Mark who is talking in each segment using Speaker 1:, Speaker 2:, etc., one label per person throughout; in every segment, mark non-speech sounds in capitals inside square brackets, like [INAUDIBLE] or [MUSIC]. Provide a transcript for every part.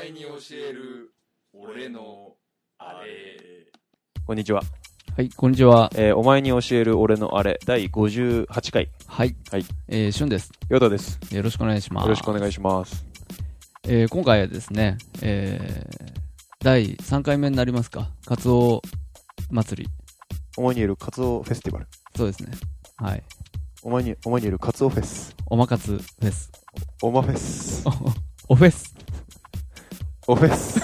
Speaker 1: える俺のあれ、
Speaker 2: こんにちは。
Speaker 3: はい、こんにちは。
Speaker 2: えーお前に教える俺のあれ、第58回、
Speaker 3: はい。
Speaker 2: はい。
Speaker 3: えー、しゅんです。
Speaker 2: ヨタです。
Speaker 3: よろしくお願いします。
Speaker 2: よろしくお願
Speaker 3: い
Speaker 2: いします。
Speaker 3: えー、今回はですね、えー、第3回目になりますか。カツオ祭り。
Speaker 2: お前にいるカツオフェスティバル。
Speaker 3: そうですね。はい。
Speaker 2: お前に、お前にいるカツオフェス。
Speaker 3: おまかつフェス。 [LAUGHS]
Speaker 2: オマフェス。
Speaker 3: おフェス。
Speaker 2: オフェ
Speaker 3: [LAUGHS]
Speaker 2: ス。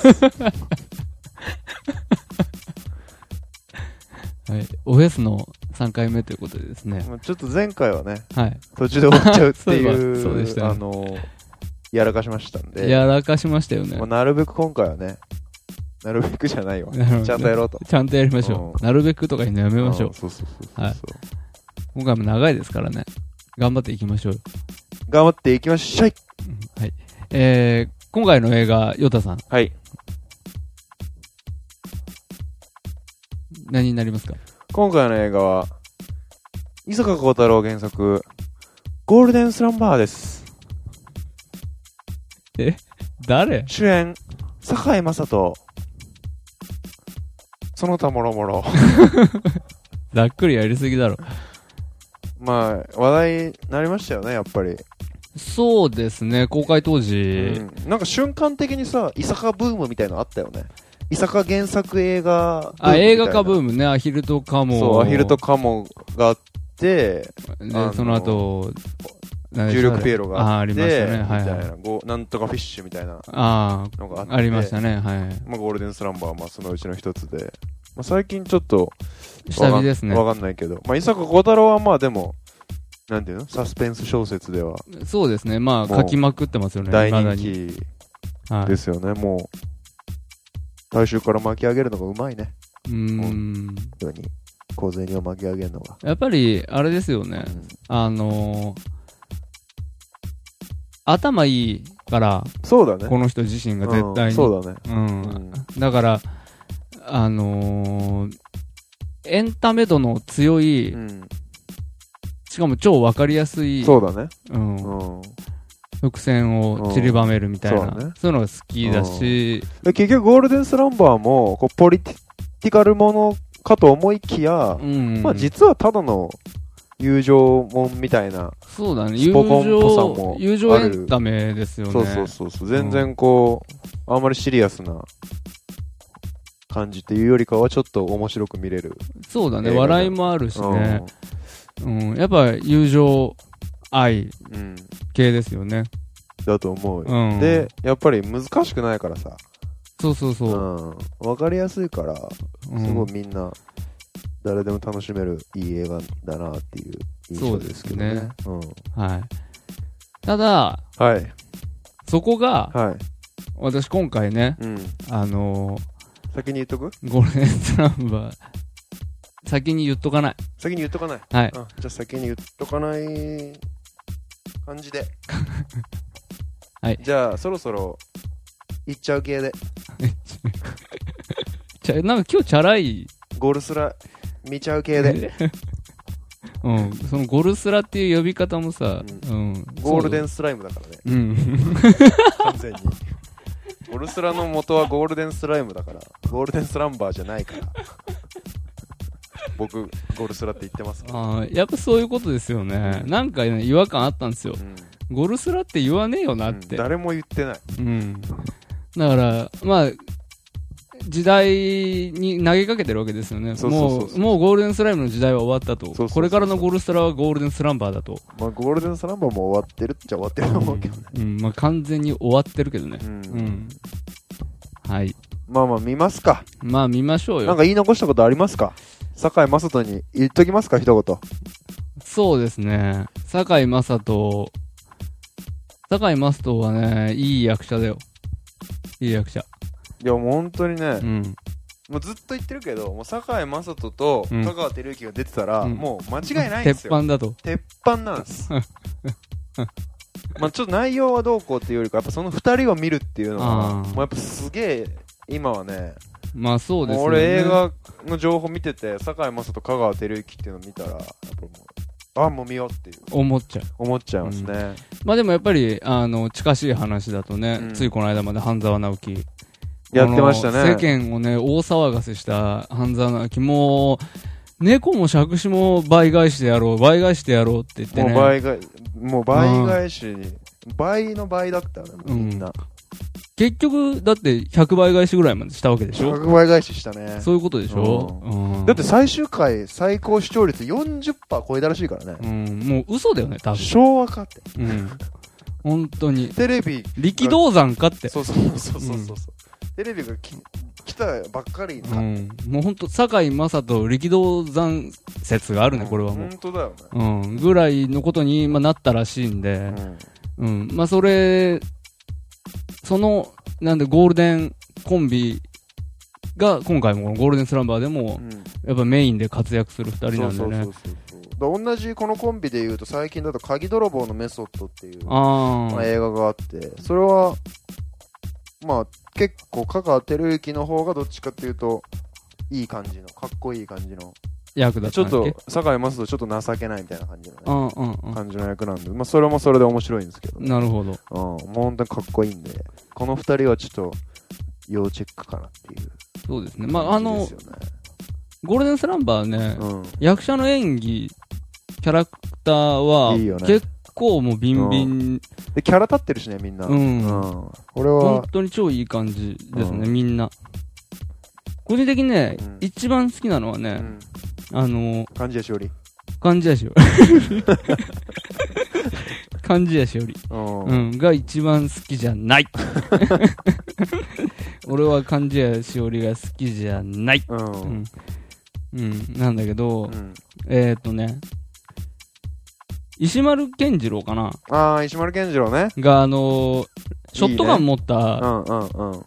Speaker 3: はい。おフェスの3回目ということでですね。
Speaker 2: まあちょっと前回はね、
Speaker 3: はい。
Speaker 2: 途中で終わっちゃうってい
Speaker 3: [LAUGHS] そういえ
Speaker 2: う、
Speaker 3: ばそうでしたね
Speaker 2: あのー、やらかしましたんで、
Speaker 3: やらかしましたよね
Speaker 2: まあ、。なるべく今回はね、なるべくじゃないわ。
Speaker 3: なるほどね
Speaker 2: ちゃんとやろうと。
Speaker 3: ちゃんとやりましょ
Speaker 2: う
Speaker 3: う。なるべくとか言うのやめましょ
Speaker 2: ん
Speaker 3: う。
Speaker 2: そうそうそうそうそう、
Speaker 3: はい今回も長いですからね。頑張っていきましょう。
Speaker 2: 頑張っていきましょい
Speaker 3: うんはい。えー、今回の映画、ヨタさん、
Speaker 2: はい。
Speaker 3: 何になりますか
Speaker 2: 今回の映画は、伊坂幸太郎原作、ゴールデンスランバーです。
Speaker 3: 誰
Speaker 2: 主演、堺雅人。その他もろも
Speaker 3: [LAUGHS]
Speaker 2: ろ。
Speaker 3: ざっくりやりすぎだろ。
Speaker 2: まあ、話題になりましたよね、やっぱり。
Speaker 3: そうですね、公開当時。
Speaker 2: うんなんか瞬間的にさ、伊坂ブームみたいのあったよね。伊坂原作映画ブームみたいな。
Speaker 3: あ、映画化ブームね、アヒルとカモ。
Speaker 2: そう、アヒルとカモがあって、
Speaker 3: で
Speaker 2: あの
Speaker 3: その後、
Speaker 2: 重
Speaker 3: 何でした
Speaker 2: 力ピエロがあ
Speaker 3: あ、あ
Speaker 2: って、
Speaker 3: りましたね、はい
Speaker 2: みたい
Speaker 3: はい。
Speaker 2: な、ゴーなんとかフィッシュみたいな
Speaker 3: あ
Speaker 2: のがあって。
Speaker 3: あ、ありましたね、はい。
Speaker 2: まあ、ゴールデンスランバーはまあそのうちの一つで、まあ、最近ちょっと
Speaker 3: 下火ですね
Speaker 2: わ。かんわかんないけど、まあ、伊坂幸太郎はまあでも、なんていうのサスペンス小説では
Speaker 3: そうですね、まあ、
Speaker 2: もう
Speaker 3: 書きまくってますよね、
Speaker 2: 大
Speaker 3: 未だ
Speaker 2: 人
Speaker 3: に。
Speaker 2: 気
Speaker 3: はい
Speaker 2: で。すよね、もう。大衆から巻き上げるのがうまいね。
Speaker 3: うーん。
Speaker 2: ように、小銭を巻き上げるのが。
Speaker 3: やっぱり、あれですよね、
Speaker 2: うん
Speaker 3: あのー、頭いいから、
Speaker 2: そうだね。
Speaker 3: この人自身が絶
Speaker 2: う
Speaker 3: 対
Speaker 2: ん
Speaker 3: に。
Speaker 2: そうだね。
Speaker 3: うん
Speaker 2: うん
Speaker 3: だから、あのーエンタメ度の強い、
Speaker 2: うん
Speaker 3: しかも超わかりやすい、
Speaker 2: そうだね。
Speaker 3: うん
Speaker 2: うん
Speaker 3: 伏線を散りばめるみたい
Speaker 2: う
Speaker 3: な、
Speaker 2: んそう
Speaker 3: そう
Speaker 2: だね
Speaker 3: いうのが好きだし、
Speaker 2: で結局、ゴールデンスランバーも、こう、ポリティカルものかと思いきや、
Speaker 3: うん
Speaker 2: まあ実はただの友情もんみたいな、
Speaker 3: そうだね、
Speaker 2: ス
Speaker 3: 友
Speaker 2: ポコンっぽさも
Speaker 3: 情友情
Speaker 2: あ
Speaker 3: エ
Speaker 2: る
Speaker 3: ンタメですよね。
Speaker 2: そうそうそうそう、全然こう、あんまりシリアスな感じっていうよりかはちょっと面白く見れる。
Speaker 3: そうだね、
Speaker 2: 映画だ
Speaker 3: 笑いもあるしね、うん、やっぱ友情愛
Speaker 2: うん、うん。
Speaker 3: 系ですよね。
Speaker 2: だと思うよ。
Speaker 3: うん、
Speaker 2: で、やっぱり難しくないからさ、
Speaker 3: そうそう
Speaker 2: う
Speaker 3: そう、
Speaker 2: ん。わかりやすいから、
Speaker 3: うん
Speaker 2: すごいみんな、誰でも楽しめるいい映画だなっていう印象ですけど
Speaker 3: そ
Speaker 2: ね
Speaker 3: うで。
Speaker 2: うん。
Speaker 3: はい、ただ、
Speaker 2: はい。
Speaker 3: そこが、
Speaker 2: はい。
Speaker 3: 私今回ね、
Speaker 2: うん。
Speaker 3: あの
Speaker 2: 先に言っとく
Speaker 3: ー、ゴールデンスランバー、先に言っとかない。
Speaker 2: 先に言っとかない。
Speaker 3: はい。
Speaker 2: あじゃあ先に言っとかない感じで
Speaker 3: [LAUGHS] はい
Speaker 2: じゃあそろそろ行っちゃう系で
Speaker 3: ちゃなんか今日チャラい。
Speaker 2: ゴールスラ見ちゃう系で
Speaker 3: [LAUGHS] うん。そのゴルスラっていう呼び方もさ、うん。
Speaker 2: ゴールデンスライムだ
Speaker 3: [LAUGHS]
Speaker 2: からね
Speaker 3: そう。うん。
Speaker 2: 完全にゴルスラの元はゴールデンスライムだからゴールデンスランバーじゃないから僕ゴルスラって言ってますけど
Speaker 3: あーやっぱそういうことですよね。なんかね、違和感あったんですよ。
Speaker 2: うん
Speaker 3: ゴルスラって言わねえよなっ
Speaker 2: うん
Speaker 3: て。
Speaker 2: 誰も言ってない
Speaker 3: うん。だから、まあ、時代に投げかけてるわけですよね。
Speaker 2: そうそうそう
Speaker 3: も
Speaker 2: そう
Speaker 3: う、もうゴールデンスライムの時代は終わった
Speaker 2: そうそうそう
Speaker 3: と。これからのゴルスラはゴールデンスランバーだと。
Speaker 2: まあゴールデンスランバーも終わってるっちゃ終わってると思うけどね
Speaker 3: うん、まあ完全に終わってるけどね。
Speaker 2: う
Speaker 3: うんん。はい。
Speaker 2: まあまあ見ますか
Speaker 3: まあ見ましょう
Speaker 2: なん
Speaker 3: よ。
Speaker 2: か言い残したことありますか堺雅人に言っときますか一言。
Speaker 3: そうですね。堺雅人、堺雅人はね、いい役者だよ。いい役者。
Speaker 2: いや、もう本当にね
Speaker 3: う、ん。
Speaker 2: もうずっと言ってるけど、もう堺雅人と
Speaker 3: うん
Speaker 2: 香川照之が出てたら、
Speaker 3: うん
Speaker 2: もう間違いないんで
Speaker 3: 鉄
Speaker 2: すよ。
Speaker 3: 板だと。
Speaker 2: 鉄板なんです。まあちょっと内容はどうこうっていうよりか、やっぱその二人を見るっていうのは、
Speaker 3: あー
Speaker 2: もうやっぱすげえ、今はね、
Speaker 3: まあそうです
Speaker 2: もう
Speaker 3: よね。
Speaker 2: 俺映画の情報見てて、堺雅人と香川照之っていうの見たら、やっぱもう、あ、もう見ようっていう
Speaker 3: 思っちゃう。
Speaker 2: 思っちゃいますね。
Speaker 3: まあでもやっぱり、あの、近しい話だとね、
Speaker 2: うん
Speaker 3: ついこの間まで半沢直樹
Speaker 2: やってました
Speaker 3: あの
Speaker 2: ね。
Speaker 3: 世間をね、大騒がせした半沢直樹も、猫も借子も倍返してやろう、倍返してやろうって言って
Speaker 2: もう
Speaker 3: ね、
Speaker 2: 倍返もう倍返し、倍の倍だったよね、もうみんな。
Speaker 3: 結局、だって100倍返しぐらいまでしたわけでしょ
Speaker 2: 100倍返ししたね。
Speaker 3: そういうことでしょ、うん
Speaker 2: だって、最終回最高視聴率40%超えたらしいからね
Speaker 3: う。ん、もう嘘だよね、多分。
Speaker 2: 昭和かって。
Speaker 3: うん。本当に。
Speaker 2: テレビ、
Speaker 3: 力道山かって。
Speaker 2: そうそうそうそうそう。テレビがき来たばっかり
Speaker 3: う
Speaker 2: か。
Speaker 3: ん。もう本当、堺雅人力道山説があるね、これはもう。
Speaker 2: 本当だよね。
Speaker 3: うん。ぐらいのことに、まあ、なったらしいんで。うん、まあそれ、その、なんでゴールデンコンビが今回もこのゴールデンスランバーでも
Speaker 2: う、ん
Speaker 3: やっぱメインで活躍する二人
Speaker 2: そ
Speaker 3: な
Speaker 2: うん
Speaker 3: で
Speaker 2: そうそう
Speaker 3: ね
Speaker 2: そ。うそうだ同じこのコンビでいうと最近だと「鍵泥棒のメソッド」っていう
Speaker 3: あ
Speaker 2: まあ
Speaker 3: あ、
Speaker 2: 映画があってそれはまあ結構香川照之の方がどっちかっていうといい感じのかっこいい感じの
Speaker 3: 役だった
Speaker 2: ちょ
Speaker 3: ん
Speaker 2: っ
Speaker 3: だっ
Speaker 2: と
Speaker 3: け
Speaker 2: 酒井雅人ちょっと情けないみたいな感じのね、
Speaker 3: うんうんう
Speaker 2: 感じの役なんで、まあ、それもそれで面白いんですけど、
Speaker 3: ん。
Speaker 2: ね
Speaker 3: なるほど。
Speaker 2: うん、もう本当にかっこいいんでこの2人はちょっと要チェックかなっていう
Speaker 3: そうですね。まああ
Speaker 2: 感じで
Speaker 3: の
Speaker 2: す、よね、
Speaker 3: ゴールデンスランバーね、
Speaker 2: うん
Speaker 3: 役者の演技、キャラクターはい
Speaker 2: いよね
Speaker 3: 結構もうビンビン、
Speaker 2: でキャラ立ってるしねみんな、
Speaker 3: う、
Speaker 2: うんん、俺は
Speaker 3: 本当に超いい感じですね、
Speaker 2: うん
Speaker 3: みんな。個人的にね、
Speaker 2: うん
Speaker 3: 一番好きなのはね、あの、
Speaker 2: 感じやしおり。
Speaker 3: 感じやしよ。感じやしより。
Speaker 2: うん
Speaker 3: うん。が一番好きじゃ
Speaker 2: [LAUGHS]
Speaker 3: ない。俺は感じやしおりが好きじゃない。
Speaker 2: う。
Speaker 3: うんん。うん。なんだけど
Speaker 2: う、ん。
Speaker 3: えーっとね、石丸健次郎かな
Speaker 2: ああ、石丸健次郎ね。
Speaker 3: が、あのーショットガン持っ
Speaker 2: う
Speaker 3: た
Speaker 2: んうんうん。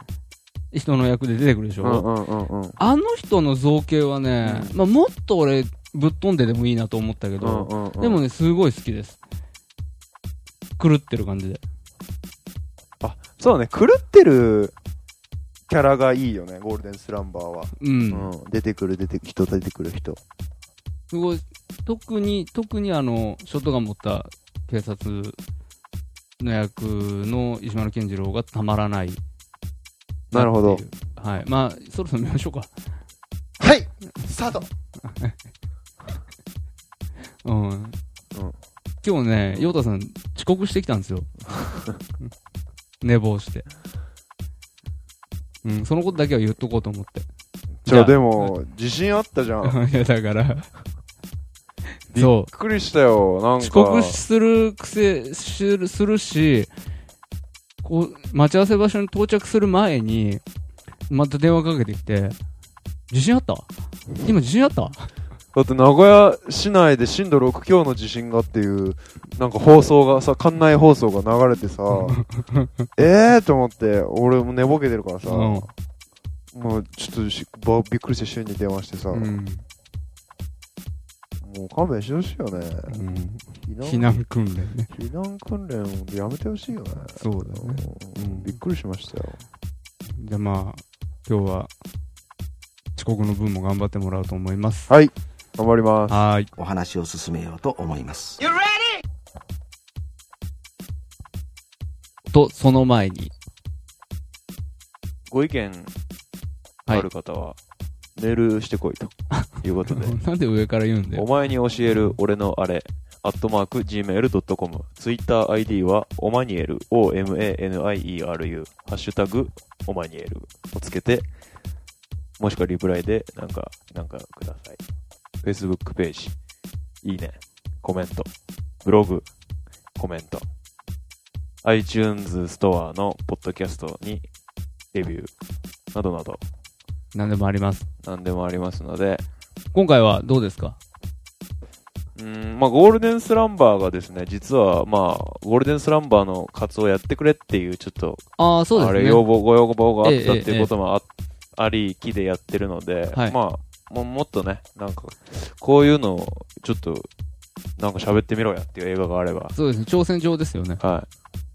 Speaker 3: 人の役で出てくるでし
Speaker 2: う
Speaker 3: ょ、
Speaker 2: んうんうんうん。
Speaker 3: あの人の造形はね、
Speaker 2: う
Speaker 3: まあ、もっと俺、ぶっ飛んででもいいなと思ったけど、
Speaker 2: うんうんうん
Speaker 3: でもね、すごい好きです。狂ってる感じで。
Speaker 2: そうね、狂ってるキャラがいいよね、ゴールデンスランバーは。
Speaker 3: うん。
Speaker 2: うん。出てくる、出てく人、出てくる人。
Speaker 3: すごい、特に、特にあの、ショットガン持った警察の役の石丸健二郎がたまらない。
Speaker 2: なるほど。
Speaker 3: はい。まあ、そろそろ見ましょうか。
Speaker 2: はいスタート
Speaker 3: うん。今日ね、ヨタさん遅刻してきたん
Speaker 2: [LAUGHS]
Speaker 3: ですよ。寝坊して。うん、そのことだけは言っとこうと思って。
Speaker 2: じゃあでも、自信あったじゃん。びっ
Speaker 3: [LAUGHS] いや、だから。そう。
Speaker 2: くりしたよ、なんか。
Speaker 3: 遅刻する癖、するするし、こう、待ち合わせ場所に到着する前に、また電話かけてきて、地震あった今地震あった
Speaker 2: だって名古屋市内で震度6強の地震がっていう、なんか放送がさ、館内放送が流れて [LAUGHS] さ、えーと思って、俺も寝ぼけてるからさ、
Speaker 3: うん
Speaker 2: もうちょっとしばびっくりして瞬に電話してさ、
Speaker 3: うん。
Speaker 2: もう勘弁してほしいよね。
Speaker 3: 避難訓練ね。
Speaker 2: 避難訓練をやめてほしいよね。
Speaker 3: そうだね。
Speaker 2: うん
Speaker 3: うん
Speaker 2: びっくりしましたよ。
Speaker 3: じゃあまあ、今日は、遅刻の分も頑張ってもらおうと思います。
Speaker 2: はい、頑張ります。
Speaker 3: はーい。
Speaker 4: お話を進めようと思います。
Speaker 3: と、その前に。
Speaker 2: ご意見
Speaker 3: はい
Speaker 2: ある方は、メールしてこいということで。
Speaker 3: [LAUGHS] なんで上から言うんだ
Speaker 2: お
Speaker 3: よ。
Speaker 2: 前に教える俺のあれ、アットマーク Gmail.com、ツイッター ID はオマニエル、OMANIERU、ハッシュタグオマニエルをつけて、もしくはリプライでなんか、なんかください。Facebook ページ、いいね、コメント、ブログ、コメント、iTunes ストアのポッドキャストにレビューなどなど
Speaker 3: なんでもあります。
Speaker 2: 何でもありますので、
Speaker 3: 今回はどうですか
Speaker 2: うーんまあ、ゴールデンスランバーがですね、実は、まあ、ゴールデンスランバーの活動をやってくれっていう、ちょっと、
Speaker 3: ああ、そうです
Speaker 2: あ
Speaker 3: ね。
Speaker 2: れ、要望、ご要望があった
Speaker 3: ええ
Speaker 2: っていうこともあ,、ありきでやってるので、
Speaker 3: はい
Speaker 2: まあ、もうもっとね、なんか、こういうのを、ちょっと、なんか喋ってみろやっていう映画があれば、
Speaker 3: そうですね。挑戦状ですよね。
Speaker 2: は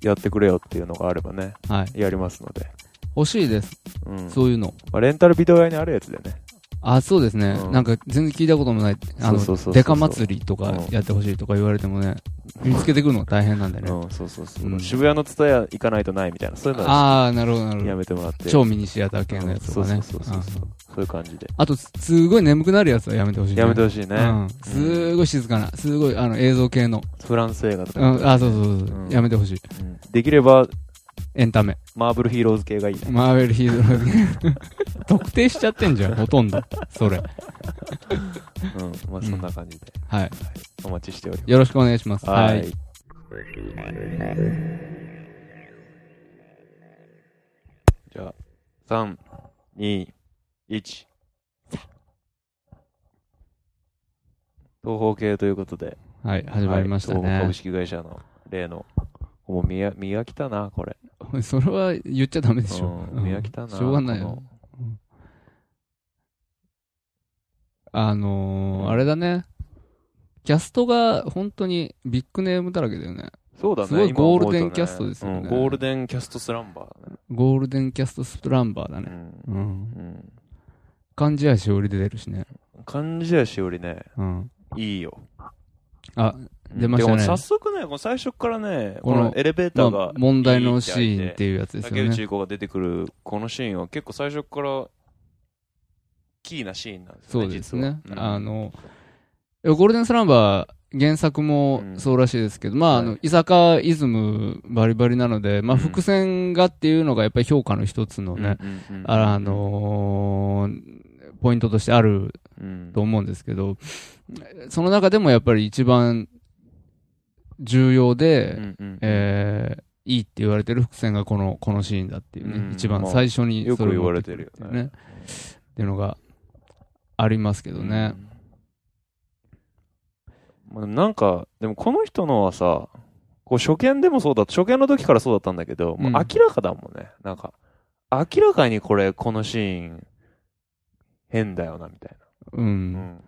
Speaker 2: い、やってくれよっていうのがあればね、
Speaker 3: はい。
Speaker 2: やりますので、
Speaker 3: 欲しいです。
Speaker 2: うん。
Speaker 3: そういうの。
Speaker 2: まあ、レンタルビデオ屋にあるやつでね、
Speaker 3: あ、そうですね。
Speaker 2: うん
Speaker 3: なんか全然聞いたこともない。あ
Speaker 2: そうそうそうそ
Speaker 3: の、
Speaker 2: う
Speaker 3: デカ祭りとか
Speaker 2: うん
Speaker 3: やってほしいとか言われてもね、見つけてくるのが大変なんだよね。
Speaker 2: うん、そうそうそう。
Speaker 3: うん
Speaker 2: 渋谷のツタヤ行かないとないみたいな、そういうのは
Speaker 3: ああ、なるほど、なるほ
Speaker 2: や
Speaker 3: ど。
Speaker 2: めてもらって。
Speaker 3: 超ミニシアター系のやつ
Speaker 2: そ
Speaker 3: と
Speaker 2: う
Speaker 3: か
Speaker 2: そう
Speaker 3: ね。
Speaker 2: そうそうそう。そういう感じで。
Speaker 3: あと、すすごい眠くなるやつはやめてほしい、
Speaker 2: やめて
Speaker 3: ほ
Speaker 2: ほしいね。
Speaker 3: うん。すごい静かな、すごい、あの、映像系の。
Speaker 2: フランス映画とかだ
Speaker 3: う
Speaker 2: っ
Speaker 3: ん、あ、そうそうそう
Speaker 2: ん
Speaker 3: う。やめてほしい。
Speaker 2: たら、うんできれば、
Speaker 3: エンタメ。
Speaker 2: マーブルヒーローズ系がいいね。
Speaker 3: マーベルヒーローズ [LAUGHS] 特定しちゃってんじゃん、ほとんど。そ
Speaker 2: う
Speaker 3: れ。
Speaker 2: ん。まあ、そんな感じで。
Speaker 3: はい。
Speaker 2: お待ちしておりま
Speaker 3: よろしくお願いします。
Speaker 2: す。
Speaker 3: はい。。
Speaker 2: じゃあ、3、2、1。東方系ということで。
Speaker 3: はい、始まりました
Speaker 2: はい東方
Speaker 3: ね
Speaker 2: 株。式会社の例の。もう見や、見飽きたな、これ。
Speaker 3: それは言っちゃダメでしょ。
Speaker 2: うん見飽きたな。
Speaker 3: しょうがないよ
Speaker 2: この。
Speaker 3: あのー、あれだね。キャストが本当にビッグネームだらけだよね。
Speaker 2: そうだね。
Speaker 3: すごい
Speaker 2: 今思うとね
Speaker 3: ゴールデンキャストですよね
Speaker 2: うんゴールデンキャストスランバーだね
Speaker 3: ゴールデンキャストスプランバーだね。う。ん。
Speaker 2: うん。
Speaker 3: 漢字やしおりで出るしね。
Speaker 2: うん感じやしおりね、
Speaker 3: うん。
Speaker 2: いいよ。
Speaker 3: あ、
Speaker 2: うん
Speaker 3: 出ましたね
Speaker 2: でも早速ね、この最初からね、こ
Speaker 3: この
Speaker 2: のエレベータ
Speaker 3: ま
Speaker 2: ー
Speaker 3: あ
Speaker 2: が、、
Speaker 3: 問題のシーンっていうやつです
Speaker 2: 竹
Speaker 3: よ
Speaker 2: 内
Speaker 3: ね。
Speaker 2: 結子が出てくるこのシーンは結構最初からキーなシーンなんです
Speaker 3: そ
Speaker 2: ね。
Speaker 3: うですね。
Speaker 2: 実は
Speaker 3: あ、の、ゴールデンスランバー、原作もそうらしいですけど、まあ、あ
Speaker 2: は
Speaker 3: の、伊坂イズムバリバリなので、まあ、
Speaker 2: うん
Speaker 3: 伏線がっていうのがやっぱり評価の一つの
Speaker 2: うん
Speaker 3: ね、
Speaker 2: うんうんうん
Speaker 3: ああのーポイントとしてある
Speaker 2: うん
Speaker 3: と思うんですけど、その中でもやっぱり一番重要で、
Speaker 2: うんうん
Speaker 3: えーいいって言われてる伏線がこの、このシーンだっていうね、
Speaker 2: うん
Speaker 3: 一番最初に
Speaker 2: よ
Speaker 3: そ
Speaker 2: く
Speaker 3: れ
Speaker 2: 言
Speaker 3: を
Speaker 2: わ
Speaker 3: 持
Speaker 2: れ
Speaker 3: っく
Speaker 2: てる
Speaker 3: っ
Speaker 2: よ
Speaker 3: ていう
Speaker 2: ね
Speaker 3: ね。っていうのがありますけどね。
Speaker 2: まあ、なんか、でもこの人のはさ、こう初見でもそうだ初見の時からそうだったんだけど、もううん明らかだもんね。なんか、明らかにこれ、このシーン、変だよな、みたい
Speaker 3: うん。
Speaker 2: な。うんっ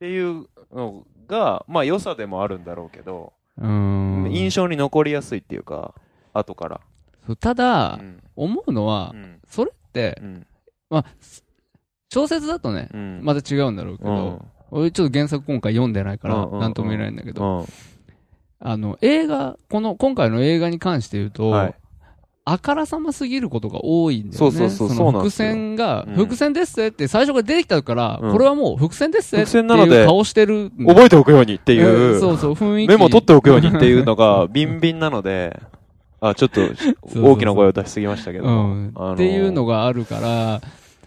Speaker 2: ていうのが、まあ良さでもあるんだろうけど、
Speaker 3: うん
Speaker 2: 印象に残りやすいっていうか、後から。
Speaker 3: そうただ、
Speaker 2: うん
Speaker 3: 思うのは
Speaker 2: う、ん
Speaker 3: それって
Speaker 2: う、ん
Speaker 3: 小説だとね、
Speaker 2: うん
Speaker 3: また違うんだろうけ
Speaker 2: う
Speaker 3: ど、
Speaker 2: ん
Speaker 3: 俺ちょっと原作今回読んでないか
Speaker 2: う
Speaker 3: ら
Speaker 2: んうんうん
Speaker 3: なんとも言えないんだけど、
Speaker 2: うん
Speaker 3: あの、映画、この、今回の映画に関して言うと、
Speaker 2: はい
Speaker 3: あからさますぎることが多いんだよ
Speaker 2: そ
Speaker 3: ね。
Speaker 2: うそうそう
Speaker 3: の
Speaker 2: そうなん
Speaker 3: 伏
Speaker 2: ですよ
Speaker 3: 線が、
Speaker 2: うん
Speaker 3: 伏線ですって最初から出てきたから、
Speaker 2: うん
Speaker 3: これはもう伏線ですって
Speaker 2: 伏線
Speaker 3: っ
Speaker 2: な
Speaker 3: て
Speaker 2: ので
Speaker 3: いう顔してるんだよ。
Speaker 2: 覚えておくようにってい
Speaker 3: ん
Speaker 2: う、
Speaker 3: そうそう、雰囲気。
Speaker 2: メモ取っておくようにっていうの
Speaker 3: [LAUGHS]
Speaker 2: が、ビンビンなので、あ、ちょっと、
Speaker 3: そう
Speaker 2: 大きな声を出しすぎましたけど、
Speaker 3: うん
Speaker 2: あの
Speaker 3: っていうのがあるから、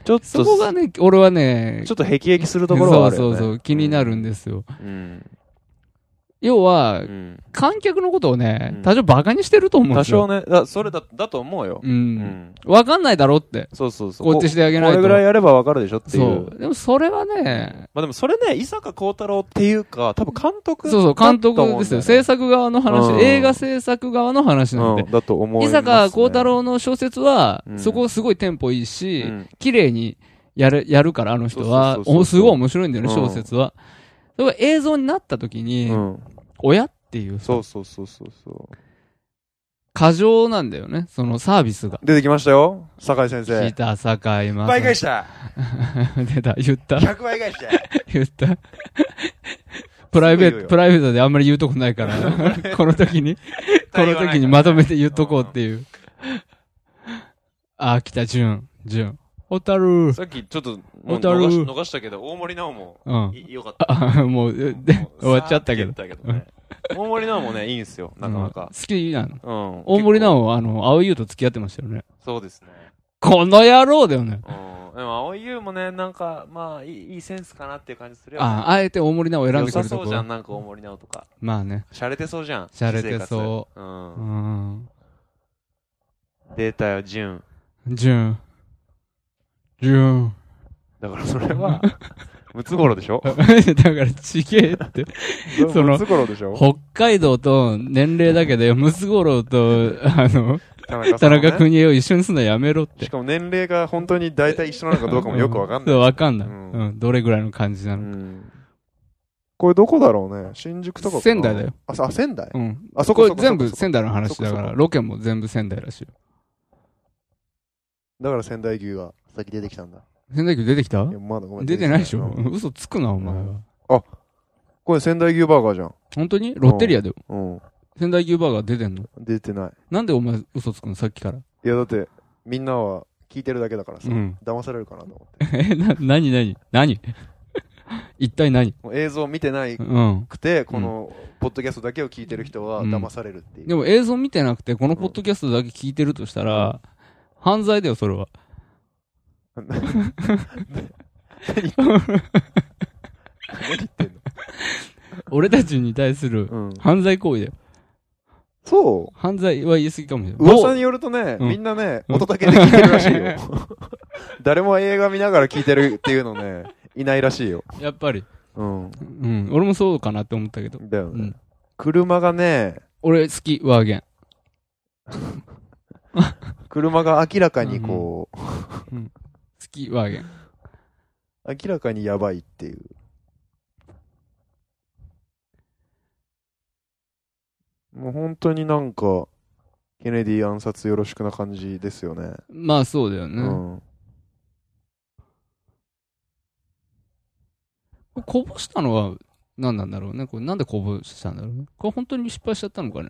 Speaker 2: ちょっと、
Speaker 3: そこがね、俺はね
Speaker 2: ち、ょっと辟易するところはある
Speaker 3: そ
Speaker 2: よ、
Speaker 3: う
Speaker 2: ね。
Speaker 3: そうそう、気になるん
Speaker 2: で。
Speaker 3: ですよ。
Speaker 2: うん。
Speaker 3: 要は
Speaker 2: う、ん
Speaker 3: 観客のことをね
Speaker 2: うん、
Speaker 3: 多少バカにしてると思うん
Speaker 2: 多
Speaker 3: です
Speaker 2: 少
Speaker 3: よ。
Speaker 2: ね、だそれだ、だと思うよ。
Speaker 3: う。。
Speaker 2: うん
Speaker 3: わかんないだろって。
Speaker 2: そうそうそう。
Speaker 3: こっちしてあげないと。
Speaker 2: これぐらいやればわかるでしょっていう。
Speaker 3: そう。でもそれはね、
Speaker 2: まあでもそれね、伊坂幸太郎っていうか、多分監督
Speaker 3: そうそう、監督ですよ。制
Speaker 2: 作
Speaker 3: 作側の話、
Speaker 2: うん
Speaker 3: 映画制作側の話なんで。
Speaker 2: だと思い
Speaker 3: 伊
Speaker 2: ます、ね。
Speaker 3: 坂幸太郎の小説は、
Speaker 2: うん
Speaker 3: そこすごいテンポいいし、
Speaker 2: うん
Speaker 3: 綺麗にやる、やるから、あの人は
Speaker 2: そう。そうそうそう
Speaker 3: おすごい面白いんだよね、
Speaker 2: うん
Speaker 3: 小説は。それが映像になった時に、
Speaker 2: うん。
Speaker 3: 親っていうさ
Speaker 2: そうそうそうそうそう。
Speaker 3: 過剰なんだよね、そのサービスが。
Speaker 2: 出てきましたよ、酒井先生。
Speaker 3: 聞いた、坂井正
Speaker 5: 倍返した
Speaker 3: [LAUGHS] 出た、言 [LAUGHS] った、
Speaker 5: !100 倍返した
Speaker 3: 言った。プライ
Speaker 2: す
Speaker 3: ベ
Speaker 2: ぐ言う
Speaker 3: ー
Speaker 2: よ
Speaker 3: ト、プライベートであんまり言うとこな
Speaker 2: [LAUGHS]
Speaker 3: いから、この時に、この時にまとめて言っとこうっていう。あ、来た、淳、淳。ホタル
Speaker 2: さっきちょっと、もう
Speaker 3: 小樽
Speaker 2: 逃し逃したけど、大森直も、
Speaker 3: うん。 [LAUGHS]
Speaker 2: いよかった。
Speaker 3: あ、もう、で、
Speaker 2: もう
Speaker 3: 終わっちゃったけど
Speaker 2: さーて言ったけどね大森直もね、いいんすよ、なかな
Speaker 3: うん
Speaker 2: か
Speaker 3: 好。きなん
Speaker 2: うん。
Speaker 3: 大
Speaker 2: 結構
Speaker 3: 森直、あの、青井優と付き合ってましたよね。
Speaker 2: そうですね。
Speaker 3: この野郎だよね。
Speaker 2: うん。でも、青井優もね、なんか、まあ、いいいいセンスかなっていう感じするよね。
Speaker 3: あ、あえて大森直を選ん
Speaker 2: 良
Speaker 3: でく
Speaker 2: さ
Speaker 3: ると
Speaker 2: そう
Speaker 3: こ
Speaker 2: じゃ。ん、なんか大森直とか。
Speaker 3: まあね。
Speaker 2: 洒落てそうじゃん。
Speaker 3: 洒落て
Speaker 2: 私
Speaker 3: そ
Speaker 2: 生活う。
Speaker 3: う。うんん。
Speaker 2: 出たよ、純。
Speaker 3: 淳。淳。
Speaker 2: だからそれは、ムツゴロウでしょ
Speaker 3: [LAUGHS] だから、ちげえって。その
Speaker 2: ムツゴロウでしょ
Speaker 3: 北海道と年齢だけで、ムツゴロウと、あの、
Speaker 2: 田中さ
Speaker 3: 田
Speaker 2: んもね
Speaker 3: 中邦衛を一緒にすんのやめろって
Speaker 2: し。かも年齢が本当に大体一緒なのかどうかもよくわかんない
Speaker 3: そう、。わかんない。
Speaker 2: うん
Speaker 3: うん、どれぐらいの感じなのか。
Speaker 5: これどこだろうね新宿とかかな
Speaker 3: 仙台だよ。
Speaker 5: あ、さあ仙台
Speaker 3: うん。
Speaker 5: あ、そ
Speaker 3: こ
Speaker 5: こ
Speaker 3: れ全部
Speaker 5: そこそこ
Speaker 3: 仙台の話だか
Speaker 5: そこそ
Speaker 3: ら、
Speaker 5: こ
Speaker 3: ロケも全部仙台らしいよ。
Speaker 5: だから仙台牛が先出てきたんだ。
Speaker 3: 仙台牛出てきた
Speaker 5: いやまだごめん
Speaker 3: 出てないでしょ
Speaker 5: うん
Speaker 3: 嘘つくな、お前は。
Speaker 2: これ仙台牛バーガーじゃん。
Speaker 3: 本当にロッテリアで
Speaker 2: うん。
Speaker 3: 仙台牛バーガー出てんの
Speaker 2: 出てない。
Speaker 3: なんでお前嘘つくのさっきから。 [LAUGHS]
Speaker 2: いや、だって、みんなは聞いてるだけだからさ、
Speaker 3: うん
Speaker 2: 騙されるかなと思って。
Speaker 3: え、な、なになになに [LAUGHS] 一体何
Speaker 2: もう映像見てない
Speaker 3: うん。
Speaker 2: くて、この、ポッドキャストだけを聞いてる人は
Speaker 3: うん
Speaker 2: 騙されるっていう。
Speaker 3: でも映像見てなくて、このポッドキャストだけ聞いてるとしたら、犯罪だよ、それは。
Speaker 2: 何言ってんの
Speaker 3: 俺たちに対する
Speaker 2: [LAUGHS] うん。
Speaker 3: 犯罪行為だよ。
Speaker 2: そ
Speaker 3: 犯罪は言い過ぎかもしれ
Speaker 2: う。
Speaker 3: ない。
Speaker 2: 噂によるとね、
Speaker 3: うん
Speaker 2: みんなね、
Speaker 3: うん
Speaker 2: 音だけで聞いてるらしい
Speaker 3: [LAUGHS]
Speaker 2: よ。誰も映画見ながら聞いてるっていうのね、いないらしいよ。
Speaker 3: やっぱり。
Speaker 2: うん。
Speaker 3: うん。俺もそうかなって思ったけど。
Speaker 2: だよ
Speaker 3: う
Speaker 2: ね。
Speaker 3: ん。
Speaker 2: 車がね、
Speaker 3: 俺好き、ワーゲン。
Speaker 2: 車が明らかにこう、
Speaker 3: 好き、ワーゲン。
Speaker 2: 明らかにやばいっていう。もう本当になんか、ケネディ暗殺よろしくな感じですよね。
Speaker 3: まあそうだよ
Speaker 2: う
Speaker 3: ね。
Speaker 2: ん。
Speaker 3: こぼしたのは何なんだろうね。これなんでこぼしたんだろうね。これ本当に失敗しちゃったのかね。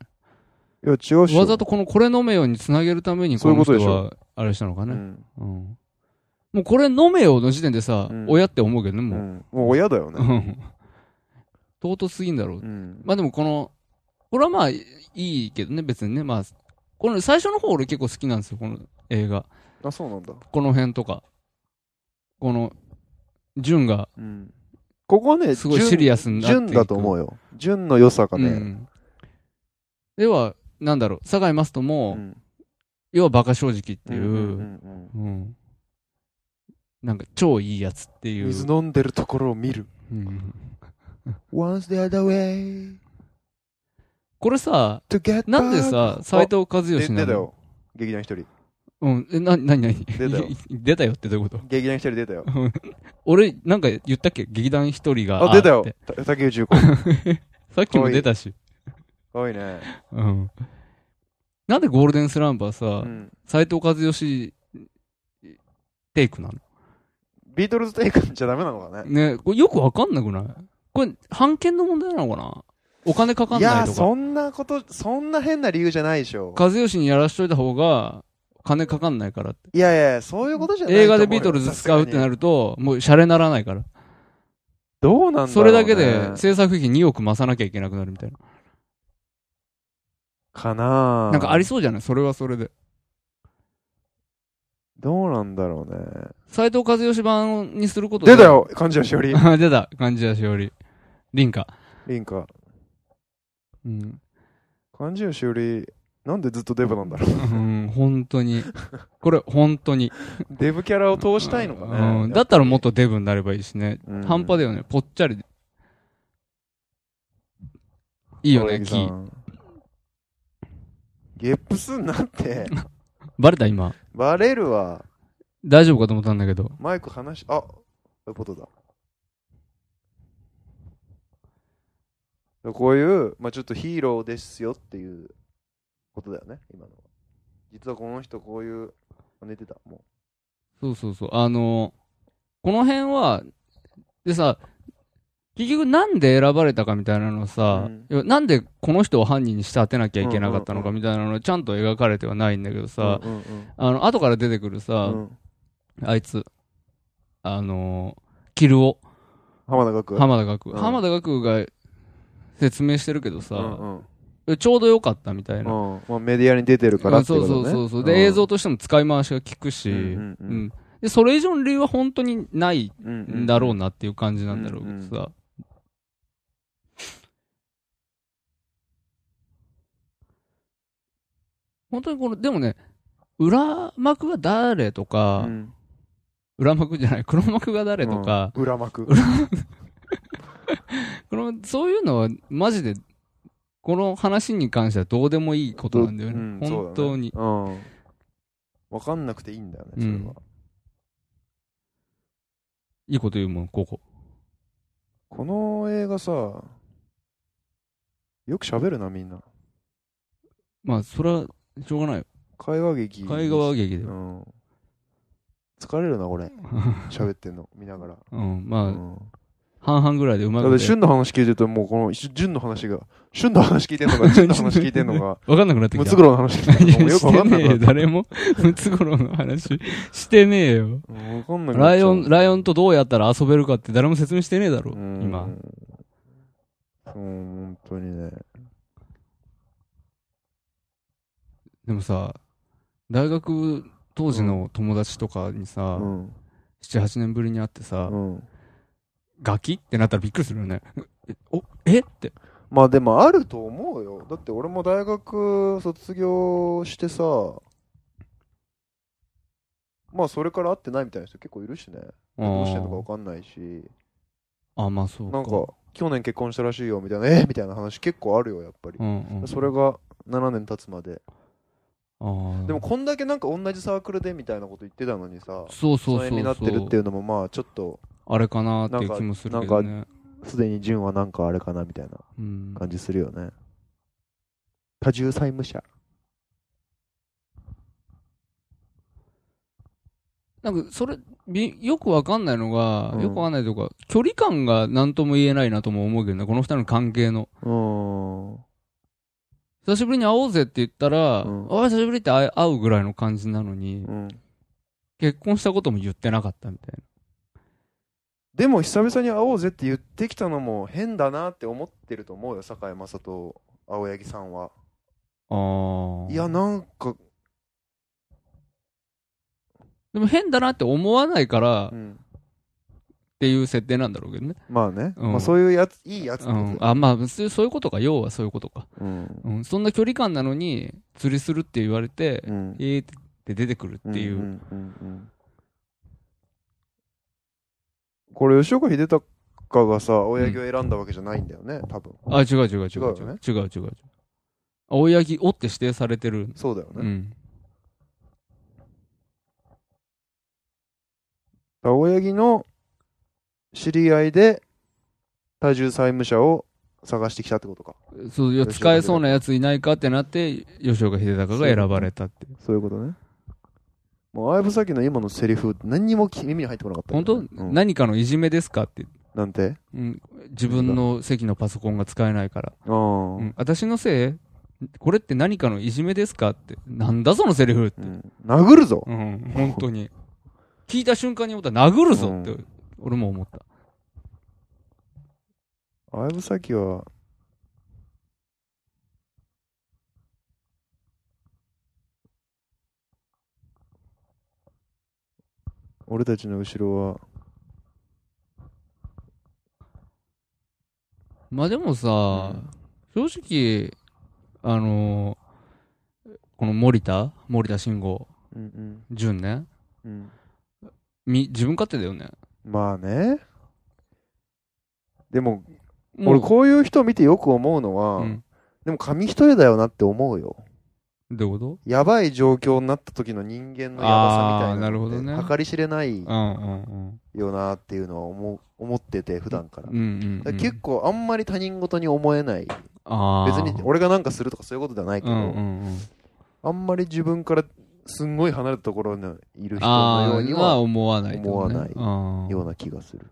Speaker 2: いや、違うっしょ。
Speaker 3: わざとこのこれ飲めよにつなげるために
Speaker 2: そ
Speaker 3: こ
Speaker 2: ういう
Speaker 3: の
Speaker 2: ことで
Speaker 3: 人
Speaker 2: しょ
Speaker 3: はあれしたのか
Speaker 2: う
Speaker 3: ね。
Speaker 2: ん。
Speaker 3: うんもうこれ飲めよの時点でさ、
Speaker 2: うん
Speaker 3: 親って思うけどね、
Speaker 2: う
Speaker 3: もう。
Speaker 2: ん。もう親だよ
Speaker 3: う
Speaker 2: ね。
Speaker 3: [LAUGHS] ん尊すぎんだろう。
Speaker 2: うん。
Speaker 3: まあでもこの、これはまあいいけどね、別にね。まあ、この最初の方俺結構好きなんですよ、この映画。
Speaker 2: あ、そうなんだ。
Speaker 3: この辺とか。この、ジュンが
Speaker 2: うん。ここはね、
Speaker 3: すごいシリアスになっていく
Speaker 2: 純だと思うよ。純の良さが
Speaker 3: う
Speaker 2: ね。
Speaker 3: ん、ではなんだろう酒井マスト
Speaker 2: う
Speaker 3: も、
Speaker 2: ん。
Speaker 3: 要はバカ正直っていう,、
Speaker 2: ん
Speaker 3: うん
Speaker 2: んうん
Speaker 3: なんか超いいやつっていう
Speaker 2: 水飲んでるところを見る。
Speaker 3: うん
Speaker 2: Once the other way
Speaker 3: これさ
Speaker 2: to get
Speaker 3: なんでさ斎藤和
Speaker 2: で
Speaker 3: 義
Speaker 2: 出
Speaker 3: なの
Speaker 2: たよ。劇団一人。
Speaker 3: うんえななになに
Speaker 2: 出たよ
Speaker 3: [LAUGHS] 出たよってどういうこと [LAUGHS]
Speaker 2: 劇団一人出たよ。
Speaker 3: 俺なんか言ったっけ劇団一人が
Speaker 2: あ、出たよ
Speaker 3: って。
Speaker 2: た竹内結
Speaker 3: [LAUGHS]
Speaker 2: 子。
Speaker 3: さっきも出たし
Speaker 2: かわいいね。
Speaker 3: うんなんでゴールデンスランバー
Speaker 2: う
Speaker 3: さ
Speaker 2: ん。
Speaker 3: 斎、藤和義テイクなの
Speaker 2: ビートルズテイクじゃダメなのかね。
Speaker 3: ね、これよくわかんなくないこれ、判権の問題なのかなお金かかん
Speaker 2: い
Speaker 3: ない
Speaker 2: や、
Speaker 3: とか。
Speaker 2: そんなこと、そんな変な理由じゃないでしょ。
Speaker 3: 和義にやらしといた方が、金かかんないからって。
Speaker 2: いやいや、そういうことじゃないと
Speaker 3: 映
Speaker 2: 思うよ。
Speaker 3: 画でビートルズ使うってな
Speaker 2: る。
Speaker 3: ると、もうシャレならないから。
Speaker 2: どうなんだろうね
Speaker 3: それだけで制作費2億増さなきゃいけなくなるみたいな。
Speaker 2: かな
Speaker 3: なんかあり
Speaker 2: そ
Speaker 3: そうじゃないそれはそれで。
Speaker 2: どうなんだろうね。
Speaker 3: 斎藤和義版にすることで
Speaker 2: 出たよ感じはしおり。
Speaker 3: [LAUGHS] 出た。感じやしおり。凛か。
Speaker 2: リンカ。
Speaker 3: うん。
Speaker 2: 感じはしおり、なんでずっとデブなんだ
Speaker 3: [LAUGHS]
Speaker 2: ろう。
Speaker 3: うん、本当に。これ、本当に。
Speaker 2: デブキャラを通したいのか
Speaker 3: う
Speaker 2: ね。
Speaker 3: ん。だったらもっとデブになればいいしね。
Speaker 2: うん
Speaker 3: 半端だよね。ぽっちゃりで。いいよ
Speaker 2: 青
Speaker 3: ね、
Speaker 2: 柳
Speaker 3: キ
Speaker 2: さ
Speaker 3: ー。
Speaker 2: んゲップすんな
Speaker 3: [LAUGHS]
Speaker 2: って。
Speaker 3: バレた今。
Speaker 2: バレるわ。
Speaker 3: 大丈夫かと思ったんだけど。
Speaker 2: マイク話し、あ、そういうことだ。こういう、まあちょっとヒーローですよっていうことだよね、今のは。実はこの人こういう、あ寝てた、も
Speaker 3: そうそうそう。あのこの辺は、でさ、結局なんで選ばれたかみたいなのさ、
Speaker 2: うん
Speaker 3: 要はなんでこの人を犯人に仕立てなきゃいけなかったのか
Speaker 2: うん
Speaker 3: みたいなのはちゃんと描かれてはないんだけど
Speaker 2: う。
Speaker 3: さ、
Speaker 2: うんうん
Speaker 3: あの、後から出てくる
Speaker 2: う
Speaker 3: さ、
Speaker 2: んうん
Speaker 3: あいつ、あのキルオ、
Speaker 2: 浜田学
Speaker 3: 浜田学、
Speaker 2: うん
Speaker 3: 浜田学が説明してるけどさ、
Speaker 2: うんうん
Speaker 3: ちょうど良かったみたいな。
Speaker 2: うんまあ、メディアに出てるからって
Speaker 3: そ
Speaker 2: こ
Speaker 3: う
Speaker 2: とだ
Speaker 3: そ
Speaker 2: ね
Speaker 3: うそうそう。で、映像としても使い回しが効くし、
Speaker 2: う
Speaker 3: うんん
Speaker 2: うんうん
Speaker 3: で、それ以上の理由は本当にないんだろう
Speaker 2: な
Speaker 3: なっていう感じなんだろうけどさ。
Speaker 2: うん
Speaker 3: 本当にこの、でもね、裏幕が誰とか、裏幕じゃない、黒幕が誰とか、
Speaker 2: 裏幕
Speaker 3: このそういうのはマジでこの話に関してはどうでもいいことなんだよね、
Speaker 2: うん
Speaker 3: 本当に
Speaker 2: そうだねうん、分かんなくていいんだよねそれは、
Speaker 3: うんいいこと言うもんここ
Speaker 2: この映画さよく喋るなみんな
Speaker 3: まあそれはしょうがないよ
Speaker 2: 会話劇
Speaker 3: 海側劇で
Speaker 2: う
Speaker 3: は
Speaker 2: ん疲れるな俺喋ってんの見ながら、 [LAUGHS]
Speaker 3: [LAUGHS] うん
Speaker 2: う
Speaker 3: まあ
Speaker 2: ん
Speaker 3: 半々ぐらいでうま
Speaker 2: だっ
Speaker 3: く
Speaker 2: て、
Speaker 3: て
Speaker 2: 旬の話聞いてると、もうこの、旬の話が、 [LAUGHS] 旬の話聞いてん
Speaker 3: [LAUGHS]
Speaker 2: のか、旬の話聞いてんのか、
Speaker 3: わかんなくなってき
Speaker 2: ム
Speaker 3: た。
Speaker 2: ツゴロウの話聞いてんのか、もうよ
Speaker 3: し
Speaker 2: くわ
Speaker 3: て
Speaker 2: かんな
Speaker 3: ねえ
Speaker 2: く
Speaker 3: よ、
Speaker 2: なった。
Speaker 3: 誰も。 [LAUGHS] ムツゴロウの話 [LAUGHS] してねえよ。
Speaker 2: うんわかんなくなっ
Speaker 3: ラ
Speaker 2: ち
Speaker 3: イ
Speaker 2: ゃ
Speaker 3: オ
Speaker 2: う
Speaker 3: ン、ライオンとどうやったら遊べるかって誰も説明してねえだろ、
Speaker 2: うん
Speaker 3: 今。
Speaker 2: うん、本当にね。
Speaker 3: でもさ、大学当時の友達とかにさ、
Speaker 2: うん。
Speaker 3: 7、8年ぶりに会ってさ、
Speaker 2: うん。
Speaker 3: ガキってなったらびっくりするよね。 [LAUGHS] お、えって。
Speaker 2: まあでもあると思うよ。だって俺も大学卒業してさ、まあそれから会ってないみたいな人結構いるしね。どうしてんのかわかんないし、
Speaker 3: あ、まあそうか。
Speaker 2: なんか、去年結婚したらしいよみたいな、えーみたいな話結構あるよ、やっぱり
Speaker 3: う。んうん、
Speaker 2: それが7年経つまで。
Speaker 3: あー
Speaker 2: でもこんだけなんか同じサークルでみたいなこと言ってたのにさ、
Speaker 3: そうそ
Speaker 2: 疎
Speaker 3: うそう
Speaker 2: 遠
Speaker 3: そう。
Speaker 2: になってるっていうのもまあちょっと、
Speaker 3: あれかなっていう気もするけどね。
Speaker 2: すでに純はなんかあれかなみたいな
Speaker 3: うん、
Speaker 2: 感じするよね。多重債務者。
Speaker 3: なんか、それ、びよくわかんないのが、
Speaker 2: うん
Speaker 3: よくわかんないというか、距離感が何とも言えないなとも思うけどね、この二人の関係の。
Speaker 2: うーん。
Speaker 3: 久しぶりに会おうぜって言ったら、
Speaker 2: うん
Speaker 3: おい久しぶりって会え会うぐらいの感じなのに、
Speaker 2: うん
Speaker 3: 結婚したことも言ってなかったみたい
Speaker 2: でも久々に会おうぜって言ってきたのも変だなって思ってると思うよ堺雅人と青柳さんは
Speaker 3: な。あ
Speaker 2: いやなんか、
Speaker 3: でも変だなって思わないから
Speaker 2: う
Speaker 3: っ
Speaker 2: ん、
Speaker 3: ていう設定なんだろうけどね。
Speaker 2: まあね、
Speaker 3: うん
Speaker 2: まあ、そういうやついいやつって
Speaker 3: う
Speaker 2: ことだよ
Speaker 3: ん。あ、まあ、そうそういうことか。要はそういうことか。
Speaker 2: うん
Speaker 3: うん。そんな距離感なのに、釣りするって言われて、
Speaker 2: うん
Speaker 3: えーって出てくるっていう。
Speaker 2: んうんうんうんこれ吉岡秀隆がさ青柳を選んだわけじゃないんだよね多分
Speaker 3: あ、違う違う違う違う
Speaker 2: 違うよね
Speaker 3: 違う違う違う。青柳をって指定されてる。
Speaker 2: そうだよね、
Speaker 3: うん。
Speaker 2: 青柳の知り合いで多重債務者を探してきたってことか
Speaker 3: そういや
Speaker 2: 吉岡
Speaker 3: 使えそうなやついないかってなって、吉岡秀隆が選ばれたっていう。
Speaker 2: そういうことね。もう、相武咲の今のセリフ、何にもき耳に入ってこなかった
Speaker 3: 本
Speaker 2: けど
Speaker 3: 当、
Speaker 2: ね、うん
Speaker 3: 何かのいじめですかって。
Speaker 2: なんて
Speaker 3: うん、自分の席のパソコンが使えないから。
Speaker 2: ああ、
Speaker 3: うん、私のせいこれって何かのいじめですかって。なんだそのセリフって。
Speaker 2: うん殴るぞ、
Speaker 3: うん、本当に。聞いた瞬間に思ったら殴るぞって、
Speaker 2: う
Speaker 3: 俺も思った。
Speaker 2: 相武咲は、俺たちの後ろは、
Speaker 3: まあでもさ、正直、あのーこの森田森田慎吾、
Speaker 2: うん
Speaker 3: 淳ね。
Speaker 2: うんうん、
Speaker 3: み、自分勝手だよね。
Speaker 2: まあね。でも、
Speaker 3: もう
Speaker 2: 俺こういう人を見てよく思うのは、
Speaker 3: うん。
Speaker 2: でも紙一重だよなって思うよ。
Speaker 3: どういうこ
Speaker 2: やばい状況になった時の人間のやばさみたいなのって
Speaker 3: あーなるほどね
Speaker 2: 計り知れない
Speaker 3: とうんうんうん。
Speaker 2: よなっていうのは思う思ってて普段から,、
Speaker 3: うんうん、うん。
Speaker 2: 結構あんまり他人事に思えない
Speaker 3: あ
Speaker 2: 別
Speaker 3: ー
Speaker 2: に俺がなんかするとかそういうことではないけ
Speaker 3: う
Speaker 2: ど、
Speaker 3: んうんうん。
Speaker 2: あんまり自分からすんごい離れたところにいる人の
Speaker 3: あ
Speaker 2: よ
Speaker 3: あ
Speaker 2: うに
Speaker 3: ー、
Speaker 2: は
Speaker 3: 思わない、ね。
Speaker 2: 思わない
Speaker 3: あー
Speaker 2: ような気がする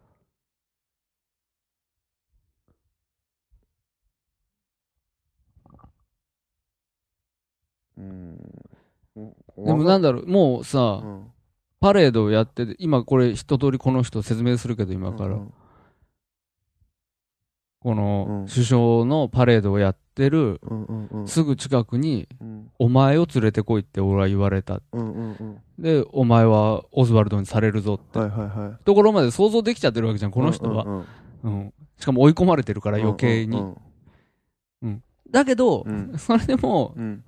Speaker 2: うん
Speaker 3: で
Speaker 2: で
Speaker 3: もなんだろう、もう
Speaker 2: う
Speaker 3: さ、
Speaker 2: ん
Speaker 3: パレードをやってて、今これ一通りこの人説明するけど、今から。
Speaker 2: うん
Speaker 3: こ
Speaker 2: う
Speaker 3: の
Speaker 2: ん、
Speaker 3: 首相のパレードをやってる、
Speaker 2: うんうんうん
Speaker 3: すぐ近くに、
Speaker 2: うん
Speaker 3: お前を連れてこいって俺は言われた。
Speaker 2: うんうんうん
Speaker 3: で、お前はオズワルドにされるぞって。
Speaker 2: はいはいはい
Speaker 3: ところまで想像できちゃってるわけじゃん、この人は。うんしかも追い込まれてるから余計に。
Speaker 2: うん
Speaker 3: だけど、
Speaker 2: うん
Speaker 3: それでも、
Speaker 2: うん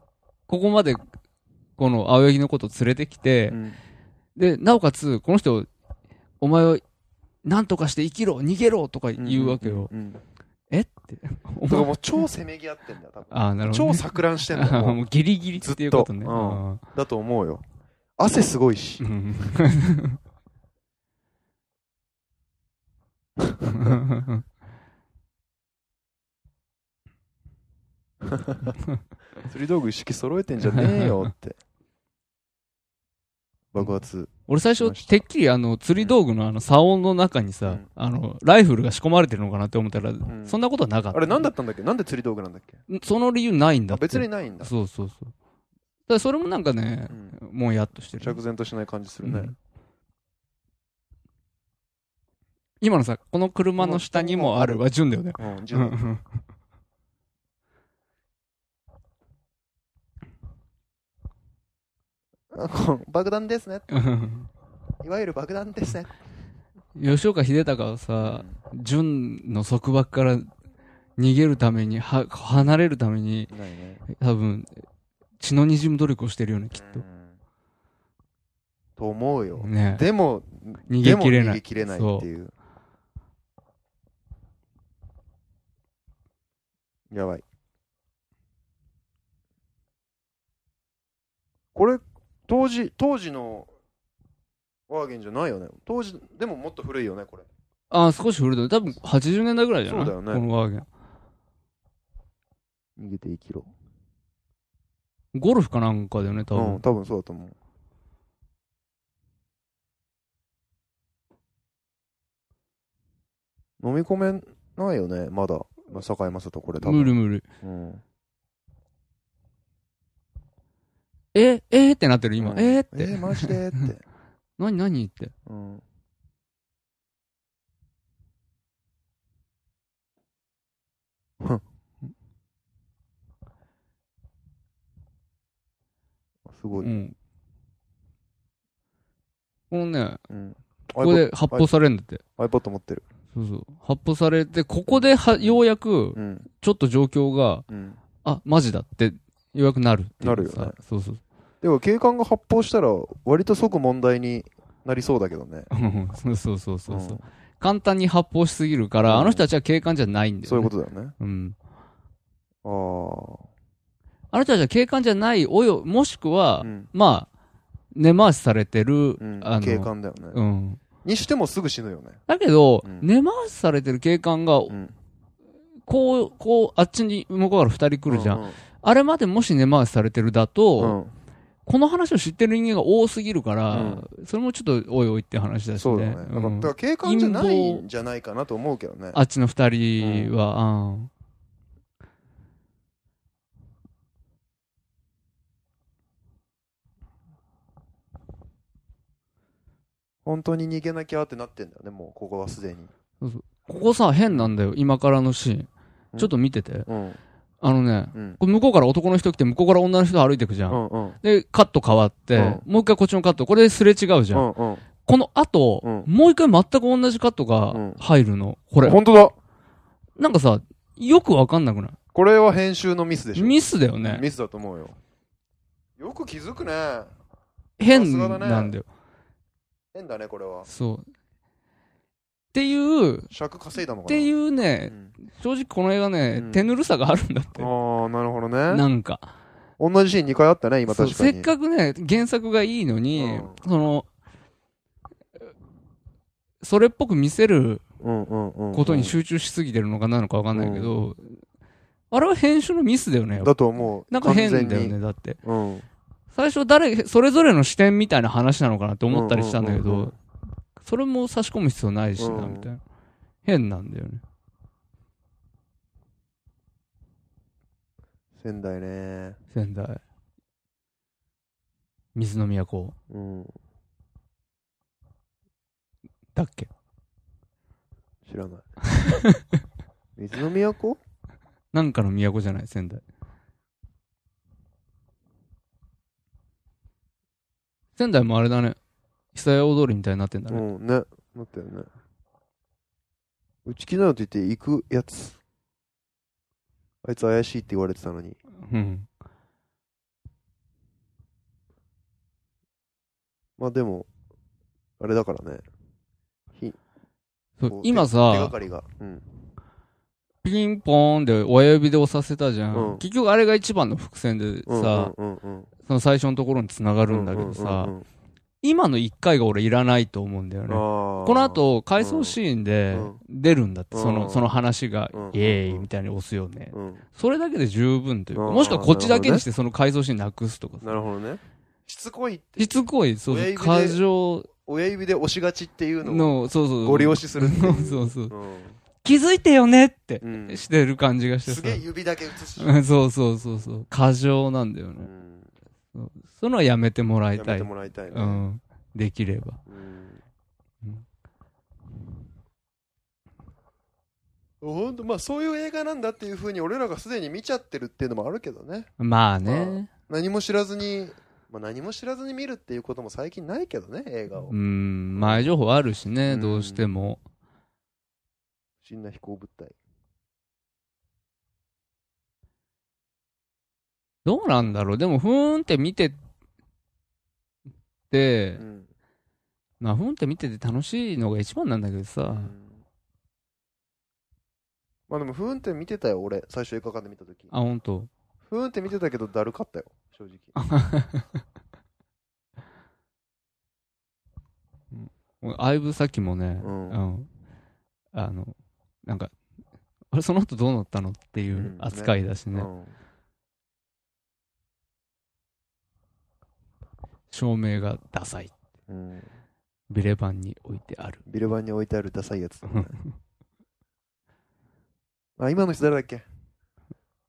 Speaker 3: ここまで、この青柳のこと連れてきて、
Speaker 2: うん
Speaker 3: で、なおかつ、この人、お前を、なんとかして生きろ、逃げろとか言うわけよ。
Speaker 2: うんうん
Speaker 3: えって。お
Speaker 2: だから
Speaker 3: 前
Speaker 2: もう超せめぎ合ってんだよ多分
Speaker 3: ああ、なるほ
Speaker 2: 超
Speaker 3: ど、ね。
Speaker 2: 錯乱してんだ
Speaker 3: あ
Speaker 2: よも
Speaker 3: ー [LAUGHS] も
Speaker 2: う
Speaker 3: うギリギリっていうことね。
Speaker 2: ずっとう
Speaker 3: あ
Speaker 2: んだと思うよ汗すごいし
Speaker 3: ーうん。
Speaker 2: 釣り道具一式揃えてんじゃねえよって [LAUGHS] 爆発。
Speaker 3: [LAUGHS] 俺最初、てっきりあの、釣り道具のあの、竿の中にさ、
Speaker 2: うん
Speaker 3: あの、ライフルが仕込まれてるのかなって思ったら、
Speaker 2: ん
Speaker 3: そんなことはなかった。
Speaker 2: あれ何だったんだっけなんで釣り道具なんだっけ
Speaker 3: その理由ないんだ
Speaker 2: あ
Speaker 3: って。
Speaker 2: 別にないんだ。
Speaker 3: そうそうそう。だからそれもなんかね、もうやっとしてる。
Speaker 2: 着然としない感じするね。
Speaker 3: うん今のさ、この車の下にもあるは順だよね。
Speaker 2: うん、じ
Speaker 3: う
Speaker 2: ゃ
Speaker 3: んう
Speaker 2: あ
Speaker 3: ん
Speaker 2: あこう [LAUGHS] 爆弾ですね。
Speaker 3: うん
Speaker 2: いわゆる爆弾ですね。
Speaker 3: [LAUGHS] 吉岡秀隆はさ、純の束縛から逃げるために、は、離れるために、
Speaker 2: ないね。
Speaker 3: 多分、血の滲む努力をしてるよね、きっ
Speaker 2: うんと思うよ
Speaker 3: と。。ね
Speaker 2: でも、
Speaker 3: 逃げき
Speaker 2: で
Speaker 3: れ
Speaker 2: も
Speaker 3: な
Speaker 2: 逃げ
Speaker 3: い。
Speaker 2: 切れないっていう。やばい。これ、当時、当時のワーゲンじゃないよね。当時、でももっと古いよね、これ。
Speaker 3: ああ、少し古いと多分80年代ぐらいじゃない
Speaker 2: そうだよね
Speaker 3: このワーゲン。
Speaker 2: 逃げて生きろ。
Speaker 3: ゴルフかなんかだよね、多
Speaker 2: うん、
Speaker 3: 分。
Speaker 2: 多分そうだと思う。飲み込めないよね、まだ。まあ、堺雅人これ多分。
Speaker 3: 無理無理。
Speaker 2: うん、
Speaker 3: え、えー、ってなってる、今。
Speaker 2: うん
Speaker 3: えー、っ
Speaker 2: え
Speaker 3: て。
Speaker 2: マジでって。
Speaker 3: 何何って。
Speaker 2: [LAUGHS] うん。ふん [LAUGHS] すご
Speaker 3: う
Speaker 2: い。
Speaker 3: ん。このね、
Speaker 2: うん。
Speaker 3: ここで
Speaker 2: iPod,
Speaker 3: 発砲されるんだって。
Speaker 2: iPod 持ってる。
Speaker 3: そうそう。発砲されて、ここでは、ようやく
Speaker 2: う、ん。
Speaker 3: ちょっと状況が、
Speaker 2: うん。
Speaker 3: あ、マジだって、ようやくなるっていう
Speaker 2: なるよね
Speaker 3: さそう [LAUGHS] そう。
Speaker 2: でも警官が発砲したら、割と即問題になりそうだけどね。。
Speaker 3: うんそうそうそうそうそううん簡単に発砲しすぎるから、
Speaker 2: うん
Speaker 3: あの人たちは警官じゃないんだよ、ね。
Speaker 2: そういうことだよね。
Speaker 3: と。うん。
Speaker 2: ああ
Speaker 3: あの人たちは警官じゃない、およ、もしくは、
Speaker 2: うん
Speaker 3: まあ、根回しされてる、
Speaker 2: うん
Speaker 3: あの、
Speaker 2: 警官だよね、
Speaker 3: うん。
Speaker 2: にしてもすぐ死ぬよね。
Speaker 3: だけど、
Speaker 2: うん
Speaker 3: 根回しされてる警官が、
Speaker 2: うん。
Speaker 3: こう、こう、あっちに向こうから二人来るじゃん。
Speaker 2: う
Speaker 3: あれまでもし根回しされてるだ
Speaker 2: う
Speaker 3: と、
Speaker 2: ん。うん
Speaker 3: この話を知ってる人間が多すぎるから、それもちょっとおいおいって話だしね。
Speaker 2: そうだね。だから
Speaker 3: うん
Speaker 2: だから警官じゃないんじゃないかなと思うけどね。
Speaker 3: あっちの二人は、うん
Speaker 2: 本当に逃げなきゃってなってんだよね、もうここはすでに。
Speaker 3: ここさ、変なんだよ、今からのシーン。
Speaker 2: うん
Speaker 3: ちょっと見てて。
Speaker 2: うん。
Speaker 3: あのね、
Speaker 2: うん。
Speaker 3: これ向こうから男の人来て、向こうから女の人歩いてくじゃ。
Speaker 2: うんんうん。
Speaker 3: で、カット変わって、
Speaker 2: う
Speaker 3: もう一回こっちのカット。これすれ違うじ
Speaker 2: う
Speaker 3: ゃん。
Speaker 2: んうん。
Speaker 3: この後、
Speaker 2: うん
Speaker 3: もう一回全く同じカットが入るの。これ。
Speaker 2: 本当だ
Speaker 3: なんかさ、よくわかんなくな
Speaker 2: これは編集のミスで
Speaker 3: い
Speaker 2: しょ。
Speaker 3: ミスだよね。
Speaker 2: ミスだと思うよ。よく気づくね。さ
Speaker 3: 変
Speaker 2: すがだね
Speaker 3: なんだよ。
Speaker 2: 変だね、これは。
Speaker 3: そう。っていう、っ
Speaker 2: 尺稼いだのかな。
Speaker 3: ていうね、
Speaker 2: うん
Speaker 3: 正直この映画ね、
Speaker 2: うん
Speaker 3: 手ぬるさがあるんだって。
Speaker 2: ああ、なるほどね。
Speaker 3: なんか。
Speaker 2: 同じシーン2回あったね、今
Speaker 3: そう
Speaker 2: 確か
Speaker 3: せ
Speaker 2: に。
Speaker 3: っかくね、原作がいいのに、
Speaker 2: うん
Speaker 3: その、それっぽく見せる
Speaker 2: うんうんうんうん
Speaker 3: ことに集中しすぎてるのかなのかわかんないけど、あれは編集のミスだよね。
Speaker 2: だと思う。
Speaker 3: なんか変だよ
Speaker 2: 完全に
Speaker 3: ね、だって。
Speaker 2: うん。
Speaker 3: 最初誰、それぞれの視点みたいな話なのかなって思ったりしたんだけ
Speaker 2: うんうんうんう
Speaker 3: ど
Speaker 2: ん、
Speaker 3: それも差し込む必要ないしな、
Speaker 2: うん
Speaker 3: みたいな。変なんだよね。
Speaker 2: 仙台ね。
Speaker 3: 仙台。水の都
Speaker 2: うん。
Speaker 3: だっけ
Speaker 2: 知
Speaker 3: [LAUGHS]
Speaker 2: らない。水の都
Speaker 3: なんかの都じゃない、仙台。仙台もあれだね。久屋大通りみたいになってんだ
Speaker 2: う
Speaker 3: ね。
Speaker 2: ん、ね。なったよね。打ち切なよって言って行くやつ。あいつ怪しいって言われてたのに。
Speaker 3: うん。
Speaker 2: まあでも、あれだからね。ひ
Speaker 3: そう
Speaker 2: こう
Speaker 3: 今
Speaker 2: 手が
Speaker 3: さ
Speaker 2: か、りが。うん。
Speaker 3: ピンポーンで親指で押させたじゃ
Speaker 2: うん
Speaker 3: ん。結局あれが一番の伏線で
Speaker 2: うん
Speaker 3: さ、
Speaker 2: うんうんうん。
Speaker 3: その最初のところに繋がるんだけど
Speaker 2: う
Speaker 3: さ
Speaker 2: んう、んうん
Speaker 3: 今の一回が俺いらないと思うんだよ
Speaker 2: うん、
Speaker 3: ね。
Speaker 2: こ
Speaker 3: この、後、回想シーンで出るんだって、
Speaker 2: うん
Speaker 3: その、その話が
Speaker 2: うん、
Speaker 3: イエーイみたいに押すよね。
Speaker 2: うん、
Speaker 3: それだけで十分というか、
Speaker 2: うん
Speaker 3: もしくはこっちだけにしてその改造シーンなくすとかさ
Speaker 2: なるほどね。しつこいって
Speaker 3: しつこい、そう
Speaker 2: 親指で
Speaker 3: そう、過剰
Speaker 2: 親指で押しがちっていうのを
Speaker 3: の、そうそう。
Speaker 2: ご利用しするっていう
Speaker 3: [LAUGHS] そうそう。
Speaker 2: うん
Speaker 3: 気づいてよねって
Speaker 2: うん
Speaker 3: してる感じがして
Speaker 2: す
Speaker 3: さ
Speaker 2: げえ。指だけ写し、
Speaker 3: うん [LAUGHS] そうそうそうそう。過剰なんだよ
Speaker 2: う
Speaker 3: ね。
Speaker 2: ん
Speaker 3: そのはやめてもらい
Speaker 2: や
Speaker 3: た
Speaker 2: めて
Speaker 3: い。う
Speaker 2: もらいたいね、
Speaker 3: ん。できれば。
Speaker 2: うん
Speaker 3: うん
Speaker 2: ほんとまあそういう映画なんだっていうふうに俺らがすでに見ちゃってるっていうのもあるけどね
Speaker 3: まあね。
Speaker 2: 何も知らずに、まあ、何も知らずに見るっていうことも最近ないけどね映画を
Speaker 3: うん。前情報あるし
Speaker 2: う
Speaker 3: ね、
Speaker 2: ん
Speaker 3: どうしても。
Speaker 2: 不審な飛行物体
Speaker 3: どうなんだろう。でも、ふーんって見てて
Speaker 2: う、ん
Speaker 3: まあ、ふーんって見てて楽しいのが一番なんだけど
Speaker 2: う
Speaker 3: さ。
Speaker 2: んまあでもふーんって見てたよ俺最初映画館で見た時
Speaker 3: あ、ほんと。
Speaker 2: ふーんって見てたけどだるかったよ正直
Speaker 3: うんあいぶさっきもね、
Speaker 2: うん
Speaker 3: うんあの、なんか、あれ、その後どうなったのってい
Speaker 2: うん
Speaker 3: う
Speaker 2: ね
Speaker 3: 扱いだしね、
Speaker 2: うん
Speaker 3: 照明がダサい。
Speaker 2: うん
Speaker 3: ビレバンに置いてある。
Speaker 2: ビルバンに置いてあるダサい
Speaker 3: [LAUGHS]
Speaker 2: やつ、あ今の人誰だっけ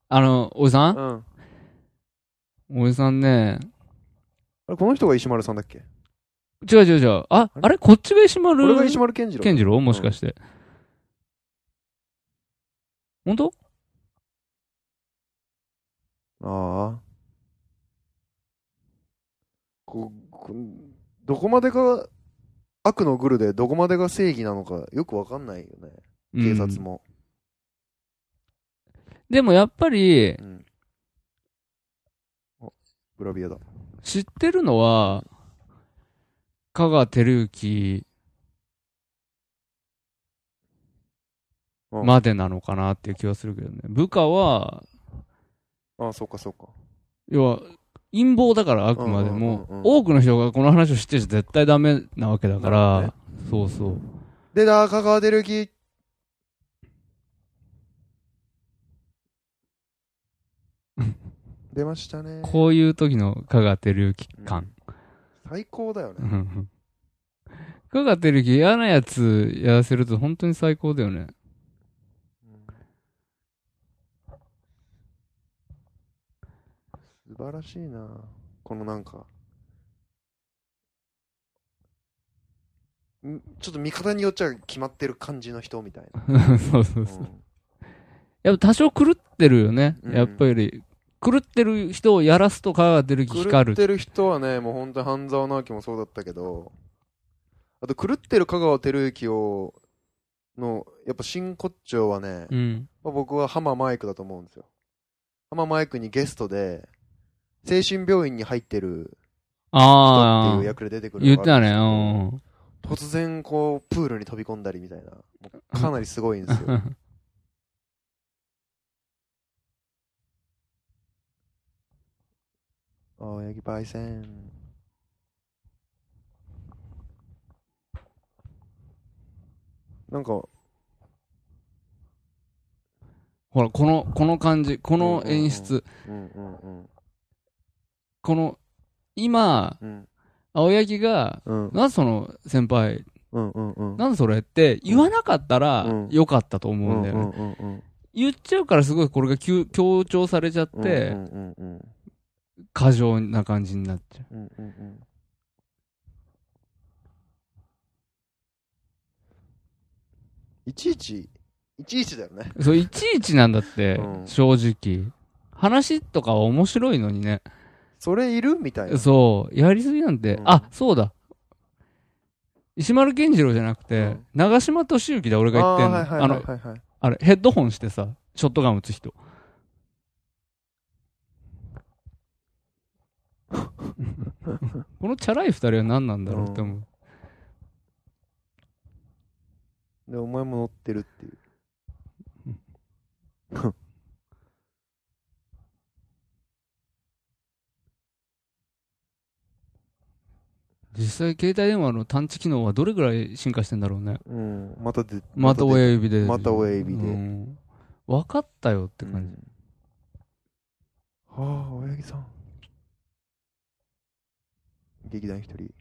Speaker 3: あの、おじさ
Speaker 2: うんん
Speaker 3: おじさんね、
Speaker 2: あれこの人が石丸さんだっけ
Speaker 3: 違う違う違う。あ、
Speaker 2: あれ
Speaker 3: あれこっちが石丸
Speaker 2: 俺が石丸健次郎
Speaker 3: 健次郎もしかして。本当
Speaker 2: ああ。ここどこまでが悪のグルで、どこまでが正義なのかよくわかんないよね。警察。
Speaker 3: うん
Speaker 2: も。
Speaker 3: でもやっぱり
Speaker 2: う、ん。あグラビアだ。
Speaker 3: 知ってるのは、香川照之
Speaker 2: うん
Speaker 3: までなのかなっていう気はするけどね。部下は、
Speaker 2: ああ、そうかそうか。
Speaker 3: 要は、陰謀だからあくまでも、
Speaker 2: うんうんうんうん
Speaker 3: 多くの人がこの話を知ってちゃ絶対ダメなわけだか
Speaker 2: な
Speaker 3: ら、
Speaker 2: る
Speaker 3: そうそう。
Speaker 2: で、だ、香川照
Speaker 3: [LAUGHS]
Speaker 2: 之。出ましたね。
Speaker 3: こういう時の香川照之感。
Speaker 2: 最高だよ
Speaker 3: う
Speaker 2: ね。
Speaker 3: ん [LAUGHS] うん香川照之嫌なやつやらせると本当に最高だよね。 [LAUGHS]
Speaker 2: 素晴らしいなこのなんかんちょっと見方によっちゃ決まってる感じの人みたいな、
Speaker 3: そう [LAUGHS] そう
Speaker 2: うん
Speaker 3: そう。やっぱ多少狂ってるよね。
Speaker 2: うん
Speaker 3: やっぱり。狂ってる人をやらすと香川照之
Speaker 2: 狂
Speaker 3: 光
Speaker 2: っ
Speaker 3: る。
Speaker 2: てる人はねもう本当に半沢直樹もそうだったけどあと狂ってる香川照之をのやっぱ真骨頂はね、
Speaker 3: うん。
Speaker 2: まあ僕は浜マイクだと思うんですよ。浜マイクにゲストで、精神病院に入ってる人って
Speaker 3: あ
Speaker 2: いう
Speaker 3: あ。
Speaker 2: 役で出てくる
Speaker 3: 言っ
Speaker 2: の
Speaker 3: て
Speaker 2: があ
Speaker 3: た
Speaker 2: るんで
Speaker 3: ね。
Speaker 2: す
Speaker 3: う
Speaker 2: けど
Speaker 3: ん。
Speaker 2: 突然こう、プールに飛び込んだりみたいな。かなりすごいんですよ。 [LAUGHS] 青柳パイセン。なんか、
Speaker 3: ほら、この、この感じ、この演
Speaker 2: う
Speaker 3: 出、
Speaker 2: うんうんうん。
Speaker 3: この、今、
Speaker 2: うん
Speaker 3: 青柳が、
Speaker 2: うん
Speaker 3: なんでその先輩、
Speaker 2: うんうんうん。
Speaker 3: なんでそれって言わなかったら
Speaker 2: うん
Speaker 3: よかったと
Speaker 2: う
Speaker 3: 思うん
Speaker 2: ん
Speaker 3: だ
Speaker 2: う
Speaker 3: よね。
Speaker 2: んうんうん。
Speaker 3: 言っちゃうからすごいこれが急強調されちゃっ
Speaker 2: うんう
Speaker 3: て、
Speaker 2: んうんうん。
Speaker 3: 過剰な感じになっちゃう。
Speaker 2: うんうんうんいちいち、いちいちだよね。
Speaker 3: そう、いちいちなんだって、
Speaker 2: うん
Speaker 3: 正直。話とかは面白いのにね。
Speaker 2: それいるみたいな。
Speaker 3: そう、やりすぎなんて、
Speaker 2: うん
Speaker 3: あ、そうだ。石丸健次郎じゃなくて、
Speaker 2: うん
Speaker 3: 長嶋敏行だ、俺が言ってんの。
Speaker 2: あーはい
Speaker 3: あ
Speaker 2: はい
Speaker 3: の、
Speaker 2: はいはいはい。
Speaker 3: あれ、ヘッドホンしてさ、ショットガン撃つ人。
Speaker 2: [LAUGHS]
Speaker 3: このチャラい二人は何なんだろうって思う。
Speaker 2: で、お前も乗ってるっていう。
Speaker 3: 実際、携帯電話の探知機能はどれぐらい進化してんだろうね。
Speaker 2: うん。またで、
Speaker 3: また
Speaker 2: 出て
Speaker 3: 親指で。
Speaker 2: また親指で
Speaker 3: うん分かったよって
Speaker 2: う
Speaker 3: 感じ。
Speaker 2: んはあ、親木さん。劇団ひとり。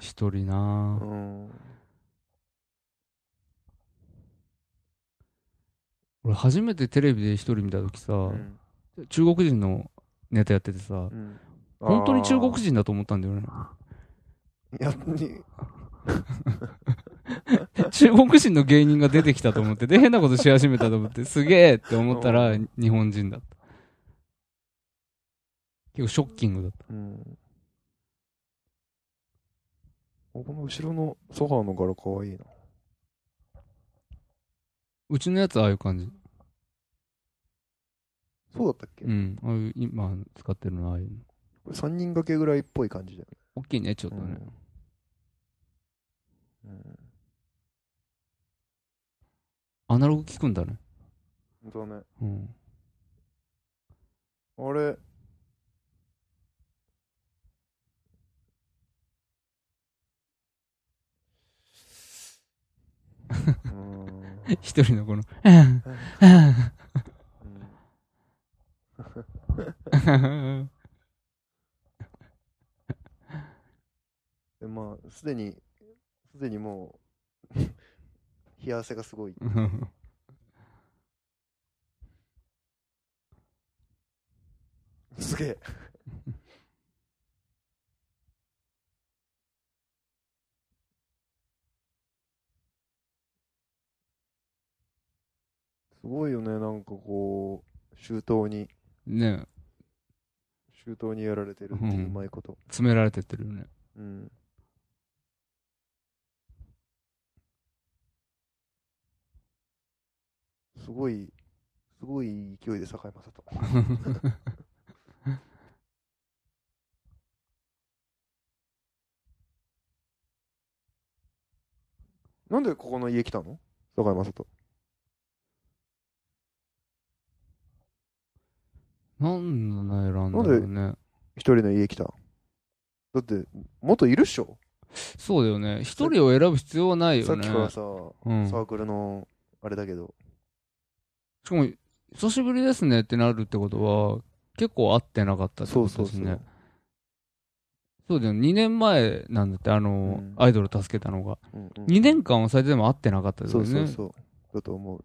Speaker 3: 一人な
Speaker 2: う
Speaker 3: ぁ
Speaker 2: ん。
Speaker 3: 俺初めてテレビで一人見た時さ、
Speaker 2: うん
Speaker 3: 中国人のネタやっててさ、
Speaker 2: うん
Speaker 3: 本当に中国人だと思ったんだよね。
Speaker 2: いや、に
Speaker 3: 中国人の芸人が出てきたと思って、で、変なことし始めたと
Speaker 2: [LAUGHS]
Speaker 3: 思って、すげえって思ったら、日本人だった。結構ショッキングだった。
Speaker 2: うん。おこの後ろのソファーの柄かわいいな。
Speaker 3: うちのやつああいう感じ。
Speaker 2: そうだったっけ、
Speaker 3: う
Speaker 2: こ
Speaker 3: ん。ああいう、今使ってるのはああいう
Speaker 2: れ
Speaker 3: の。
Speaker 2: ?3 人掛けぐらいっぽい感じだよ
Speaker 3: 大きいね、ちょっと
Speaker 2: ね。う
Speaker 3: ね。
Speaker 2: ん。
Speaker 3: アナログ効くんだね。
Speaker 2: うん。本当だね。
Speaker 3: うん。
Speaker 2: あ
Speaker 3: [LAUGHS]
Speaker 2: れ。 [LAUGHS] うーん
Speaker 3: 一人のこの、 [LAUGHS] うんうん
Speaker 2: うんでまあすでにすでにもう [LAUGHS] 冷や汗がすごい
Speaker 3: うん
Speaker 2: すげえすごいよねなんかこう周到に
Speaker 3: ね
Speaker 2: 周到にやられてるっていううまいこと
Speaker 3: 詰められてってるよね。
Speaker 2: うんすごいすごい勢いで堺雅人 [LAUGHS] なんでここの家来たの堺雅人
Speaker 3: なんだね、選んだ
Speaker 2: なん
Speaker 3: ろ
Speaker 2: で
Speaker 3: うね。
Speaker 2: 一人の家来ただってもっといるっしょ
Speaker 3: そうだよね。一人を選ぶ必要はないよね。
Speaker 2: さっきからさ、
Speaker 3: うん、し
Speaker 2: サ
Speaker 3: か
Speaker 2: ークルのあれだけど
Speaker 3: も、久しぶりですねってなるってことは、結構会ってなかったって
Speaker 2: そ
Speaker 3: こ
Speaker 2: うそ
Speaker 3: と
Speaker 2: う
Speaker 3: です
Speaker 2: そう、
Speaker 3: ね。そうだよね。2年前なんだって、あの、
Speaker 2: うん
Speaker 3: アイドル助けたのが。
Speaker 2: うんうん
Speaker 3: 2年間は最低でも会ってなかったです
Speaker 2: そ
Speaker 3: よ
Speaker 2: う
Speaker 3: ね。
Speaker 2: そうそうだと思う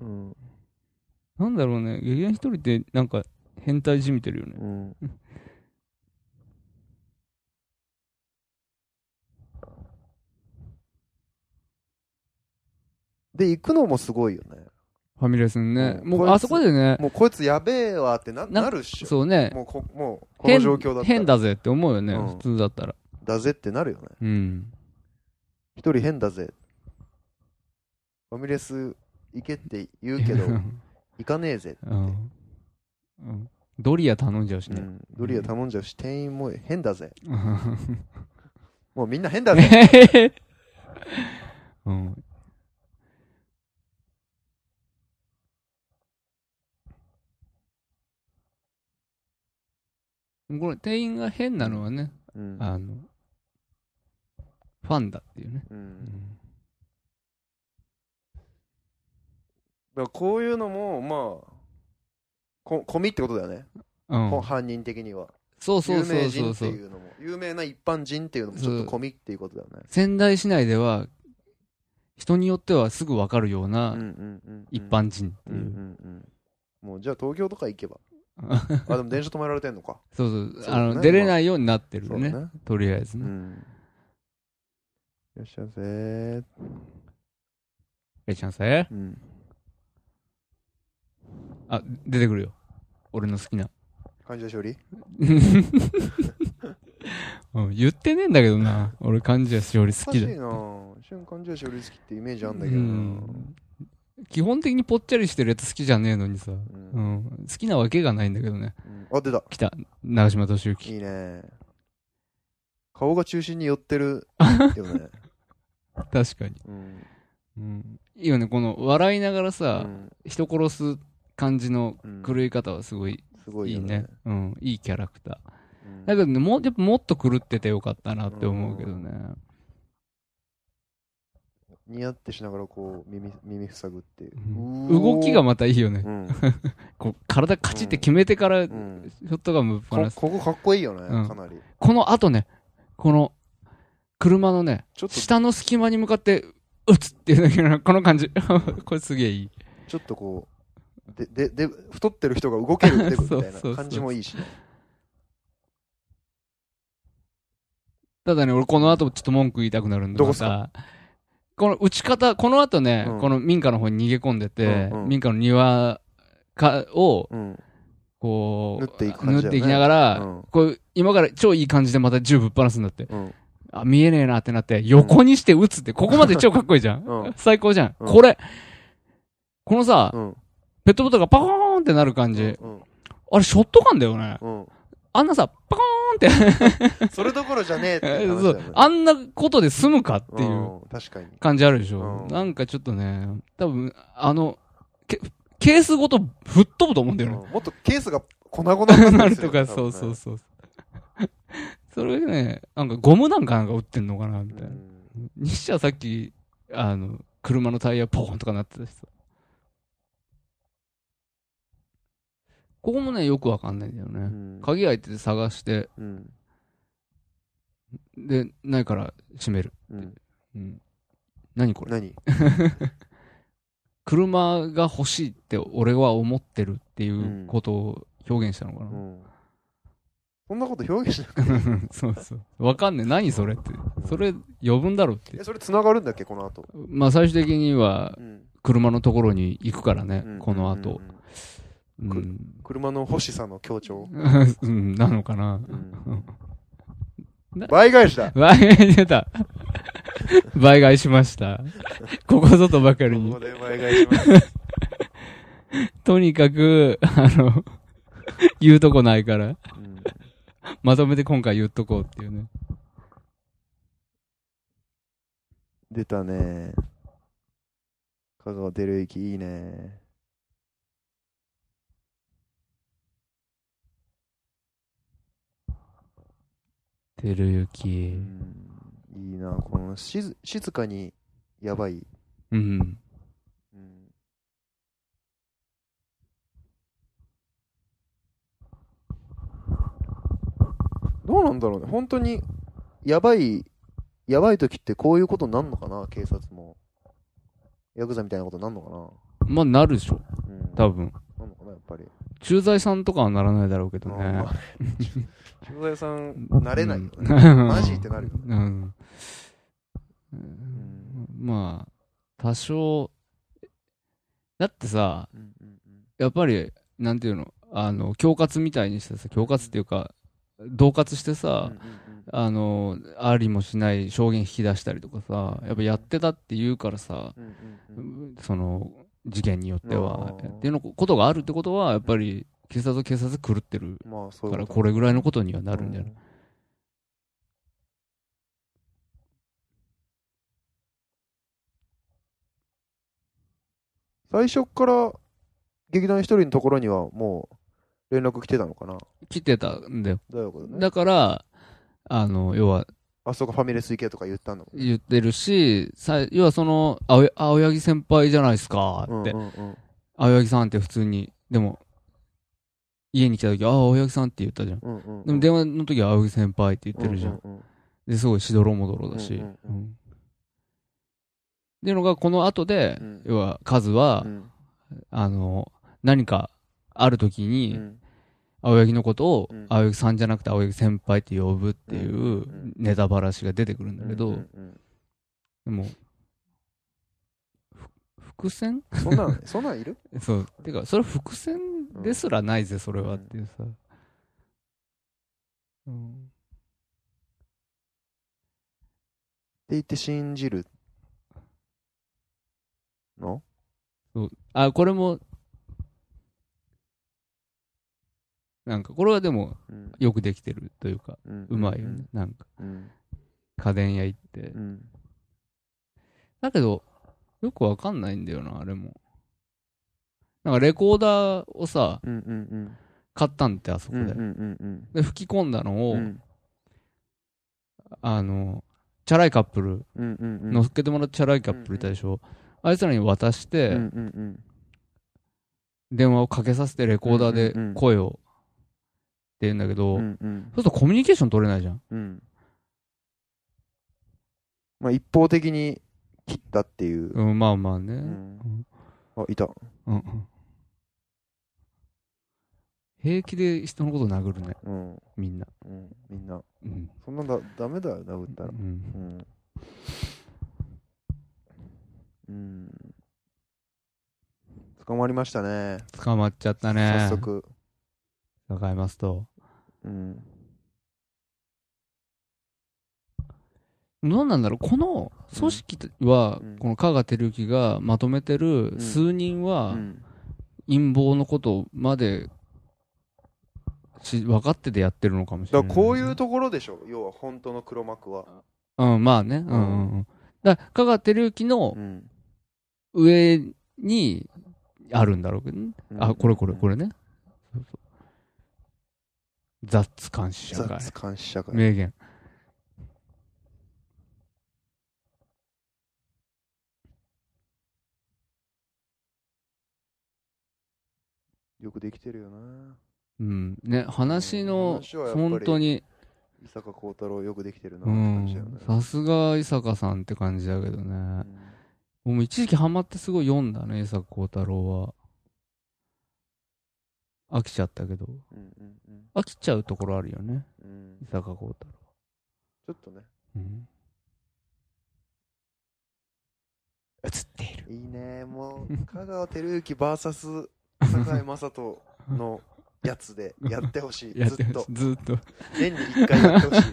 Speaker 2: うん
Speaker 3: なんだろうね。劇団一人って、なんか、変態じみてるよね。
Speaker 2: うんで行くのもすごいよね
Speaker 3: ファミレスにね。
Speaker 2: うん
Speaker 3: も
Speaker 2: こ
Speaker 3: う、
Speaker 2: いつ
Speaker 3: あそこでね、
Speaker 2: もうこいつやべえわってな
Speaker 3: な
Speaker 2: なるっしょ
Speaker 3: そうね。
Speaker 2: もうこもうこの
Speaker 3: 変
Speaker 2: 状況だったら
Speaker 3: 変だぜって思うよね、
Speaker 2: うん
Speaker 3: 普通だったら。
Speaker 2: だぜってなるよね
Speaker 3: うん。
Speaker 2: 一人変だぜファミレス行けって言うけど
Speaker 3: [LAUGHS] う
Speaker 2: 行かねえぜ、
Speaker 3: ん。うんドリア頼んじゃうし
Speaker 2: う
Speaker 3: ね。
Speaker 2: ん、ドリア頼んじゃうし店員も変だぜ
Speaker 3: [LAUGHS] うん
Speaker 2: もうみんな変だぜ
Speaker 3: [LAUGHS] うん。これ、店員が変なのはね、
Speaker 2: うん、
Speaker 3: あの、ファンだっていうね。
Speaker 2: うん、だからこういうのもまあこ込みってことだよね、
Speaker 3: うん。
Speaker 2: こ犯人的には
Speaker 3: そうそう
Speaker 2: 有
Speaker 3: そ
Speaker 2: 名
Speaker 3: うそ
Speaker 2: 人
Speaker 3: う
Speaker 2: って
Speaker 3: そ。
Speaker 2: いううのも有名な一般人っていうのもちょっと込みっていうことだよね
Speaker 3: 仙台市内では、人によってはすぐわかるよう
Speaker 2: うんう
Speaker 3: なん
Speaker 2: うんうん
Speaker 3: 一般人って
Speaker 2: うんう
Speaker 3: い
Speaker 2: ん
Speaker 3: う。
Speaker 2: うんもうじゃあ東京とか行
Speaker 3: [LAUGHS]
Speaker 2: けばあでも電車止められてんのか
Speaker 3: そう
Speaker 2: そう
Speaker 3: そ
Speaker 2: だ
Speaker 3: う。
Speaker 2: ね
Speaker 3: あの、出れないようになって
Speaker 2: そ
Speaker 3: る
Speaker 2: うだ
Speaker 3: ね。とりあえず
Speaker 2: う
Speaker 3: ね。
Speaker 2: んいらっしゃいませー
Speaker 3: え、ちゃんさえ
Speaker 2: うん
Speaker 3: あ、出てくるよ。俺の好きな。 [LAUGHS]
Speaker 2: 患者処理
Speaker 3: うん言ってねえんだけどな。俺、患者しおり
Speaker 2: お
Speaker 3: 好
Speaker 2: か
Speaker 3: き
Speaker 2: しい
Speaker 3: だ。
Speaker 2: なぁ瞬間患者処理好きってイメージあんだ
Speaker 3: う
Speaker 2: けどなぁ
Speaker 3: ん。基本的にぽっちゃりしてるやつ好きじゃねえのにさ。
Speaker 2: う
Speaker 3: うんん。好きなわけがないんだけどね。
Speaker 2: うんあ出た
Speaker 3: 来た。長島敏
Speaker 2: い
Speaker 3: 之。
Speaker 2: いね顔が中心に寄ってるよ
Speaker 3: [LAUGHS]
Speaker 2: ね
Speaker 3: 確かに。
Speaker 2: うん
Speaker 3: うん。いいよね。この、笑いながら
Speaker 2: う
Speaker 3: さ、
Speaker 2: ん
Speaker 3: 人殺す感じの
Speaker 2: うん
Speaker 3: 狂い方はすごい
Speaker 2: すご
Speaker 3: い
Speaker 2: い
Speaker 3: い
Speaker 2: よ
Speaker 3: ね
Speaker 2: ね。
Speaker 3: うん。いいキャラクター。
Speaker 2: うんうん
Speaker 3: だけどね、もう、やっぱもっと狂っててよかったなって思うけどね。
Speaker 2: ニヤってしながらこう耳耳塞ぐっていう
Speaker 3: うん動きが
Speaker 2: ま
Speaker 3: またいいよね
Speaker 2: う。ん、
Speaker 3: こう、体カチって決めてから、シ
Speaker 2: う
Speaker 3: ョ [LAUGHS]
Speaker 2: ん、
Speaker 3: ットガンぶっ放
Speaker 2: こ
Speaker 3: す。
Speaker 2: ここかっこいいよね、
Speaker 3: うん
Speaker 2: かなり
Speaker 3: この後ね、この、車のね、
Speaker 2: ちょっと
Speaker 3: 下の隙間に向かって、撃つっていうのが、この感じ。 [LAUGHS] これすげえいい。
Speaker 2: ちょっとこうででで太ってる人が動けるってみた
Speaker 3: [LAUGHS] そうそう
Speaker 2: い
Speaker 3: そう
Speaker 2: な感じもいいしね
Speaker 3: ただね、俺この後ちょっと文句言いたくなるんだ
Speaker 2: どこっす
Speaker 3: またこの打ち方、この後ね、
Speaker 2: うん
Speaker 3: この民家の方に逃げ込んでて、
Speaker 2: うんうん
Speaker 3: 民家の庭かを、
Speaker 2: うん
Speaker 3: こう、
Speaker 2: 縫っていく感じだよね
Speaker 3: 縫っていきながら、
Speaker 2: うん
Speaker 3: こう、今から超いい感じでまた銃ぶっ放すんだって。
Speaker 2: うん
Speaker 3: あ、見えねえなってなって、横にして撃つって、ここまで超かっこいいじゃん。
Speaker 2: うん
Speaker 3: 最高じゃん。
Speaker 2: うん
Speaker 3: これ、このさ、
Speaker 2: うん
Speaker 3: ペットボトルがパコーンってなる感じ。
Speaker 2: うん
Speaker 3: あれ、ショットガンだよね。
Speaker 2: うん
Speaker 3: あんなさ、パコ
Speaker 2: それどころじゃねえって
Speaker 3: ーン、
Speaker 2: 話だ
Speaker 3: [LAUGHS] そ
Speaker 2: よね
Speaker 3: うあんなことで済むかっていう。
Speaker 2: ん確かに
Speaker 3: 感じあるでしょ、
Speaker 2: うん
Speaker 3: なんかちょっとね、多分、あの、けケースごと吹っ飛ぶと思うんだよね。
Speaker 2: うんもっとケースが粉々に
Speaker 3: な
Speaker 2: な
Speaker 3: ると [LAUGHS] か、そうそうそう。それね、なんかゴムなんかなんか売ってんのかな、み
Speaker 2: う
Speaker 3: たいな。
Speaker 2: ん
Speaker 3: 西ちゃんさっき、あの、車のタイヤポーンとかなってたしさ。ここもね、よくわかんないんだよ
Speaker 2: う
Speaker 3: ね。
Speaker 2: ん
Speaker 3: 鍵開いてて探して、
Speaker 2: うん
Speaker 3: で、ないから閉める。
Speaker 2: うん
Speaker 3: うん。何これ
Speaker 2: 何
Speaker 3: 車が欲しいって俺は思ってるっていうことを表現したのかな、
Speaker 2: うんそんなこと表現しなく
Speaker 3: [LAUGHS] そうそうわかんねえ何それってそれ呼ぶんだろうって
Speaker 2: てそれ繋がるんだっけこの後
Speaker 3: まあ最終的には
Speaker 2: うん
Speaker 3: 車のところに行くからね、
Speaker 2: うん
Speaker 3: この
Speaker 2: うん
Speaker 3: 後
Speaker 2: うん
Speaker 3: うん、
Speaker 2: ん車の欲しさの強調
Speaker 3: うん [LAUGHS] なのかな、
Speaker 2: うん
Speaker 3: な
Speaker 2: 倍返しだ
Speaker 3: 倍買出た [LAUGHS] 倍買しましたここぞとばかり
Speaker 2: こ
Speaker 3: に
Speaker 2: こで倍返します
Speaker 3: とにかくあの言うとこないから
Speaker 2: うん
Speaker 3: まとめて今回言っとこうっていうね
Speaker 2: 出たね香川照之いいね
Speaker 3: てるゆ
Speaker 2: う
Speaker 3: き
Speaker 2: んいいなこの静静かにやばい
Speaker 3: うん
Speaker 2: うんどうなんだろうね本当にやばいやばい時ってこういうことになんのかな警察もヤクザみたいなことになんのか
Speaker 3: まあなるでしょ
Speaker 2: なうん
Speaker 3: 多分
Speaker 2: なんのかなやっぱり
Speaker 3: 駐在さんとかはならないだろうけど
Speaker 2: あー
Speaker 3: ね
Speaker 2: ま。
Speaker 3: [LAUGHS]
Speaker 2: あね駐在さんなれないよね、
Speaker 3: うん
Speaker 2: マジってなるよね
Speaker 3: うん。
Speaker 2: ん
Speaker 3: まあ、多少、だってさ、
Speaker 2: うんうんうん
Speaker 3: やっぱり、なんていうの、あの、恐喝みたいにしてさ、恐喝っていうか、恫喝して
Speaker 2: うん
Speaker 3: さ
Speaker 2: う、ん
Speaker 3: あの、ありもしない証言引き出したりとかさ、やっぱやってたって言うからさ、
Speaker 2: うんうんうん
Speaker 3: その、事件によっては、
Speaker 2: あー
Speaker 3: っていうのことがあるってことは、やっぱり、警察は警察で狂ってる
Speaker 2: まあそうい
Speaker 3: か
Speaker 2: う
Speaker 3: ら、
Speaker 2: と
Speaker 3: これぐらいのことにはなるんじゃない
Speaker 2: うん最初から劇団一人のところにはもう連絡来てたのかな
Speaker 3: 来てたんだよ。
Speaker 2: どういうことね
Speaker 3: だから、あの、要は
Speaker 2: あそこファミレス行けとか言ったの
Speaker 3: 言ってるし、さ要はその、青青柳先輩じゃないですか
Speaker 2: うん
Speaker 3: っ
Speaker 2: うん
Speaker 3: て、
Speaker 2: うん
Speaker 3: 青柳さんって普通に、でも、家に来た時、ああ、青柳さんって言ったじゃん。
Speaker 2: うんうんうん
Speaker 3: でも電話の時は青柳先輩って言ってるじゃん。
Speaker 2: うんうん
Speaker 3: で、すごいしどろもどろだし。
Speaker 2: う
Speaker 3: うんん
Speaker 2: うんうん
Speaker 3: っていうのが、この後で、
Speaker 2: うん
Speaker 3: 要は、カズは、
Speaker 2: うん
Speaker 3: あの、何かある時
Speaker 2: う
Speaker 3: に、
Speaker 2: ん
Speaker 3: 青柳のことを
Speaker 2: うん、
Speaker 3: 青柳さんじゃなくて青柳先輩って呼ぶってい
Speaker 2: んうんう
Speaker 3: うんネタばらしが出てくるんだけ
Speaker 2: う
Speaker 3: ど
Speaker 2: ん、うん
Speaker 3: でも、ふ伏線 [LAUGHS]
Speaker 2: うんそんなんそんなんいる
Speaker 3: そう。てか、それ伏線ですらないぜ、それは
Speaker 2: う
Speaker 3: っ
Speaker 2: ん
Speaker 3: ていうさ。うん。
Speaker 2: って言って信じるの
Speaker 3: あ、これも、なんか、これはでも、
Speaker 2: うん
Speaker 3: よくできてるというか、
Speaker 2: うん
Speaker 3: うまいよね。なんか、
Speaker 2: うん
Speaker 3: 家電屋行って
Speaker 2: う。ん
Speaker 3: だけど、よくわかんないんだよな、あれも。なんか、レコーダーをさ、
Speaker 2: うんうんうん
Speaker 3: 買ったんって、あそこ
Speaker 2: う
Speaker 3: で。
Speaker 2: んうんうん
Speaker 3: で、吹き込んだ
Speaker 2: う
Speaker 3: のを、
Speaker 2: ん。うん
Speaker 3: あの、チャラいカップル、
Speaker 2: うんうんうん。
Speaker 3: 乗っけてもらったチャラいカップルいたでしょ。あいつらに渡し
Speaker 2: うんうん
Speaker 3: て、
Speaker 2: うん。
Speaker 3: 電話をかけさせてレコーダーで声を、って言うんだけど、
Speaker 2: う
Speaker 3: そうん
Speaker 2: うん
Speaker 3: するとコミュニケーション取れないじゃん。
Speaker 2: うん。まあ一方的に切ったっていう。
Speaker 3: うん、まあまあね。
Speaker 2: うんあ、いた。
Speaker 3: うんうん平気で人のこと殴るね、
Speaker 2: うん。
Speaker 3: みんな。
Speaker 2: うん。みんな。
Speaker 3: うん。
Speaker 2: そんなだ、ダメだよ、殴ったら
Speaker 3: う。ん
Speaker 2: うん。うん。捕まりましたね。
Speaker 3: 捕まっちゃったね。
Speaker 2: 早。速。
Speaker 3: 戦いますと。
Speaker 2: うん。
Speaker 3: どうなんだろうこの組織は、
Speaker 2: うん
Speaker 3: この加賀照之がまとめてる
Speaker 2: ん
Speaker 3: 数人は
Speaker 2: うん
Speaker 3: 陰謀のことまでし分かっててやってるのかもしれ
Speaker 2: だ
Speaker 3: な
Speaker 2: か
Speaker 3: い。
Speaker 2: らこういうところでしょ、要は本当の黒幕は。
Speaker 3: うん、まあね。うんうんうん。だから加賀照之の
Speaker 2: うん。
Speaker 3: 上にあるんだろうけどね。あ、これこれこ
Speaker 2: れ。
Speaker 3: れね。そうそう雑監視社会。
Speaker 2: 雑監視社会。
Speaker 3: 名言。
Speaker 2: よくできてるよな。
Speaker 3: うん。ね、話
Speaker 2: うん
Speaker 3: の、
Speaker 2: 話はやっぱり
Speaker 3: 本当に、
Speaker 2: 伊坂幸太郎よくできてるなっ
Speaker 3: う
Speaker 2: て感じだよ
Speaker 3: ん
Speaker 2: ね。。
Speaker 3: さすが伊坂さんって感じだけどね。
Speaker 2: うん
Speaker 3: もう一時期ハマってすごい読んだね、伊坂幸太郎は。飽きちゃったけど。
Speaker 2: うんうんうん
Speaker 3: 飽きちゃうところあるよね、
Speaker 2: うん
Speaker 3: 伊坂幸太郎。
Speaker 2: ちょっとね。
Speaker 3: うん。映っている。
Speaker 2: いいね、もう、香川照
Speaker 3: [LAUGHS]
Speaker 2: 之 VS 坂井雅人のやつでやってほしい、
Speaker 3: [LAUGHS] やっ
Speaker 2: ず
Speaker 3: て
Speaker 2: っ
Speaker 3: ほし
Speaker 2: と
Speaker 3: い。ずっと。
Speaker 2: 年に1回やってほしい。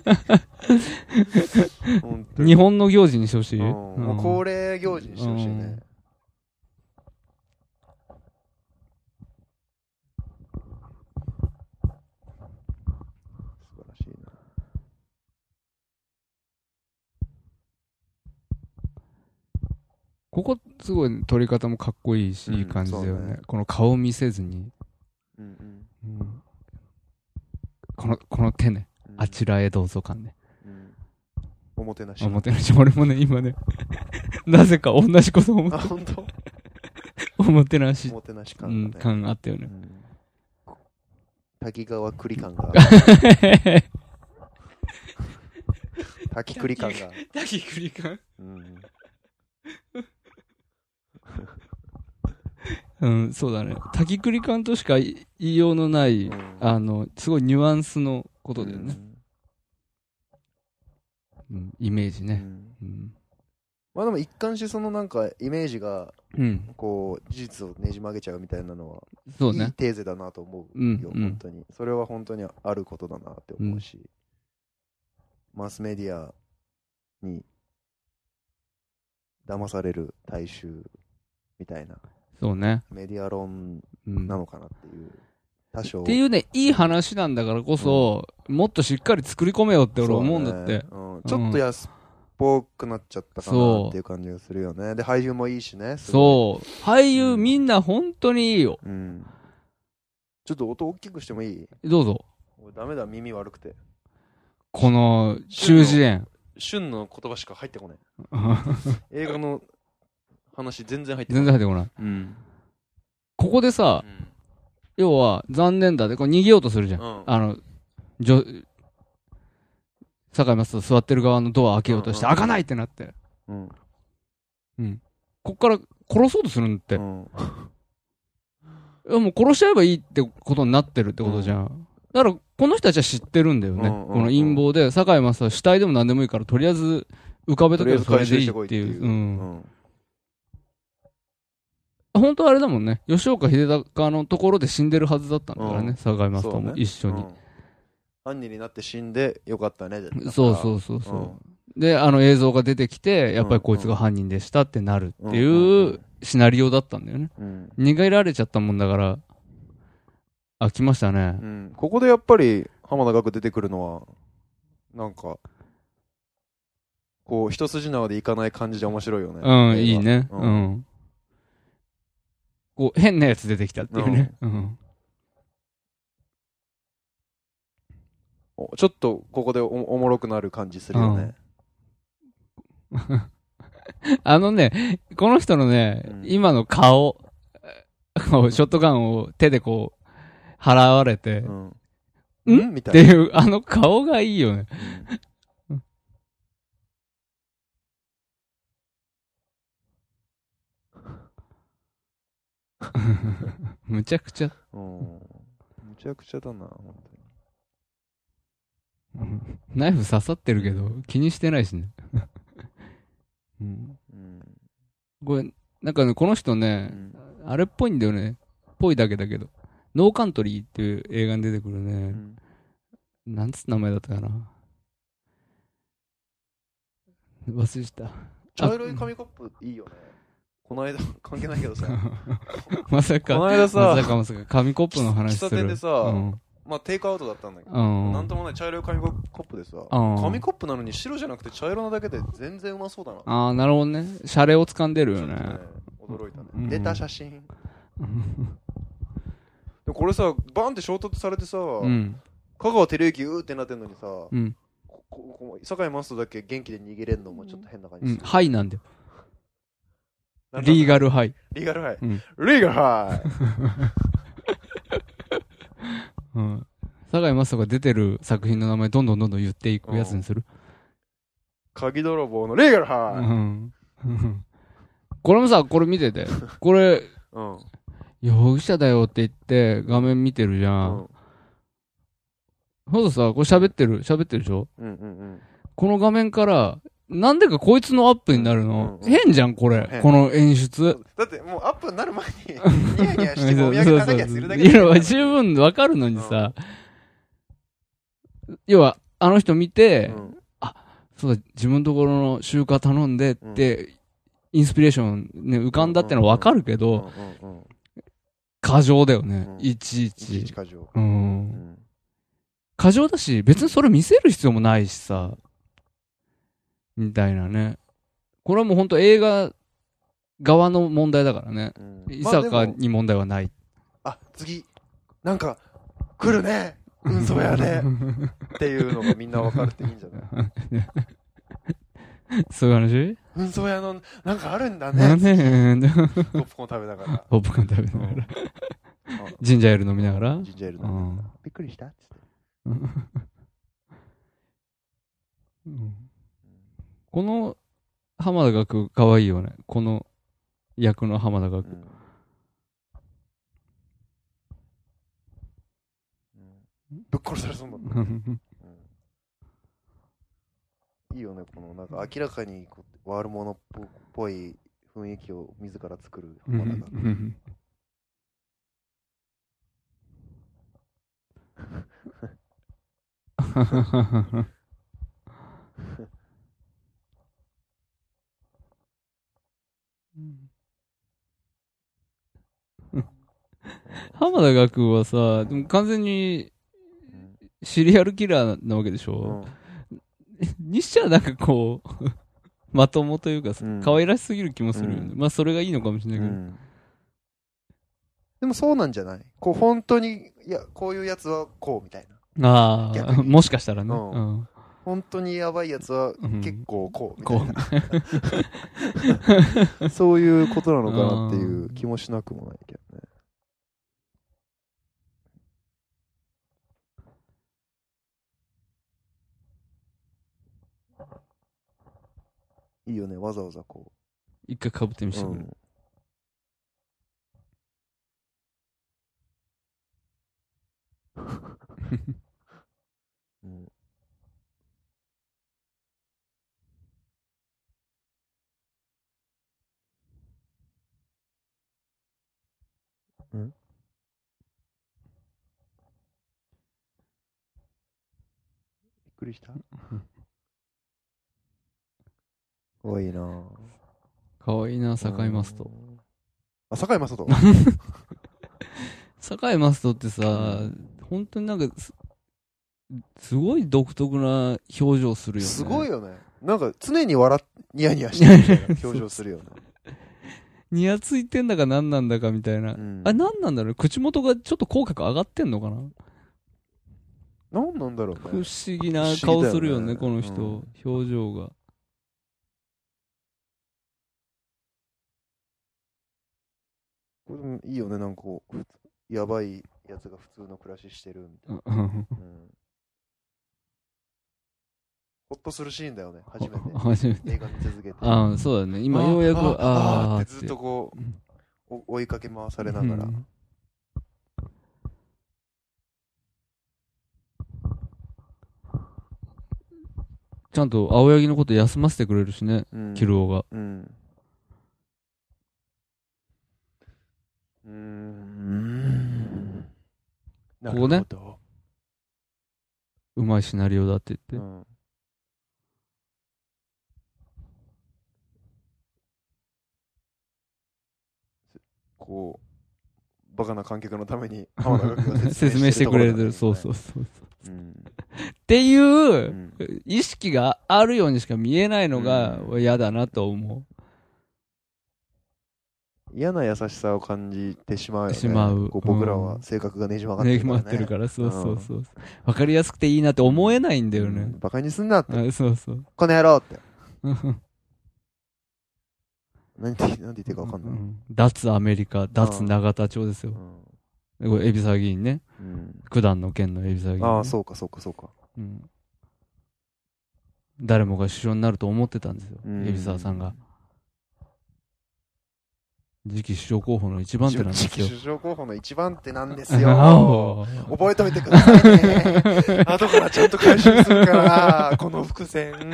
Speaker 2: 本当に
Speaker 3: 日本の行事にしてほしい。
Speaker 2: うん
Speaker 3: うん
Speaker 2: もう恒例行事にしてほしいね。素晴らしいな。
Speaker 3: ここすごい撮り方もかっこいいし、
Speaker 2: うん
Speaker 3: いい感じだよ
Speaker 2: そう
Speaker 3: ね
Speaker 2: ね
Speaker 3: この顔見せずに、
Speaker 2: うんうん
Speaker 3: このこの手ね、
Speaker 2: うん
Speaker 3: あちらへどうぞ感ね
Speaker 2: うんおもてなし。
Speaker 3: おもてなし俺もね今ね [LAUGHS] なぜか同じこと思っ
Speaker 2: あ、本当
Speaker 3: おもてなし
Speaker 2: お、もてなし
Speaker 3: う
Speaker 2: 感
Speaker 3: ん、
Speaker 2: がね。
Speaker 3: 感あったよ
Speaker 2: う
Speaker 3: ね
Speaker 2: ん滝川栗感
Speaker 3: [LAUGHS]
Speaker 2: が、滝栗感が。
Speaker 3: 滝栗感
Speaker 2: うん
Speaker 3: うんそうだね滝栗感としか言いようのないあのすごいニュアンスのことだよね、うんイメージ
Speaker 2: うんう
Speaker 3: ね
Speaker 2: ん
Speaker 3: うん、
Speaker 2: まあでも一貫してそのなんかイメージが
Speaker 3: うん、
Speaker 2: こう事実をねじ曲げちゃうみたいなのは
Speaker 3: そう
Speaker 2: いい
Speaker 3: ね
Speaker 2: テーゼだなと思うよ、
Speaker 3: うんうん
Speaker 2: 本当にそれは本当にあることだなって思うし、マスメディアに騙される大衆みたいな
Speaker 3: そうね、
Speaker 2: メディア論
Speaker 3: うん、
Speaker 2: なのかなっていう多少
Speaker 3: っていうね、いい話なんだからこそ、もっとしっかり作り込めよって俺思うんだって。
Speaker 2: そうねうんちょっと安っぽくなっちゃったかなっていう感じがするよねで俳優もいいしねすごい
Speaker 3: そう,、俳優
Speaker 2: うん
Speaker 3: みんな本当にいいよ。
Speaker 2: うんちょっと音大きくしてもいい
Speaker 3: どうぞ。
Speaker 2: 俺ダメだ耳悪くて
Speaker 3: この、中耳炎。
Speaker 2: 旬の言葉しか入ってこない映画の話全然入ってこ
Speaker 3: [LAUGHS] 全然
Speaker 2: ない
Speaker 3: 入ってこない。
Speaker 2: うん
Speaker 3: ここでさ、要は、残念だで、これ逃げようとするじゃん。
Speaker 2: うん
Speaker 3: あの、じょ、坂井正人座ってる側のドア開けようとして、
Speaker 2: うんうん
Speaker 3: 開かないってなって。
Speaker 2: うん
Speaker 3: こっから殺そうとするんだって。
Speaker 2: うん
Speaker 3: いやもう殺しちゃえばいいってことになってるってことじゃん。だから、この人たちは知ってるんだよね。
Speaker 2: うんうんうん
Speaker 3: この陰謀で、坂井正は死体でも何でもいいから、とりあえず浮かべ
Speaker 2: と
Speaker 3: と
Speaker 2: りあ
Speaker 3: け
Speaker 2: え
Speaker 3: ば
Speaker 2: ず
Speaker 3: それ
Speaker 2: 回
Speaker 3: で
Speaker 2: 収
Speaker 3: い
Speaker 2: し
Speaker 3: い
Speaker 2: てこい
Speaker 3: っ
Speaker 2: ってて
Speaker 3: い。
Speaker 2: いうう
Speaker 3: う。
Speaker 2: うんん
Speaker 3: 本当はあれだもんね。吉岡秀隆のところで死んでるはずだったんだから
Speaker 2: う
Speaker 3: ね。
Speaker 2: ん
Speaker 3: 坂井正人も一緒
Speaker 2: う
Speaker 3: に。
Speaker 2: ん犯人になって死んでよかったねだから
Speaker 3: そうそうそうそう。で、あの映像が出てきて、やっぱりこいつが犯人でしたってなるっていうシナリオだったんだよね。
Speaker 2: うん
Speaker 3: 逃げられちゃったもんだから、あ、来ましたね。
Speaker 2: うんここでやっぱり浜田岳出てくるのはなんかこう一筋縄でいかない感じで面白いよね映
Speaker 3: うん、
Speaker 2: 画
Speaker 3: いいね。
Speaker 2: う
Speaker 3: うんん。こう、変なやつ出てきたっていうね。うん。
Speaker 2: おちょっとここでおおもろくなる感じするよね。
Speaker 3: あのね、この人のね、
Speaker 2: うん
Speaker 3: 今の顔、こうショットガンを手でこう、払われて、
Speaker 2: う
Speaker 3: っ
Speaker 2: ん。
Speaker 3: うん
Speaker 2: んみた
Speaker 3: て
Speaker 2: いな。
Speaker 3: いう、あの顔がいいよね。むちゃくちゃ。
Speaker 2: うん。うんむちゃくちゃだな、本当に。
Speaker 3: ナイフ刺さってるけど、気にしてないしね。うん
Speaker 2: うん。
Speaker 3: これ、なんかね、この人ね、あれっぽいんだよね。ぽいだけだけど。ノーカントリーっていう映画に出てくる
Speaker 2: う
Speaker 3: ね。
Speaker 2: ん
Speaker 3: なんつう名前だったかな。忘れてた。
Speaker 2: 茶色い紙コップいいよね。この間、関係ないけどさ、
Speaker 3: [LAUGHS] まさ
Speaker 2: こ
Speaker 3: か
Speaker 2: の、間
Speaker 3: まさ
Speaker 2: さ、
Speaker 3: かまさか、紙コップの話する。
Speaker 2: 喫茶店でさ
Speaker 3: うん。
Speaker 2: まあテイクアウトだったんだけど、
Speaker 3: うん。
Speaker 2: なんともない茶色い紙コップでさ、
Speaker 3: ん
Speaker 2: 紙コップなのに白じゃなくて茶色なだけで全然うまそうだな。
Speaker 3: ああ、なるほどね。シャレを掴んでるよ
Speaker 2: ちょっと
Speaker 3: ね
Speaker 2: ね。驚いたね。
Speaker 3: うん
Speaker 2: 出た写真。でこれさ、バンって衝突されてさ、
Speaker 3: うん。
Speaker 2: 香川照之うーってなってんのにさ、こ
Speaker 3: うん。
Speaker 2: ここ酒井マストだけ元気で逃げれんのもちょっと変な感じ
Speaker 3: う
Speaker 2: す
Speaker 3: ん。
Speaker 2: る
Speaker 3: ハイなんだよ。
Speaker 2: なんだ
Speaker 3: リーガルハイ。
Speaker 2: リーガルハイ。
Speaker 3: うん
Speaker 2: リーガルハイ
Speaker 3: うん。坂井正が出てる作品の名前どんどんどんどん言っていくやつにする。
Speaker 2: 鍵泥棒のリーガル
Speaker 3: う
Speaker 2: ハ
Speaker 3: ん。うんこれもさ、これ見
Speaker 2: [LAUGHS]
Speaker 3: てて。これ、
Speaker 2: イうん。
Speaker 3: 容疑者だよって言って画面見てるじゃ
Speaker 2: うん
Speaker 3: ん。ほんとさ、これ喋ってる、喋ってるでしょ
Speaker 2: うんうん
Speaker 3: この画面から、なんでかこいつのアップになるの、
Speaker 2: うんうん
Speaker 3: 変じゃん、これ
Speaker 2: 変。
Speaker 3: この演
Speaker 2: う
Speaker 3: 出。
Speaker 2: ん。だってもうアップになる [LAUGHS] 前に、ニヤニヤしてもみ上げただけするだけ
Speaker 3: いや、十分わかるのにさ、要は、あの人見て、
Speaker 2: うん
Speaker 3: そうだ、自分のところの集荷頼んでって、インスピレーションね、浮かんだってのはわかるけ
Speaker 2: う
Speaker 3: ど、
Speaker 2: んうんうん。
Speaker 3: 過剰だよね、
Speaker 2: うん
Speaker 3: いちい
Speaker 2: 一日
Speaker 3: ち。
Speaker 2: 過剰。
Speaker 3: う。
Speaker 2: うんん。
Speaker 3: 過剰だし、別にそれ見せる必要もないしさ、みたいなね。これはもう本当映画側の問題だからね。
Speaker 2: うん
Speaker 3: 伊
Speaker 2: まあでも
Speaker 3: 坂に問題はない。
Speaker 2: あ次なんか来るねうんそうやねっていうのがみんな分かるっていいんじゃない
Speaker 3: [LAUGHS] そういう話
Speaker 2: うんそうやのなんかあるんだ
Speaker 3: な
Speaker 2: ね
Speaker 3: ん [LAUGHS] で、
Speaker 2: ポップコーン食べながら
Speaker 3: ポップコーン食べながら、
Speaker 2: うん
Speaker 3: ジンジャーエール飲みながら。
Speaker 2: ジンジャーエール飲
Speaker 3: うん
Speaker 2: で
Speaker 3: ん
Speaker 2: びっくりしたっつって
Speaker 3: うんこの浜田学かわいいよね。この役の浜田学
Speaker 2: う。んうんぶっ殺されそうになったうんいいよねこのなんか明らかにこう悪者っぽっぽい雰囲気を自ら作る
Speaker 3: うん
Speaker 2: 浜田が
Speaker 3: 浜田学はさ、でも完全に
Speaker 2: うん
Speaker 3: シリアルキラーなわけでし
Speaker 2: うん
Speaker 3: ょ、にしちゃなんかこう、 [LAUGHS] まともというかさ
Speaker 2: うん、
Speaker 3: 可愛らしすぎる気もするよね。
Speaker 2: う
Speaker 3: まあそれがいいのかもしれないけど。
Speaker 2: でもそうなんじゃないこう本当にいやこういうやつはこうみたいな
Speaker 3: あ
Speaker 2: 逆
Speaker 3: あ、
Speaker 2: に
Speaker 3: もしかしたらね。
Speaker 2: うん
Speaker 3: うん
Speaker 2: 本当にやばいやつは
Speaker 3: うん
Speaker 2: 結構こうみた
Speaker 3: こ
Speaker 2: いな、そういうことなのかなっていう気もしなくもないけどねいいよねわざわざこ
Speaker 3: う、一回かぶってみ
Speaker 2: う、
Speaker 3: せて
Speaker 2: う
Speaker 3: くれ
Speaker 2: ん
Speaker 3: る。 [LAUGHS]
Speaker 2: うんびっくり
Speaker 3: [LAUGHS]
Speaker 2: した多いなぁ
Speaker 3: かわいいな、坂井マスト。
Speaker 2: うんあ堺雅人
Speaker 3: 坂井マストってさ、本当になんかす、すごい独特な表情するよね。
Speaker 2: すごいよねなんか常に笑っニヤニヤしてるみたいな表情するよ
Speaker 3: [LAUGHS]
Speaker 2: ね、
Speaker 3: ニヤついてんだか何なんだかみたいな。
Speaker 2: うん
Speaker 3: あれ何なんだろう口元がちょっと口角上がってんのかな
Speaker 2: 何なんだろ
Speaker 3: 不
Speaker 2: うね。
Speaker 3: 思議な顔するよね、
Speaker 2: 不
Speaker 3: こ
Speaker 2: 思
Speaker 3: の
Speaker 2: 議だよね
Speaker 3: 人、表情が。
Speaker 2: これでもいいよね、なんかこう、ふつやばいやつが普通の暮らししてるみたいな。うんほっとするシーンだよね、
Speaker 3: [LAUGHS]
Speaker 2: 初めて。
Speaker 3: 初めて。
Speaker 2: 映画見続けて。
Speaker 3: ああ、そうだね。今、ようやく、
Speaker 2: ああー
Speaker 3: ああ
Speaker 2: ってずっとこう、お追いかけ回さ
Speaker 3: あ
Speaker 2: れながら。
Speaker 3: ちゃんと青柳のこと休ませてくれるしね、
Speaker 2: うん
Speaker 3: キルオが。
Speaker 2: うん。うーん。なる
Speaker 3: ここね
Speaker 2: ほど。
Speaker 3: うまいシナリオだって
Speaker 2: う
Speaker 3: 言って。
Speaker 2: ん。こう、バカな観客のために、浜田学が
Speaker 3: 説明してくれる。そうそううそ
Speaker 2: とこ
Speaker 3: う。っ
Speaker 2: ろだね。うん。
Speaker 3: ていうう、
Speaker 2: ん
Speaker 3: 意識があるようにしか見えないのが
Speaker 2: う
Speaker 3: 嫌だなと思
Speaker 2: 嫌な優しさを感じてしまうよね。
Speaker 3: しまう
Speaker 2: こ僕ら
Speaker 3: う
Speaker 2: は
Speaker 3: ん
Speaker 2: 性格がねじ曲
Speaker 3: う。
Speaker 2: がって
Speaker 3: ね
Speaker 2: る
Speaker 3: ぎ
Speaker 2: から、ね。
Speaker 3: まってるから、そうそうそう。わかりやすくていいなって思えないんだよね。
Speaker 2: バカにすんなって、
Speaker 3: あそうそう。
Speaker 2: この野郎 [LAUGHS] って。
Speaker 3: うん
Speaker 2: 何て何て言ってるか分かんない。
Speaker 3: うん脱アメリカ、脱永田町ですよ。これ、エビサ議員ね。
Speaker 2: うん
Speaker 3: 九段の県のエビサ議員、
Speaker 2: うん、
Speaker 3: ね。
Speaker 2: ああ、そうか、そうか、そうか。
Speaker 3: うん誰もが首相になると思ってたんですよ、
Speaker 2: うん
Speaker 3: 海老沢さんが。次期首相候補の一番手なんです
Speaker 2: 次期
Speaker 3: よ。
Speaker 2: 首相候補の一番手なんですよ。
Speaker 3: お
Speaker 2: 覚えておいてくださいね。後からちゃんと回収する
Speaker 3: [LAUGHS]
Speaker 2: から、この伏線。
Speaker 3: [LAUGHS]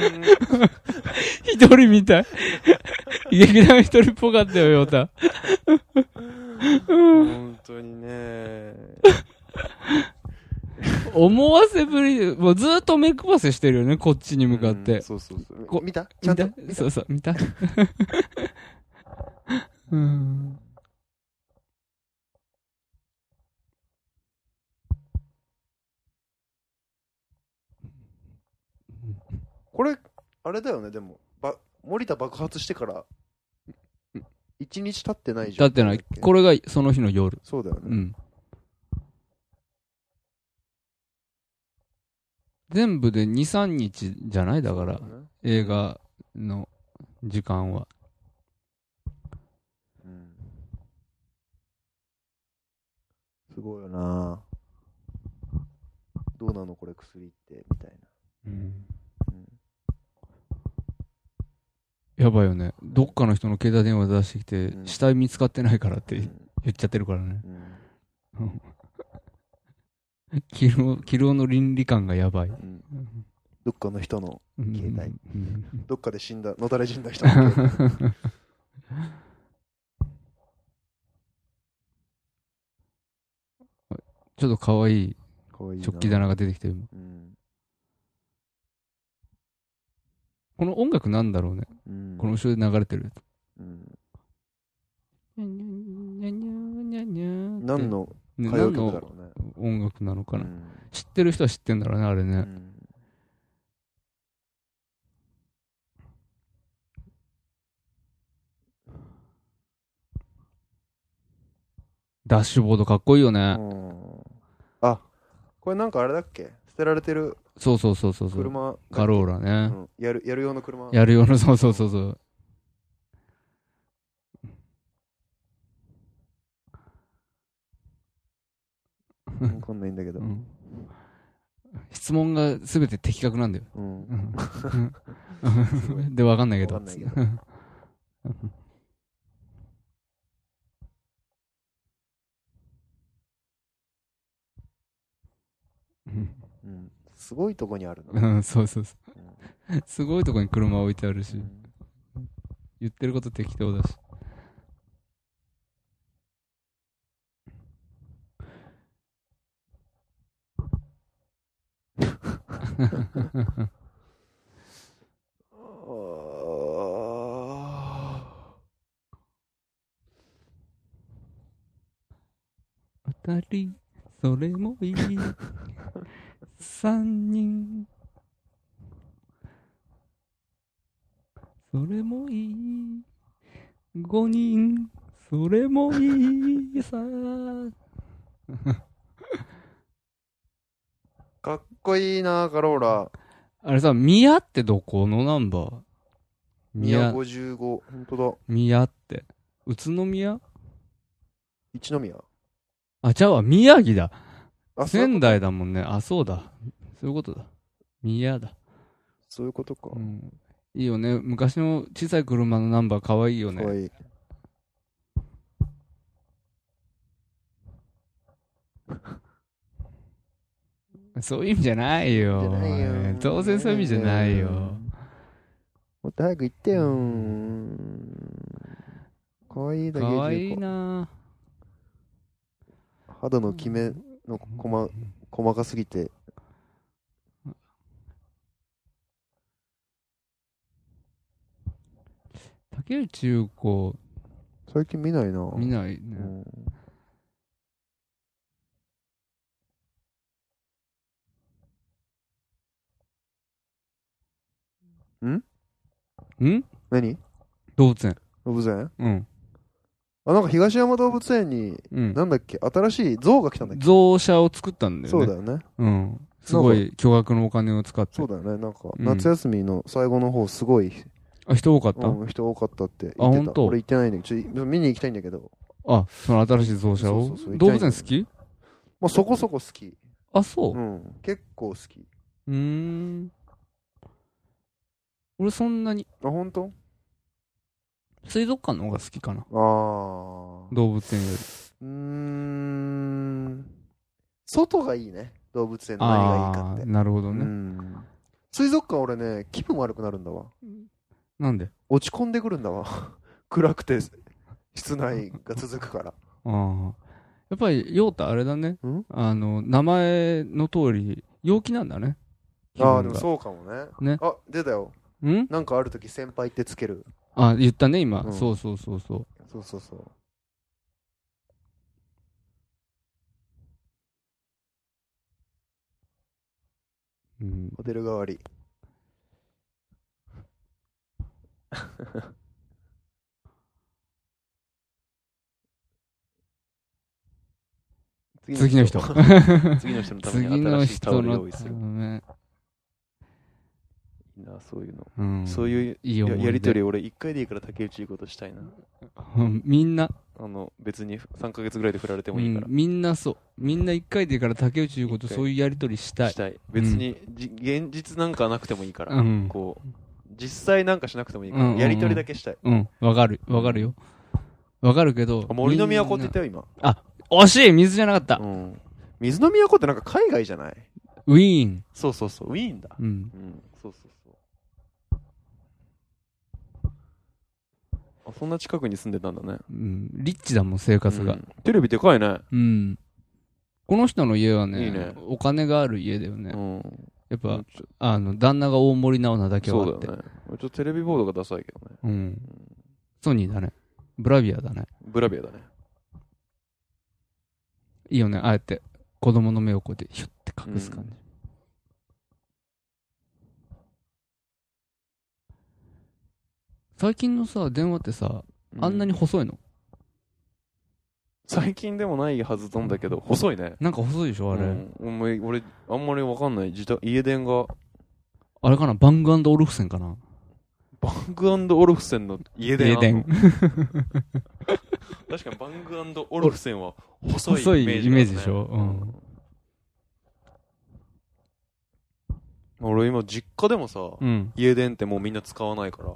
Speaker 3: 一人みたい。 [LAUGHS] 劇団一人っぽかったよ、ヨタ。
Speaker 2: 本当にね。
Speaker 3: 思わせぶり、もうずっとメイクパスしてるよね、こっちに向か
Speaker 2: う
Speaker 3: っ
Speaker 2: ん
Speaker 3: て。
Speaker 2: そうそうそう
Speaker 3: こ
Speaker 2: 見たちゃ
Speaker 3: 見
Speaker 2: んと
Speaker 3: た。そうそう、見た [LAUGHS] うん。
Speaker 2: これ、あれだよね、でも、ば森田爆発してから、一日経ってないじゃ
Speaker 3: だ
Speaker 2: ん。
Speaker 3: ってない。こ
Speaker 2: れ。
Speaker 3: れがその日の夜。
Speaker 2: そうだよ
Speaker 3: う
Speaker 2: ね。
Speaker 3: ん。全部で2、3日じゃないだから
Speaker 2: そう、よね
Speaker 3: 映画の時間は。
Speaker 2: うんすごいよなどうなのこれ薬ってみたいな、うん
Speaker 3: やばいよね。どっかの人の携帯電話出してきて、
Speaker 2: うん
Speaker 3: 死体見つかってないからって
Speaker 2: う
Speaker 3: 言
Speaker 2: ん
Speaker 3: っちゃってるからね。
Speaker 2: うん
Speaker 3: キロ、キロの倫理観がやばい。
Speaker 2: うんどっかの人の
Speaker 3: うん
Speaker 2: 携帯
Speaker 3: うん
Speaker 2: どっかで死んだのたれ死んだ人の携
Speaker 3: [LAUGHS]
Speaker 2: 帯
Speaker 3: ちょっと可愛い
Speaker 2: かわいいな
Speaker 3: 食器棚が出てきてる。
Speaker 2: うん
Speaker 3: この音楽なんだろうね。
Speaker 2: うん
Speaker 3: この後ろで流れてるやつ。
Speaker 2: うん
Speaker 3: 何
Speaker 2: 何の
Speaker 3: ね
Speaker 2: 歌謡曲だろうね
Speaker 3: 何の音楽なのかな、
Speaker 2: うん
Speaker 3: 知ってる人は知ってんだろうね、あれ
Speaker 2: う
Speaker 3: ね。
Speaker 2: ん
Speaker 3: ダッシュボードかっこいいよね。
Speaker 2: うんあこれなんかあれだっけ捨てられてる
Speaker 3: そうそうそうそうそう。
Speaker 2: 車
Speaker 3: カローラ
Speaker 2: う
Speaker 3: ね。
Speaker 2: んやるやる用の車
Speaker 3: やるような、そうそうそうそう。
Speaker 2: わかんないんだけど
Speaker 3: うん質問がすべて的確なんだよ。
Speaker 2: うん
Speaker 3: うん
Speaker 2: すごい
Speaker 3: で、わかんないけど。
Speaker 2: わかんないけどうんすごいとこにある
Speaker 3: う
Speaker 2: な、
Speaker 3: ん、そうそうそう。すごいとこに車置いてあるし
Speaker 2: う、ん
Speaker 3: 言ってること適当だし。二人、それもいい。三人、それもいい。五人、それもいいさ。
Speaker 2: かっこいいな、カローラ。
Speaker 3: あれさ、宮ってどこのナンバー
Speaker 2: 宮
Speaker 3: 宮、
Speaker 2: 55。ほんとだ。
Speaker 3: 宮って。宇都宮
Speaker 2: 一宮。
Speaker 3: あ、ちゃうわ、宮城だ。
Speaker 2: あ、そういう
Speaker 3: 仙
Speaker 2: こと
Speaker 3: 台だもんね。あ、そうだ。そういうことだ。宮だ。
Speaker 2: そういうことか
Speaker 3: う。ん。いいよね。昔の小さい車のナンバー可愛いよ
Speaker 2: かわ
Speaker 3: ね。
Speaker 2: いい。
Speaker 3: そういう意味じゃないよ。
Speaker 2: じゃないよ
Speaker 3: ね当然そういう意味じゃないよ。
Speaker 2: もっと早く行ってよ。かわいいだけ
Speaker 3: 可愛いな
Speaker 2: 肌のキメの細細かすぎて。
Speaker 3: 竹内中子
Speaker 2: 最近見ないな。
Speaker 3: 見ないね。
Speaker 2: うん
Speaker 3: ん
Speaker 2: 何
Speaker 3: 動物園。
Speaker 2: 動物園
Speaker 3: うん。
Speaker 2: あ、なんか東山動物園に、
Speaker 3: うん。
Speaker 2: なんだっけ、新しい象が来たんだっけ
Speaker 3: 増車を作ったんだよ
Speaker 2: そ
Speaker 3: ね。
Speaker 2: うだよね。
Speaker 3: うん。すごい巨額のお金を使って
Speaker 2: そう。だよね。なんか、
Speaker 3: うん
Speaker 2: 夏休みの最後の方、すごい、
Speaker 3: あ、人多かった、
Speaker 2: うん、人多かったって言っ
Speaker 3: あ
Speaker 2: て
Speaker 3: 本
Speaker 2: た。
Speaker 3: 当
Speaker 2: 俺行ってないんだけど、ちょ見に行きたいんだけど、
Speaker 3: あ、その新しい増車を
Speaker 2: そうそうそう
Speaker 3: 動物園好き
Speaker 2: まあそこそこ好き。
Speaker 3: あ、そうう。
Speaker 2: ん。結構好き。
Speaker 3: うーん。俺そんなに、
Speaker 2: あ、本当？
Speaker 3: 水族館の方が好きかな。
Speaker 2: ああ。
Speaker 3: 動物園より。
Speaker 2: うーん。外がいいね。動物園の何がいいか
Speaker 3: あ
Speaker 2: って
Speaker 3: あー、。なるほど
Speaker 2: う
Speaker 3: ね。
Speaker 2: ん。水族館俺ね、気分悪くなるんだわ。
Speaker 3: なんで
Speaker 2: 落ち込んでくるんだわ。 [LAUGHS] 暗くて、室内が続くから。
Speaker 3: ああ。やっぱり、ヨウタあれだね
Speaker 2: ん。
Speaker 3: あの、名前の通り、陽 [LAUGHS] 気なんだね。
Speaker 2: ああ、でも
Speaker 3: う。
Speaker 2: そうかもね。
Speaker 3: ね
Speaker 2: あ、出たよ。
Speaker 3: ん
Speaker 2: なんかある時先輩ってつける。
Speaker 3: あ、言ったね、今。
Speaker 2: うん
Speaker 3: そうそうそうそう。
Speaker 2: そうそうそう。
Speaker 3: うん、
Speaker 2: ホテル代わり。
Speaker 3: [LAUGHS] 次の人。
Speaker 6: 次の人のため
Speaker 3: 次
Speaker 6: に
Speaker 3: の
Speaker 6: 新しいタオ
Speaker 3: 人
Speaker 6: ル用
Speaker 3: の
Speaker 6: 意す
Speaker 3: た
Speaker 6: る。
Speaker 3: め。
Speaker 6: いいな、そういうの。
Speaker 3: うん、
Speaker 6: そういう
Speaker 3: いい
Speaker 6: や
Speaker 3: 思い出
Speaker 6: やりとり、俺一回でいいから竹内いいことしたいな。
Speaker 3: うんみんな、
Speaker 6: あの、別に3ヶ月ぐらいで振られて
Speaker 3: う
Speaker 6: もいい
Speaker 3: ん
Speaker 6: から。
Speaker 3: みんなそう。みんな一回でいいから竹内言うこと、
Speaker 6: 一回
Speaker 3: そういうやりとりしたい。
Speaker 6: したい。別に、じ現実なんかなくてもいいから。
Speaker 3: うん
Speaker 6: こう、実際なんかしなくてもいいか
Speaker 3: うんうん
Speaker 6: ら。
Speaker 3: うん
Speaker 6: やりとりだけしたい。
Speaker 3: うん、わかる、わかるよ。わかるけど
Speaker 6: あ。森の都って言
Speaker 3: み
Speaker 6: っ
Speaker 3: ん
Speaker 6: たよ、今。
Speaker 3: な惜しい水じゃなかった、
Speaker 6: うん。
Speaker 2: 水の都ってなんか海外じゃない
Speaker 3: ウィーン。
Speaker 6: そうそうそう。ウィーンだ。
Speaker 3: うん。
Speaker 6: うん。そうそうそう。あ、そんな近くに住んでたんだね。
Speaker 3: うん、リッチだもん、生活
Speaker 6: う
Speaker 3: が
Speaker 6: ん。テレビでかいね。
Speaker 3: うん。この人の家はね、
Speaker 6: いいね
Speaker 3: お金がある家だよね。
Speaker 6: うん。
Speaker 3: や
Speaker 6: ち
Speaker 3: っぱ
Speaker 6: ょ、
Speaker 3: あの、旦那が大森直なだけは
Speaker 6: そ
Speaker 3: あっ
Speaker 6: う
Speaker 3: て。
Speaker 6: だよね。ちょっとテレビボードがダサいけどね。
Speaker 3: うん。ソニーだね。ブラビアだね。
Speaker 6: ブラビアだね。
Speaker 3: いいよね、ああやって、子供の目をこうやって、ひゅって隠す感じ。最近のさ、電話ってさ、
Speaker 6: う
Speaker 3: あんなに細いの、
Speaker 6: 最近でもないはずなんだけど、細いね。
Speaker 3: なんか細いでしょ、あれ。
Speaker 6: うんお前俺、あんまりわかんない。自宅家電が、
Speaker 3: あれかな、バングオルフセンかな。
Speaker 6: バングオルフセンの家電あんの。
Speaker 3: 家電
Speaker 6: 確かにバングオルフセンは細い
Speaker 3: 細い
Speaker 6: イメージ,、
Speaker 3: イメージでしょうん。
Speaker 6: 俺今、実家でもさ、
Speaker 3: うん。
Speaker 6: 家電ってもうみんな使わないから、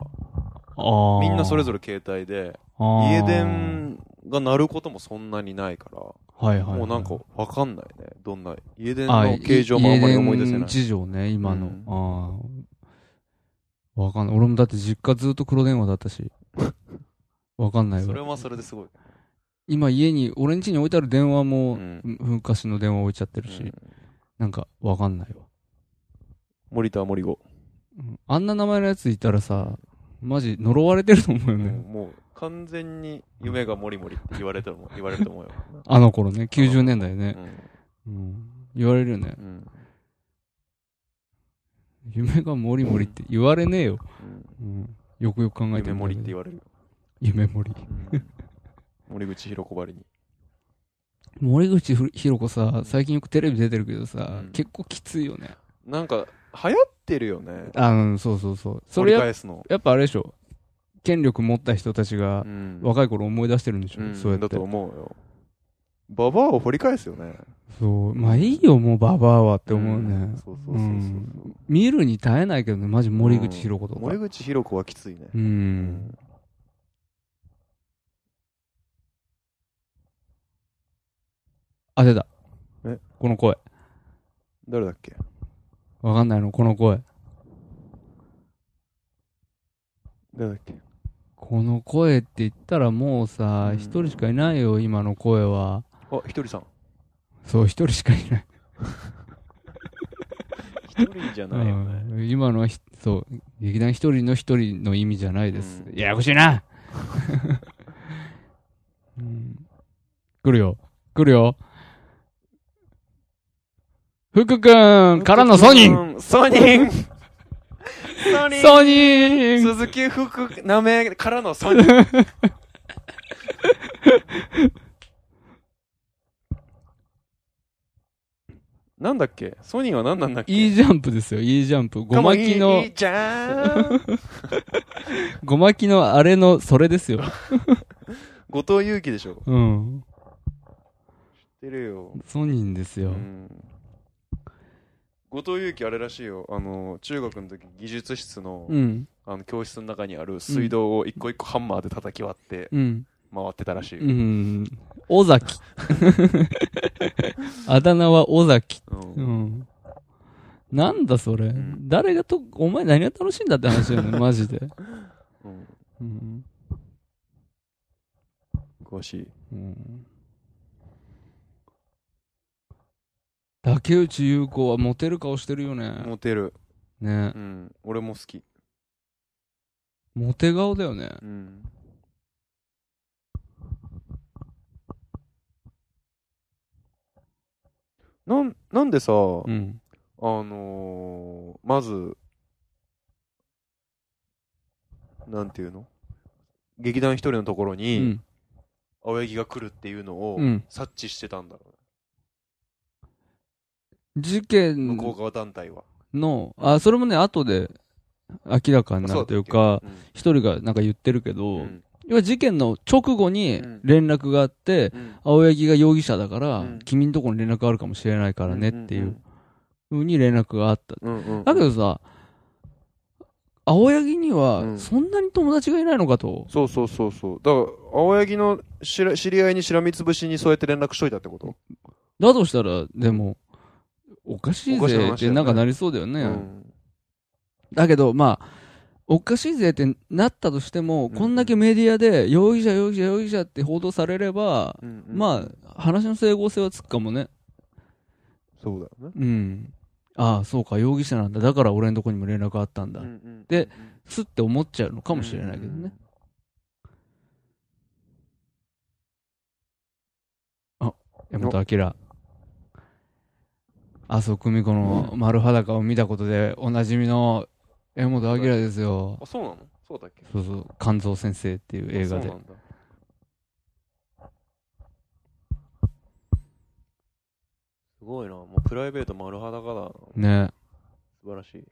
Speaker 3: ああ。
Speaker 6: みんなそれ
Speaker 3: れ、
Speaker 6: ぞれ携帯で、
Speaker 3: 家
Speaker 6: 家。電が鳴ることもそんなにないから、
Speaker 3: はいはい。
Speaker 6: もうなんかわかんないね。どんな、家電
Speaker 3: あ
Speaker 6: の形状もあんまり思い出せ
Speaker 3: 家
Speaker 6: な
Speaker 3: 電
Speaker 6: い。
Speaker 3: 事情ね、今の。
Speaker 6: うん
Speaker 3: ああ。わかんない。俺もだって実家ずっと黒電話だっ
Speaker 6: [LAUGHS]
Speaker 3: たし。わかんない
Speaker 6: それ
Speaker 3: わ。
Speaker 6: はそれですごい。
Speaker 3: 今家に、俺ん家に置いてある電話も、
Speaker 6: うん
Speaker 3: 昔の電話置いちゃってるし、
Speaker 6: うん
Speaker 3: なんかわかんないわ、
Speaker 6: 森田森子。
Speaker 3: うんあんな名前のやついたらさ、マジ呪われてると思うよ
Speaker 6: もう
Speaker 3: ね。
Speaker 6: もう完全に夢がモリモリって言われた
Speaker 3: [LAUGHS]
Speaker 6: も言われると思うよ。
Speaker 3: あの頃ね、90年代ね
Speaker 6: う。ん
Speaker 3: うん言われるよね。
Speaker 6: うん
Speaker 3: 夢がモリモリって言われねえよ。
Speaker 6: うん
Speaker 3: うんよくよく考えて
Speaker 6: 夢
Speaker 3: みたら
Speaker 6: 森って言われる。
Speaker 3: 夢森。
Speaker 6: うん森口博子ばりに。
Speaker 3: 森口博子さ、最近よくテレビ出てるけどさ、
Speaker 2: うん
Speaker 3: 結構きついよね。
Speaker 2: なんか、流行ってるよね。
Speaker 3: あの、そうそうそう。そ
Speaker 2: 掘
Speaker 3: れ
Speaker 2: り
Speaker 3: や
Speaker 2: 返すの。
Speaker 3: やっぱあれでしょ。権力持った人たちが
Speaker 2: うん
Speaker 3: 若い頃思い出してるんでしょ。
Speaker 2: うん
Speaker 3: そうやっ
Speaker 2: だ
Speaker 3: て
Speaker 2: と。思うよ。ババアを掘り返すよね。
Speaker 3: そう。まあいいよ、もうババアはって思うね。
Speaker 2: んそうそうそうそうう。
Speaker 3: ん見るに耐えないけどね、マジ森口博子とか。
Speaker 7: 森口博子はきついね。
Speaker 3: う。
Speaker 7: うん
Speaker 3: あ、出た。
Speaker 2: え
Speaker 3: この声。
Speaker 2: 誰だっけ
Speaker 3: わかんないの、この声。
Speaker 2: 誰だっけ
Speaker 3: この声って言ったらもうさ
Speaker 2: う、ん
Speaker 3: 一、人しかいないよ、今の声は。
Speaker 2: あ、ひとりさん。
Speaker 3: そう、一人しかいない。
Speaker 2: ひとりじゃないよね。
Speaker 3: うん今のはひ、そう、劇団一人の一人の意味じゃないです。
Speaker 2: うん
Speaker 3: ややこしいな、 [LAUGHS] うん、来るよ。来るよ。福くんからのソニン
Speaker 2: ンソニンソニン
Speaker 3: ソニン
Speaker 2: 鈴木福なめからのソニン。
Speaker 3: [LAUGHS]
Speaker 2: なんだっけソニンは何なんだっけ
Speaker 3: !E ジャンプですよ、E ジャンプ。ごまき
Speaker 2: かも
Speaker 3: の
Speaker 2: いい、じゃん
Speaker 3: ごまきのあれのそれですよ。
Speaker 2: 後藤祐樹でしょ知っ
Speaker 3: うん。
Speaker 2: てるよ。
Speaker 3: ソニンですよ。
Speaker 2: うん後藤祐樹あれらしいよあの中学の時技術室の,、
Speaker 3: うん。
Speaker 2: あの教室の中にある水道を一個一個ハンマーで叩き割って
Speaker 3: うん。
Speaker 2: 回ってたらしい、
Speaker 3: うん。尾崎。あだ名は尾崎。
Speaker 2: うん
Speaker 3: うん。なんだそれ。
Speaker 2: ん
Speaker 3: 誰がと、お前何が楽しいんだって話だよ
Speaker 2: [LAUGHS]
Speaker 3: ね、マジで。
Speaker 2: うん
Speaker 3: うん。
Speaker 2: 詳しい
Speaker 3: うん竹内優子はモテる顔してるよね。
Speaker 2: モテる、
Speaker 3: ね
Speaker 2: うん、俺も好き、
Speaker 3: モテ顔だよね。
Speaker 2: うん、なんなんでさ、
Speaker 3: うん。
Speaker 2: あのーまず、なんていうの劇団一人のところ
Speaker 3: う
Speaker 2: に、
Speaker 3: ん。
Speaker 2: 青柳が来るっていうのを
Speaker 3: うん。
Speaker 2: 察知してたんだろ
Speaker 3: 事
Speaker 2: う、
Speaker 3: 件
Speaker 2: 向こう側団体は。
Speaker 3: の、あ、それもね、後で明らかになるというか、
Speaker 2: うん、
Speaker 3: 一人がなんか言ってるけ
Speaker 2: う
Speaker 3: ど、
Speaker 2: ん
Speaker 3: 要は事件の直後に
Speaker 2: うん
Speaker 3: 連絡があって、
Speaker 2: うん
Speaker 3: 青柳が容疑者だから、
Speaker 2: うん
Speaker 3: 君んとこに連絡あるかもしれないからねっていう。ふうに連絡があった。
Speaker 2: うんうんうん
Speaker 3: だけどさ、青柳に
Speaker 2: う
Speaker 3: は
Speaker 2: ん
Speaker 3: そんなに友達がいないのかと。
Speaker 2: そうそうそうそう。だから、青柳のしら知り合いにしらみつぶしにそうやって連絡しといたってこと
Speaker 3: だとしたら、でも、おかしい
Speaker 2: おかしい話だ
Speaker 3: ぜ
Speaker 2: よ
Speaker 3: って
Speaker 2: ね
Speaker 3: なんかなりそうだよね。
Speaker 2: うん
Speaker 3: だけど、まあ、おかしいぜってなったとして
Speaker 2: ん
Speaker 3: も、こんだけメディアで容疑者、容疑者、容疑者って報道されれば、
Speaker 2: うんうん
Speaker 3: まあ、話の整合性はつくかもね。
Speaker 2: そうだよね。
Speaker 3: うん。ああ、そうか、容疑者なんだ。だから俺のとこにも連絡あったんだ。
Speaker 2: うんうん
Speaker 3: で、すって思っちゃうのかもしれないけど
Speaker 2: うんうんうん
Speaker 3: ね。あ、山本明。麻生久美子の丸裸を見たことでおなじみの山本明ですよ
Speaker 2: あ、。そうなのそうだっけ
Speaker 3: そうそう、肝臓先生っていう映画
Speaker 2: あそう
Speaker 3: で
Speaker 2: な。んだすごいな。もうプライベート丸裸だな。
Speaker 3: ね。
Speaker 2: 素晴らしい。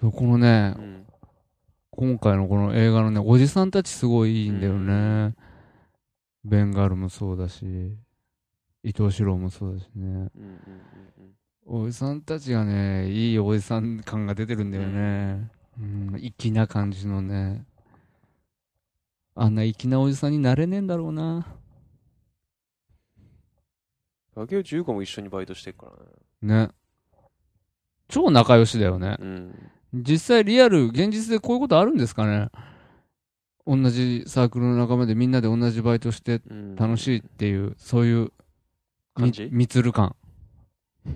Speaker 3: そうこのね
Speaker 2: う、ん。
Speaker 3: 今回のこの映画のね、おじさんたちすごいいいんだよ
Speaker 2: う
Speaker 3: ね。ベンガルもそうだし、伊藤四郎もそうだしね。
Speaker 2: うんうんうんうん
Speaker 3: おじさんたちがね、いいおじさん感が出てるんだよね。うん、粋な感じのね。あんな粋なおじさんになれねえんだろうな。
Speaker 2: 竹内優子も一緒にバイトしてるからね。
Speaker 3: ね。超仲良しだよね。
Speaker 2: うん。
Speaker 3: 実際リアル、現実でこういうことあるんですかね同じサークルの仲間でみんなで同じバイトして
Speaker 2: うん、
Speaker 3: 楽しいっていう、そういう、
Speaker 2: 感じ
Speaker 3: みつる感。
Speaker 2: う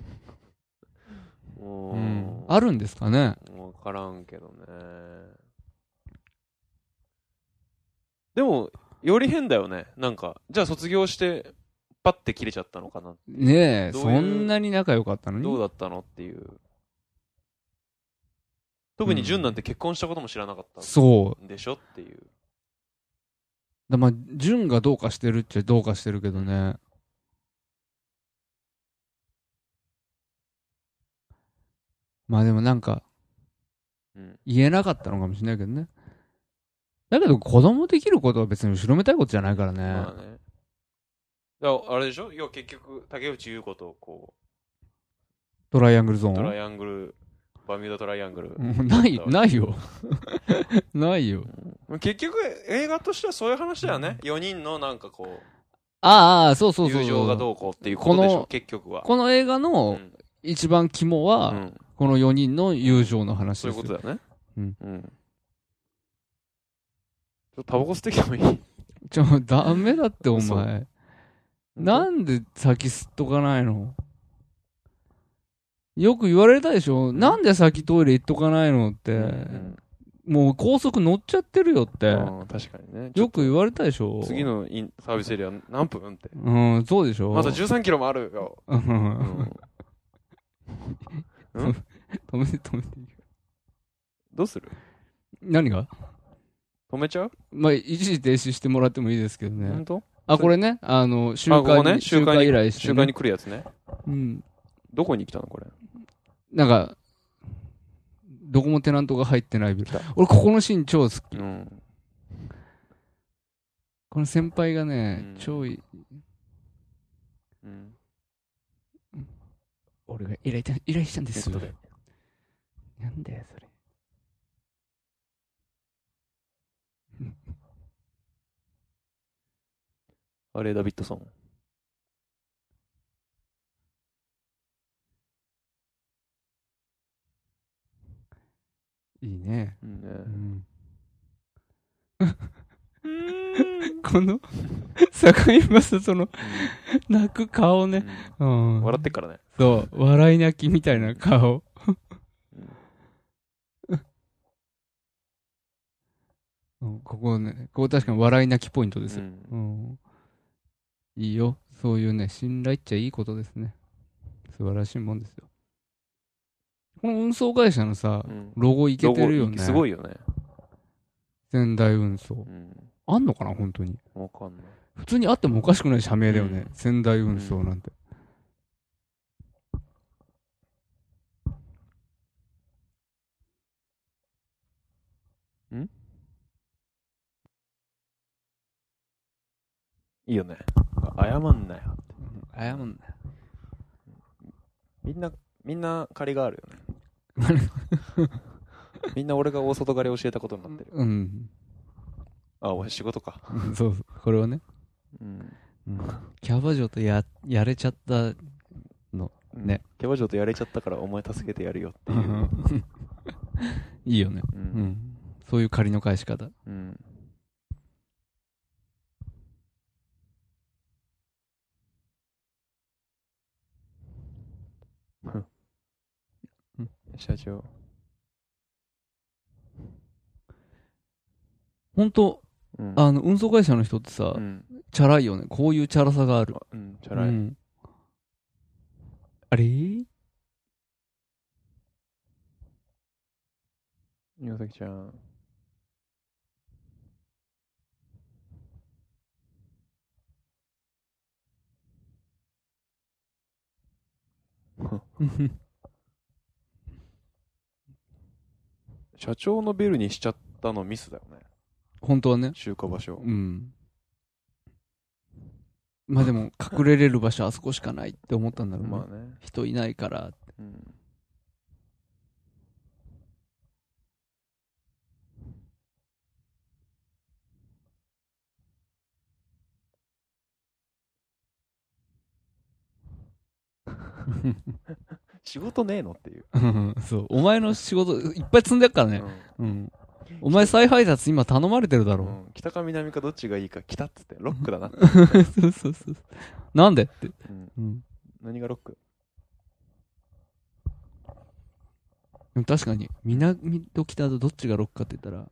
Speaker 3: うん
Speaker 2: ん。。
Speaker 3: あるんですかね
Speaker 2: わからんけどね。でも、より変だよね。なんか、じゃあ卒業して、パッて切れちゃったのかな。
Speaker 3: ねえ、
Speaker 2: どう
Speaker 3: そ
Speaker 2: いうん
Speaker 3: なに仲良かったのに。
Speaker 2: どうだったのっていう。特に純なんて結婚したことも知らなかった
Speaker 3: そう。
Speaker 2: んでしょっていう。
Speaker 3: だまあ、純がどうかしてるっちゃどうかしてるけどね。まあでもなんか、
Speaker 2: うん。
Speaker 3: 言えなかったのかもしれないけどね。だけど子供できることは別に後ろめたいことじゃないからね。
Speaker 2: まあね。だからあれでしょ要は結局、竹内優子とこ
Speaker 3: トライアングルゾ
Speaker 2: う、トラ
Speaker 3: ーン。
Speaker 2: イアングル、バミューダトライアングル。
Speaker 3: うんない、ないよ。 [LAUGHS] ないよ。
Speaker 2: 結局、映画としてはそういう話だよね。4人のなんかこ
Speaker 3: ああああ、そう
Speaker 2: う、
Speaker 3: そうそう
Speaker 2: 友
Speaker 3: そう。
Speaker 2: 情がどうこうっていうことでし
Speaker 3: こ
Speaker 2: ょ
Speaker 3: の
Speaker 2: 結局は。
Speaker 3: この映画
Speaker 2: う
Speaker 3: の
Speaker 2: ん
Speaker 3: 一番肝は、
Speaker 2: うん
Speaker 3: この4人の友情の話
Speaker 2: そう
Speaker 3: で
Speaker 2: いう
Speaker 3: すよ。
Speaker 2: ことだよね。
Speaker 3: うん
Speaker 2: うん。ちょっとタバコ吸ってきてもいい
Speaker 3: ちょ、ダメだってお
Speaker 2: 嘘
Speaker 3: 前。なんで先吸っとかないのよく言われたでしょ、なんで先トイレ行っとかないのって、
Speaker 2: うん
Speaker 3: もう高速乗っちゃってるよって、
Speaker 2: うん確かにね。
Speaker 3: よく言われたでしょ
Speaker 2: 次のインサービスエリア何分って。
Speaker 3: うん、そうでしょ
Speaker 2: まだ13キロもあるよ。
Speaker 3: うん
Speaker 2: う
Speaker 3: 止
Speaker 2: ん、
Speaker 3: めて止めて。
Speaker 2: どうする
Speaker 3: 何が
Speaker 2: 止めちゃう
Speaker 3: まあ、一時停止してもらってもいいですけどね。
Speaker 2: 本当
Speaker 3: あ、これね、あの、集
Speaker 2: あここ
Speaker 3: 会
Speaker 2: ね
Speaker 3: に、集会依頼して、
Speaker 2: 集会に来るやつね。
Speaker 3: うん。
Speaker 2: どこに来たのこれ。
Speaker 3: なんか、どこもテナントが入ってないビル。俺、ここのシーン超好き。
Speaker 2: うん。
Speaker 3: この先輩がね、
Speaker 2: うん
Speaker 3: 超いい。
Speaker 2: うん。
Speaker 3: 俺が依頼した依頼したんですよ
Speaker 2: ネット。
Speaker 3: なんだよ、それ。
Speaker 2: あれ、ダビッドソン。
Speaker 3: いいね。
Speaker 2: うんね
Speaker 3: うん、 [LAUGHS] この、坂井正人の泣く顔ね。う
Speaker 2: うん
Speaker 3: ん。
Speaker 2: 笑ってっからね。
Speaker 3: そう、笑い泣きみたいな顔。うんここね、ここ確かに笑い泣きポイントですよ。
Speaker 2: うん
Speaker 3: うん。いいよ。そういうね、信頼っちゃいいことですね。素晴らしいもんですよ。この運送会社のさ、
Speaker 2: うん
Speaker 3: ロゴいけてるよ
Speaker 2: ロ
Speaker 3: ね。
Speaker 2: ゴすご
Speaker 3: い。
Speaker 2: いよね。
Speaker 3: 仙台運送
Speaker 2: う。ん。
Speaker 3: あんのかな、本当に。
Speaker 2: わかんない。
Speaker 3: 普通にあってもおかしくない社名だよね。
Speaker 2: うん
Speaker 3: 仙台運送なんて。
Speaker 2: いいよね。謝んなよ。
Speaker 3: 謝んな
Speaker 2: みんな、みんな借りがあるよね。
Speaker 3: [LAUGHS]
Speaker 2: みんな俺が大外刈り教えたことになってる。 [LAUGHS]
Speaker 3: うん。
Speaker 2: あ、俺仕事か。
Speaker 3: うんそうそう。これはね。
Speaker 2: うん。
Speaker 3: キャバ嬢とや、やれちゃった。ね。
Speaker 2: キャバ嬢とやれちゃったからお前助けてやるよっていう。
Speaker 3: いいよね。
Speaker 2: う。
Speaker 3: うんん。そういう借りの返し方。
Speaker 2: うん。社長。
Speaker 3: 本当
Speaker 2: うん。
Speaker 3: あの、運送会社の人ってさ、
Speaker 2: うん。
Speaker 3: チャラいよね。こういうチャラさがある。
Speaker 2: うん。チャラ
Speaker 3: う
Speaker 2: い。
Speaker 3: んあれい
Speaker 2: 岩崎ちゃん。 [LAUGHS] 社長のビルにしちゃったのミスだよね。
Speaker 3: 本当はね。
Speaker 2: 集荷場所。
Speaker 3: うん。まあでも、隠れれる場所あそこしかないって思ったんだろうね。
Speaker 2: まあね。
Speaker 3: 人いないから。
Speaker 2: うん。仕事ねえのっていう。
Speaker 3: [LAUGHS] そう。お前の仕事、いっぱい積んでっからね。
Speaker 2: う
Speaker 3: うん。お前再配達今頼まれてるだ
Speaker 2: んう
Speaker 3: ろ。
Speaker 2: ん北か南かどっちがいいか北っつってロックだ
Speaker 3: [LAUGHS]
Speaker 2: な、
Speaker 3: そうそうそう。なんでって。
Speaker 2: うん
Speaker 3: うん。
Speaker 2: 何がロック
Speaker 3: でも確かに、南と北とどっちがロックかって言ったら、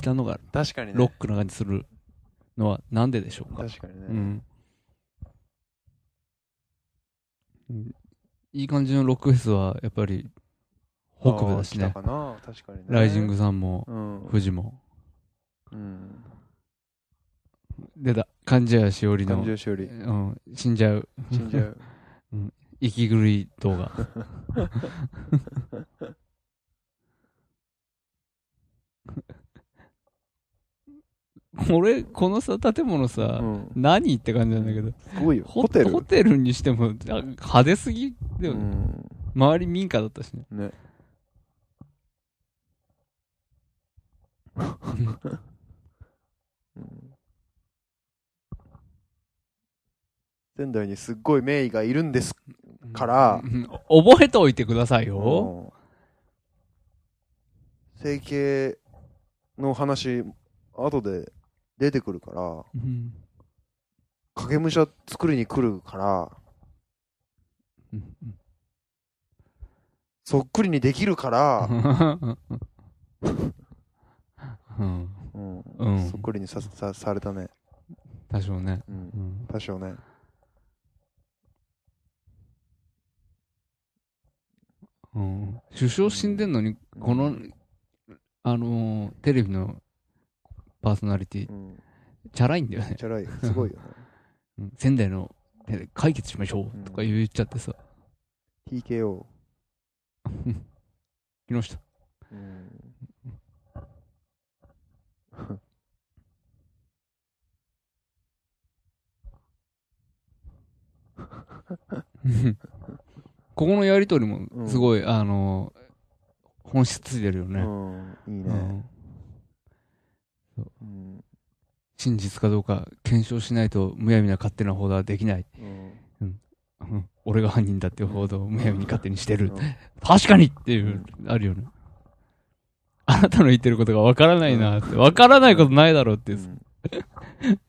Speaker 3: 北のが
Speaker 2: 確かにね
Speaker 3: ロックな感じするのはなんででしょうか。
Speaker 2: 確かにね、
Speaker 3: うん。いい感じのロックフェスは、やっぱり、北部だし
Speaker 2: あー
Speaker 3: ね
Speaker 2: 来た。かな確かにね。
Speaker 3: ライジングさんも、
Speaker 2: うん。
Speaker 3: 富士も。
Speaker 2: うん。
Speaker 3: 出た。患者やしおりの
Speaker 2: 感、情修理。
Speaker 3: うん、死んじゃう。
Speaker 2: 死んじゃう。
Speaker 3: 息狂い動画。俺、このさ、建物
Speaker 2: う
Speaker 3: さ、 [LAUGHS]
Speaker 2: ん。
Speaker 3: 何って感じなんだけど。
Speaker 2: すごいよ。
Speaker 3: ホ
Speaker 2: ホテル
Speaker 3: ホテルにしても、あ派手すぎだよね。周り民家だったしね。 [LAUGHS]
Speaker 2: うん。ね。うん仙台にすっごい名医がいるんですから
Speaker 3: うん、覚えておいてくださいよ。
Speaker 2: よ。整形の話、後で出てくるから、
Speaker 3: うん
Speaker 2: 影武者作りに来るから、
Speaker 3: うん
Speaker 2: そっくりにできるから、
Speaker 3: [LAUGHS] うん。
Speaker 2: うん
Speaker 3: うん
Speaker 2: そっくりにささされたね。
Speaker 3: 多少ね。
Speaker 2: うん
Speaker 3: うん
Speaker 2: 多少ね。
Speaker 3: うん首相死んでんのに、こ
Speaker 2: う
Speaker 3: の
Speaker 2: ん、
Speaker 3: あのーテレビのパーソナリティ、
Speaker 2: うん。
Speaker 3: チャラいんだよね。
Speaker 2: チ
Speaker 3: [LAUGHS]
Speaker 2: ャラい。すごいよね。
Speaker 3: うん仙台の手で解決しましょ
Speaker 2: うん
Speaker 3: うとか言っちゃってさ、
Speaker 2: TKO。[LAUGHS]
Speaker 3: 木下。
Speaker 2: うん。
Speaker 3: ここのやりとりも、すごい、あのー本質ついてるよ
Speaker 2: う
Speaker 3: ね。
Speaker 2: ん。いいうね。
Speaker 3: ん
Speaker 2: うん。
Speaker 3: 真実かどうか検証しないと、むやみな勝手な報道はできない。
Speaker 2: うん
Speaker 3: うん俺が犯人だっていう報道をむやみに勝手にしてる
Speaker 2: うん。
Speaker 3: 確かにっていう、あるよね。あなたの言ってることがわからないなって、わからないことないだろうっていうう。
Speaker 2: ん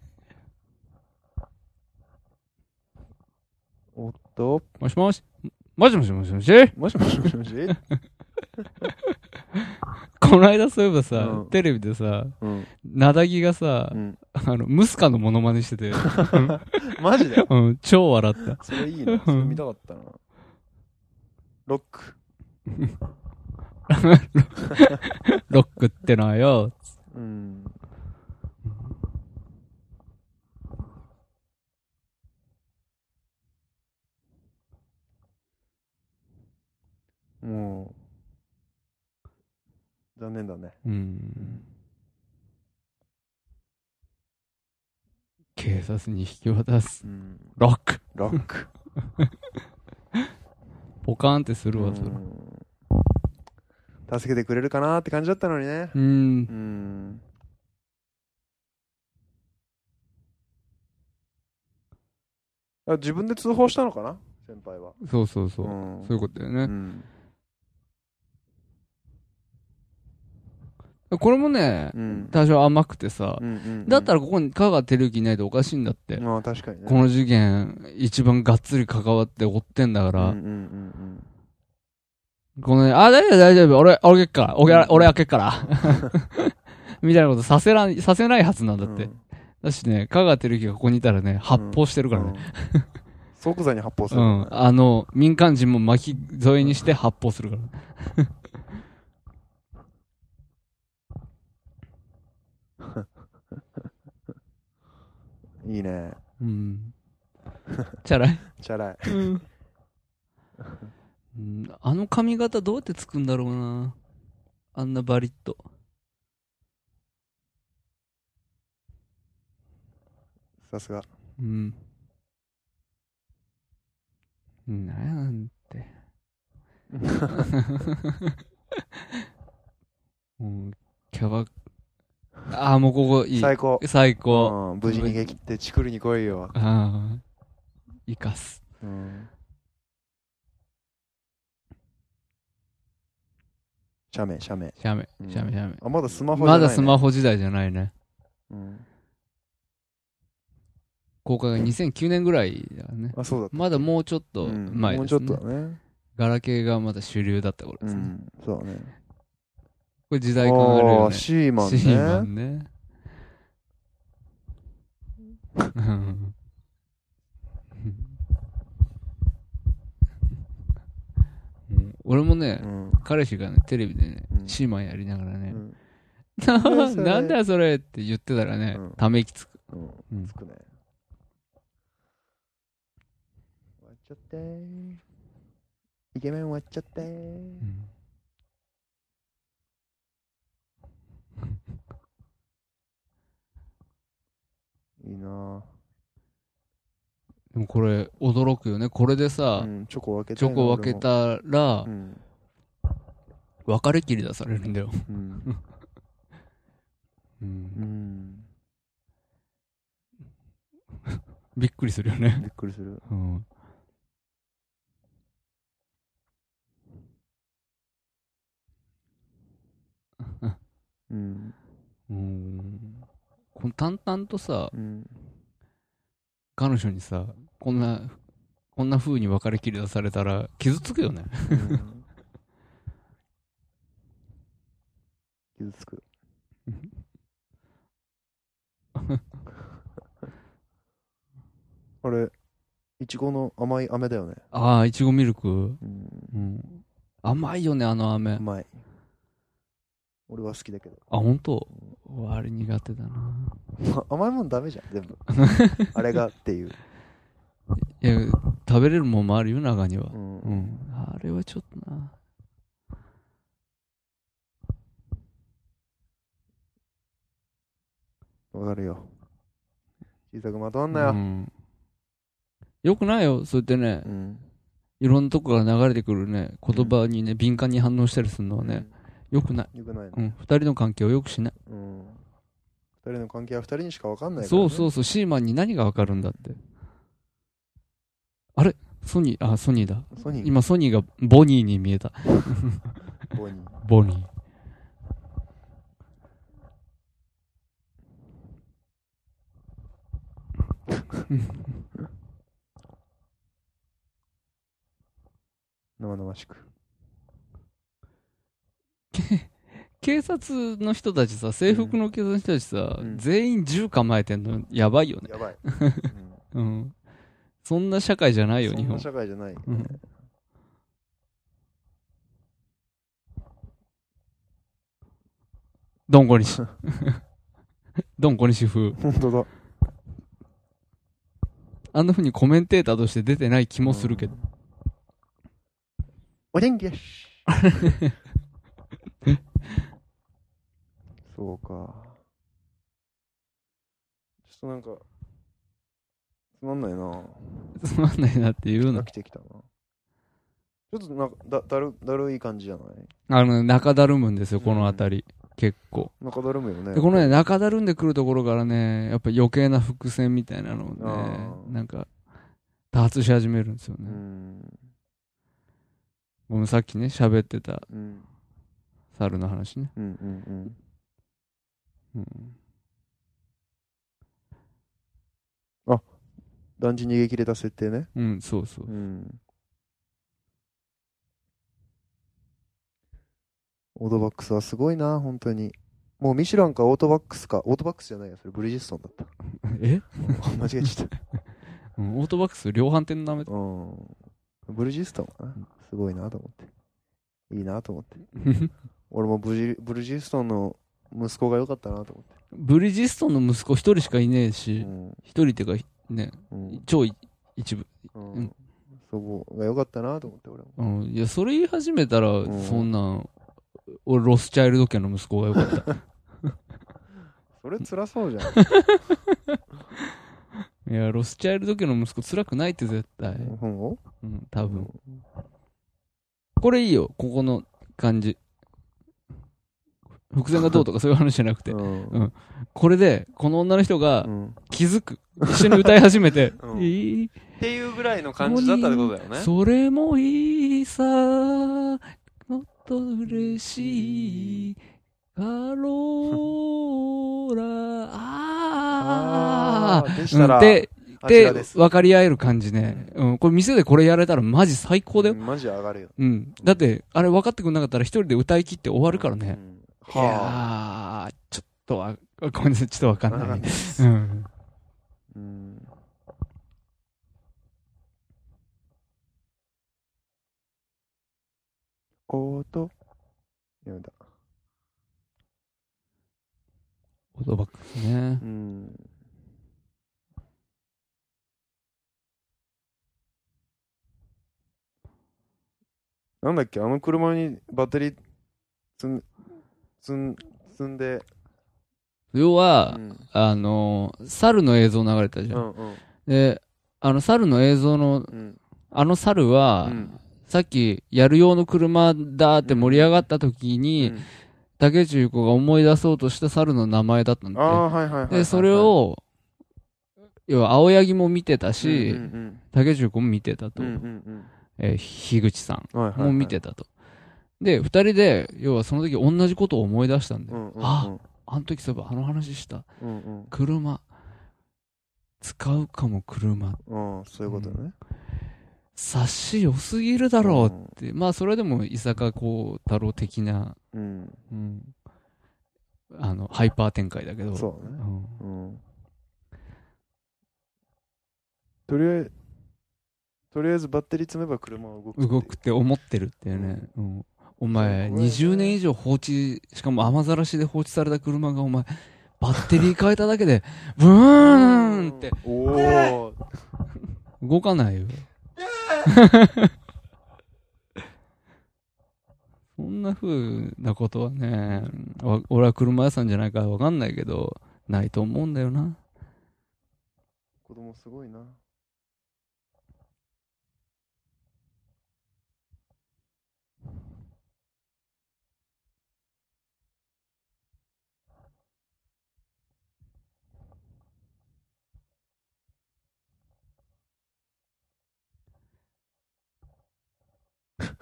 Speaker 2: [LAUGHS] おっと、
Speaker 3: もしもしもしもしもしもし
Speaker 2: もしもしもし
Speaker 3: [LAUGHS]
Speaker 2: もし
Speaker 3: この間そういえばさ
Speaker 2: う、ん
Speaker 3: テレビでさ、
Speaker 2: うん。
Speaker 3: なだぎがさ
Speaker 2: う、ん。
Speaker 3: あの、ムスカのモノマネしてて、 [LAUGHS]
Speaker 2: マジで
Speaker 3: うん、超笑った。
Speaker 2: それいいな。それ見たかったな。ロック。
Speaker 3: ロックってのはよ、
Speaker 2: うん。もう、残念だね。
Speaker 3: うん。警察に引き渡す。
Speaker 2: うん。
Speaker 3: ロック
Speaker 2: ロック。
Speaker 3: ポカーンってするわ、それ。
Speaker 2: うん助けてくれるかなって感じだったのにね。
Speaker 3: う
Speaker 2: う。
Speaker 3: ん
Speaker 2: ん。あ自分で通報したのかな先輩は。
Speaker 3: そうそうそう。
Speaker 2: うん
Speaker 3: そういうことだよ
Speaker 2: う
Speaker 3: ね。
Speaker 2: ん。
Speaker 3: これもね、
Speaker 2: うん
Speaker 3: 多少甘くてさ、
Speaker 2: うんうん
Speaker 3: だった
Speaker 2: ら、
Speaker 3: らここに香川照之いないとおかしいんだって。
Speaker 2: まあ確かにね。
Speaker 3: この事件、一番がっつり関わって追ってんだから、
Speaker 2: うんうんうん
Speaker 3: このね、あ、大丈夫大丈夫、俺、俺開けっから、俺、
Speaker 2: うん
Speaker 3: 俺開けっから。 [LAUGHS] みたいなことさせらん、させないはずなんだ
Speaker 2: うん、
Speaker 3: って。
Speaker 2: うん
Speaker 3: だしね、香川照之がここにいたらね、発砲してるからね。
Speaker 2: うん即座に発砲す
Speaker 3: う
Speaker 2: る。
Speaker 3: ん。あの、民間人も巻き添えにして発砲するから。
Speaker 2: いいね。
Speaker 3: うん。チャラい。
Speaker 2: チャラい。
Speaker 3: うんあの髪型どうやってつくんだろうな。あんなバリッと。
Speaker 2: さすが。
Speaker 3: うん。なん
Speaker 2: [LAUGHS]
Speaker 3: て。うん、キャバ、ああ、もうここいい。
Speaker 2: 最高。
Speaker 3: 最高。
Speaker 2: うん無事に逃げ切って、チクリに来いよ。
Speaker 3: ああ。生かす。
Speaker 2: うん写メ、写メ。
Speaker 3: シャメ
Speaker 2: う、ん
Speaker 3: シャメ、シャメ。
Speaker 2: あ、まだスマホじゃな
Speaker 3: ま
Speaker 2: い、ね、
Speaker 3: だスマホ時代じゃないね。
Speaker 2: うん
Speaker 3: 公開が2009年ぐらいだね。
Speaker 2: あ、そうだった。
Speaker 3: まだもうちょっと
Speaker 2: うん
Speaker 3: 前
Speaker 2: もう
Speaker 3: で
Speaker 2: ちょ
Speaker 3: す
Speaker 2: っと
Speaker 3: ね
Speaker 2: だ。ね。
Speaker 3: ガラケーがまだ主流だった頃
Speaker 2: う
Speaker 3: ですね。
Speaker 2: ん、そうだね。
Speaker 3: これ時代感あるよ
Speaker 2: ー
Speaker 3: ね。
Speaker 2: シーマンね。
Speaker 3: シーマンね。うん俺もね
Speaker 2: う、ん。
Speaker 3: 彼氏がね、テレビでね
Speaker 2: う、ん
Speaker 3: シーマンやりながら
Speaker 2: う
Speaker 3: ね、
Speaker 2: ん。
Speaker 3: な
Speaker 2: それ
Speaker 3: [LAUGHS] なんだよそれって言ってたらね
Speaker 2: うん、
Speaker 3: ため息つく。
Speaker 2: うん。
Speaker 3: うん
Speaker 2: つくね。終わっちゃってー。イケメン終わっちゃってー。いいな
Speaker 3: でもこれ、驚くよね。これで
Speaker 2: ぁ。
Speaker 3: さ
Speaker 2: う、ん、チョコ分けた
Speaker 3: チ
Speaker 2: い
Speaker 3: ョ
Speaker 2: な
Speaker 3: コ分け。たら
Speaker 2: 俺、も
Speaker 3: 別れ切り出されるんだよ。
Speaker 2: うん。うん。うん。
Speaker 3: びっくりするよね。
Speaker 2: びっくりする。
Speaker 3: うん
Speaker 2: うん。
Speaker 3: うんこの淡々とさ、
Speaker 2: うん。
Speaker 3: 彼女にさ、こんな、こんな風に別れ切り出されたら傷つくよね。
Speaker 2: うん傷つ
Speaker 3: [LAUGHS]
Speaker 2: く。あれ、いちごの甘い飴だよね。
Speaker 3: ああ、いちごミルク。
Speaker 2: うん。
Speaker 3: うん甘いよね、あの飴。
Speaker 2: うまい。俺は好きだけど。 [LAUGHS]
Speaker 3: あ、本当。あれ苦手だな。
Speaker 2: ま甘いもんダメじゃん、全
Speaker 3: [LAUGHS]
Speaker 2: 部。あれがっていう。
Speaker 3: いや、食べれるもんもあるよ、中には
Speaker 2: う。ん。
Speaker 3: うん。あれはちょっとな。
Speaker 2: わかるよ。小さくまとまんなよ。
Speaker 3: うんよくないよ、そうやってね
Speaker 2: う、ん。
Speaker 3: いろんなとこから流れてくるね、言葉にね、敏感に反応したりするのはね、よくない。
Speaker 2: うん。よくないね。
Speaker 3: うん、二人の関係をよくしない。
Speaker 2: うん。二人の関係は二人にしかわかんないから、
Speaker 3: そ
Speaker 2: ね。
Speaker 3: うそうそう、シーマンに何がわかるんだって。あれソニー、あ、ソニーだ。
Speaker 2: ソニー、
Speaker 3: 今、ソニーがボニーに見えた。
Speaker 2: ボニー。
Speaker 3: ボニー。
Speaker 2: 生々しく。
Speaker 3: 警察の人たちさ、制服の警察の人たちさ、
Speaker 2: うん
Speaker 3: 全員銃構えてんのやばいよね。
Speaker 2: や
Speaker 3: [LAUGHS]
Speaker 2: ばい。うん
Speaker 3: うん。そんな社会じゃないよ、
Speaker 2: そ
Speaker 3: 日
Speaker 2: んな
Speaker 3: 本。
Speaker 2: 社会じゃない。
Speaker 3: うんどんこ
Speaker 2: [LAUGHS]
Speaker 3: にし。 [LAUGHS] どんこにし風。
Speaker 2: 本当だ。
Speaker 3: あんな風にコメンテーターとして出てない気もするけど。
Speaker 2: お天気
Speaker 3: [LAUGHS]
Speaker 2: よし。そうか。ちょっとなんか、つまんないな。
Speaker 3: つまんないなって言う
Speaker 2: 飽
Speaker 3: の。
Speaker 2: きてきたな。ちょっとなんかだだるだるい感じじゃない
Speaker 3: あの、中だるむんですよ、この辺り。結構。
Speaker 2: 中だるむよね。
Speaker 3: で、このね、中だるんでくるところからね、やっぱ余計な伏線みたいなのを
Speaker 2: あ
Speaker 3: ね、
Speaker 2: ー
Speaker 3: なんか、多発し始めるんですよ
Speaker 2: う
Speaker 3: ね。
Speaker 2: ん。
Speaker 3: ごめんさっきね、喋ってた
Speaker 2: うん。
Speaker 3: 猿の話ね。
Speaker 2: うんうんうん。
Speaker 3: うん
Speaker 2: 団地逃げ切れた設定ね。
Speaker 3: うん、そうそう
Speaker 2: う。ん。オートバックスはすごいな、本当に。もうミシュランかオートバックスか、オートバックスじゃないや、それブリヂストンだ
Speaker 3: [LAUGHS]
Speaker 2: った。
Speaker 3: え
Speaker 2: 間違えちゃ [LAUGHS] った。
Speaker 3: うんオートバックス量販店のめ
Speaker 2: うん。ブリヂストンかな。すごいなと思って。いいなと思って。
Speaker 3: て。
Speaker 2: 俺もブジブリヂストンの息子が良かったなと思っ
Speaker 3: [LAUGHS] ブリヂストンの息子一人しかいねえ
Speaker 2: て。
Speaker 3: し
Speaker 2: う、ん。
Speaker 3: 一人ってか、ね、
Speaker 2: うん。
Speaker 3: 超い一部。
Speaker 2: う
Speaker 3: うん
Speaker 2: ん。祖母が良かったなと思って、俺も。
Speaker 3: うん、いや、それ言い始めたら、
Speaker 2: ん
Speaker 3: そんなん、俺、ロスチャイルド家の息子がよかった。
Speaker 2: それ辛そうじゃん。
Speaker 3: いや、ロスチャイルド家の息子辛くないって絶対。
Speaker 2: 本を
Speaker 3: うん、多
Speaker 2: う
Speaker 3: 分
Speaker 2: ん。
Speaker 3: これいいよ、ここの感じ。伏線がどうとかそういう話じゃなくて
Speaker 2: う。
Speaker 3: んこれで、この女の人が
Speaker 2: ん。
Speaker 3: 気づく。一緒に歌い始めて
Speaker 1: うん
Speaker 3: いい、
Speaker 1: ていうぐらいの感じだったってことだよね。
Speaker 3: それもいいさ、もっと嬉しい。カローラ、
Speaker 2: あ
Speaker 3: あー
Speaker 2: あ、でしたら、
Speaker 3: うんで、
Speaker 2: あちら
Speaker 3: で
Speaker 2: です。
Speaker 3: 分かり合える感じね。うん、これ店でこれやれたらマジ最高だよ
Speaker 2: う。んマジ上がるよ。
Speaker 3: うん。だって、あれ分かってくんなかったら一人で歌い切って終わるからね
Speaker 2: う。ん。
Speaker 3: い
Speaker 2: はあ。
Speaker 3: やー、ちょっとわ、 [LAUGHS] ごめんなさい、ちょっとわかん
Speaker 2: わ
Speaker 3: な
Speaker 2: かん
Speaker 3: い
Speaker 2: な。いです
Speaker 3: うん。
Speaker 2: うん。オートやめた。
Speaker 3: オートバックスね
Speaker 2: う。ん。なんだっけ、あの車にバッテリー積ん、積ん、積んで、
Speaker 3: 要
Speaker 2: う
Speaker 3: は、
Speaker 2: ん。
Speaker 3: あの、猿の映像流れたじ
Speaker 2: う
Speaker 3: ゃん。
Speaker 2: んうん
Speaker 3: で、あの猿の映像
Speaker 2: う
Speaker 3: の、
Speaker 2: ん。
Speaker 3: あの猿は、
Speaker 2: うん
Speaker 3: さっき、やる用の車だって盛り上がった時に、
Speaker 2: うん
Speaker 3: 竹内優子が思い出そうとした猿の名前だったん
Speaker 2: ああ
Speaker 3: だ
Speaker 2: ー、はいはいはいはい
Speaker 3: って。
Speaker 2: はい。
Speaker 3: で、それを、要は、青柳も見てた
Speaker 2: うん
Speaker 3: し、
Speaker 2: うん
Speaker 3: 竹内優子も見てたと
Speaker 2: うん。う。んうん
Speaker 3: えー樋口さん
Speaker 2: うん。はいはいはい。
Speaker 3: も見てたと。で、二人で、要はその時同じことを思い出したんだ
Speaker 2: う
Speaker 3: よ。
Speaker 2: んうんうん。
Speaker 3: ああの時そういえばあの話した。
Speaker 2: うんうん
Speaker 3: 車。使うかも車。
Speaker 2: うん。そういうことね。
Speaker 3: 察し良すぎるだろうって。まあ、それでも伊坂幸太郎的な、
Speaker 2: うん。
Speaker 3: うん、あの、ハイパー展開だけ
Speaker 2: う
Speaker 3: ど。
Speaker 2: ん。そうだね。
Speaker 3: ん
Speaker 2: うんとりあえず、とりあえずバッテリー積めば車は動くっていう。
Speaker 3: 動くって思ってるっていうね。うんお前、
Speaker 2: すごいね
Speaker 3: 20年以上放置、しかも雨ざらしで放置された車がお前、バッテリー変えただけで、ブーンって。
Speaker 2: おお。
Speaker 3: 動かないよ。そんな風なことはね、わ俺は車屋さんじゃないからわかんないけど、ないと思うんだよな。
Speaker 2: 子供すごいな。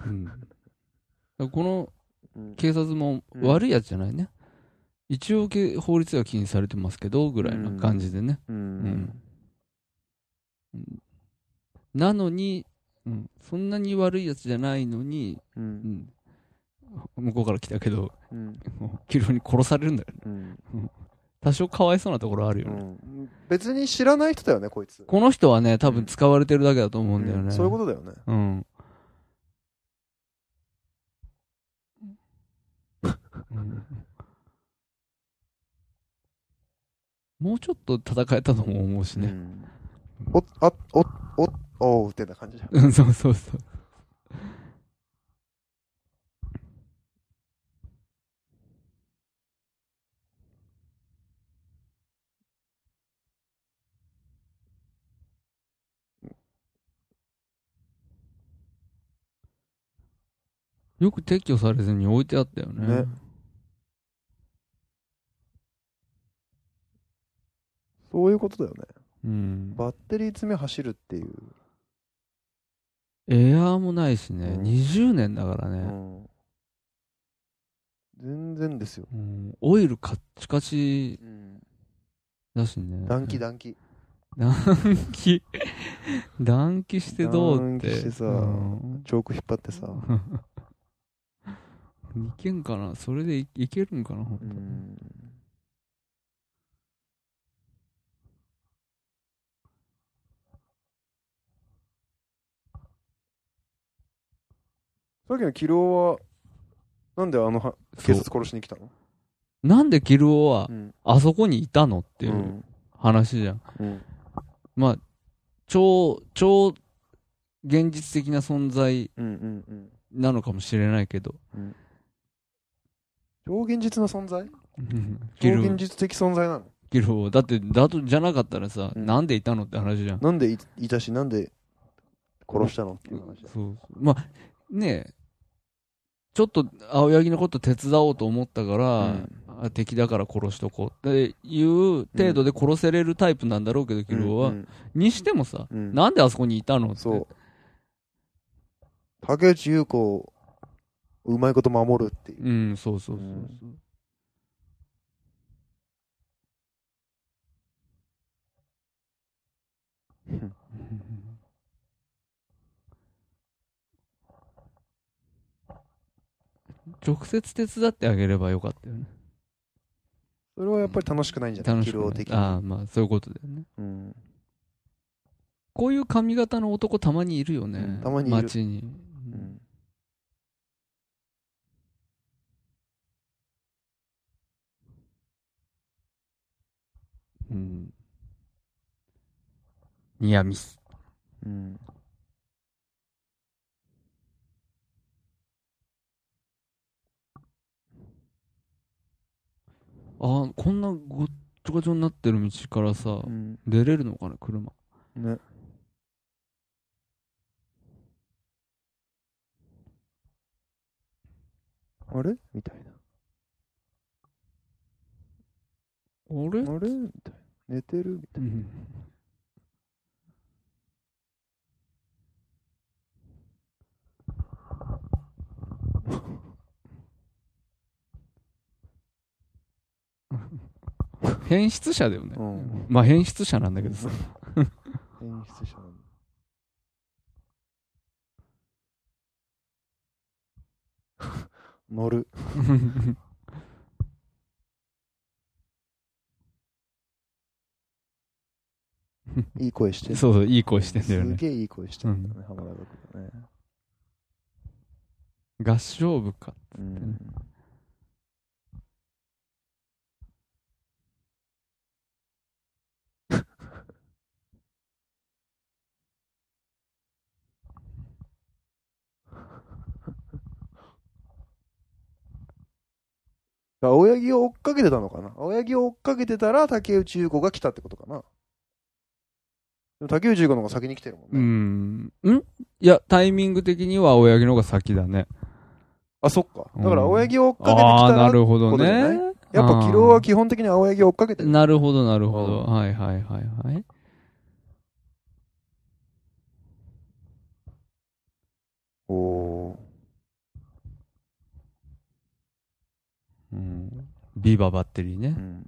Speaker 3: うん、だからこの
Speaker 2: うん
Speaker 3: 警察も悪いやつじゃないね。一応け法律が禁止されてますけど、ぐらいな感じでね。
Speaker 2: う
Speaker 3: うん。なのに、うん、そんなに悪いやつじゃないのに、
Speaker 2: う。
Speaker 3: うんん、向こうから来たけど、 [LAUGHS]
Speaker 2: うん。
Speaker 3: もう急に殺されるんだよね。
Speaker 2: うん。
Speaker 3: 多少かわいそうなところあるよね。
Speaker 2: うん別に知らない人だよね、こいつ。
Speaker 3: この人はね、多分使われてるだけだと思うんだよね。
Speaker 2: うんそういうことだよね。
Speaker 3: とうん。 [LAUGHS] もうちょっと戦えたとも思うし
Speaker 2: う
Speaker 3: ね。
Speaker 2: んお、あ、お、お、おうってな感じじゃん。
Speaker 3: うん、そうそうそう。よく撤去されずに置いてあったよね。
Speaker 2: ねそういうことだよね。
Speaker 3: うん。
Speaker 2: バッテリー積め走るっていう。
Speaker 3: エアーもないしね。
Speaker 2: うん
Speaker 3: 20年だから
Speaker 2: う
Speaker 3: ね、
Speaker 2: ん全然ですよ。
Speaker 3: うんオイルカッチカチだしね。
Speaker 2: 暖気暖気。
Speaker 3: 暖気暖気してどうって
Speaker 2: 暖気してさ
Speaker 3: うん
Speaker 2: チョーク引っ張ってさ。
Speaker 3: [LAUGHS] いけんかなそれでいいけるんかな、本当
Speaker 2: うんさっきのキロは、なんであのは警察殺しに来たの
Speaker 3: なんでキルオは
Speaker 2: ん。
Speaker 3: あそこにいたのっていううん話じゃん、
Speaker 2: うん
Speaker 3: まあ超超現実的な存在
Speaker 2: うんうんうん。
Speaker 3: なのかもしれないけど
Speaker 2: 超現実な存在
Speaker 3: ギ
Speaker 2: 超
Speaker 3: ル
Speaker 2: 現
Speaker 3: オ
Speaker 2: 実的存在なの
Speaker 3: ギルオだってだとじゃなかったらさ、
Speaker 2: うん
Speaker 3: なんでいたのって話じゃん
Speaker 2: なんでいいたし、なんで殺したのっていう話だ。
Speaker 3: そうそうまあねえちょっと青柳のこと手伝おうと思ったから、あ敵だから殺しとこうっていう程度で殺せれるタイプなんだろうけど、キルオは、
Speaker 2: うん
Speaker 3: にしてもさ、
Speaker 2: うん
Speaker 3: なんであそこにいたのって
Speaker 2: そう。竹内優子をうまいこと守るっていう。
Speaker 3: うんそうそうそうそう、
Speaker 2: うん
Speaker 3: 直接手伝ってあげればよかったよね
Speaker 2: それはやっぱり楽しくないんじゃない
Speaker 3: 楽
Speaker 2: 疲
Speaker 3: しく
Speaker 2: 労
Speaker 3: ない
Speaker 2: 的に。
Speaker 3: ああまあそういうことだよね
Speaker 2: うん
Speaker 3: こういう髪型の男たまにいるよね、
Speaker 2: たまにいる
Speaker 3: 街に、
Speaker 2: うん
Speaker 3: うん。ニアミス。
Speaker 2: うん。
Speaker 3: ああ、こんなごっちょごちょになってる道からさ、
Speaker 2: うん。
Speaker 3: 出れるのかな、車。
Speaker 2: ね。あれみたい
Speaker 3: あれ
Speaker 2: な。あれみたいな。寝てるみたい
Speaker 3: うん。変質者だよね。
Speaker 2: うん
Speaker 3: まあ変質者なんだけどさ。
Speaker 2: な。演出者なんだ乗る。
Speaker 3: [LAUGHS]
Speaker 2: いい声してる。
Speaker 3: そうそう、いい声してんだよ
Speaker 2: す
Speaker 3: ね。
Speaker 2: げえいい声してるんだよね、浜田君がね。
Speaker 3: 合唱部か。
Speaker 2: うん。 [LAUGHS] 青柳を追っかけてたのかな青柳を追っかけてたら竹内優子が来たってことかなでも竹内優子の方が先に来てるもんね。
Speaker 3: うん。んいや、タイミング的には青柳の方が先だね。
Speaker 2: あ、そっか。だから青柳を追っかけてきた
Speaker 3: ああー、
Speaker 2: ら
Speaker 3: なるほど
Speaker 2: ってことじゃ
Speaker 3: ね。
Speaker 2: やっぱキロは基本的に青柳を追っかけてる。
Speaker 3: なるほど、なるほど。はいはいはいはい。
Speaker 2: おお
Speaker 3: うん、ビーバーバッテリーね
Speaker 2: ー。う。ん。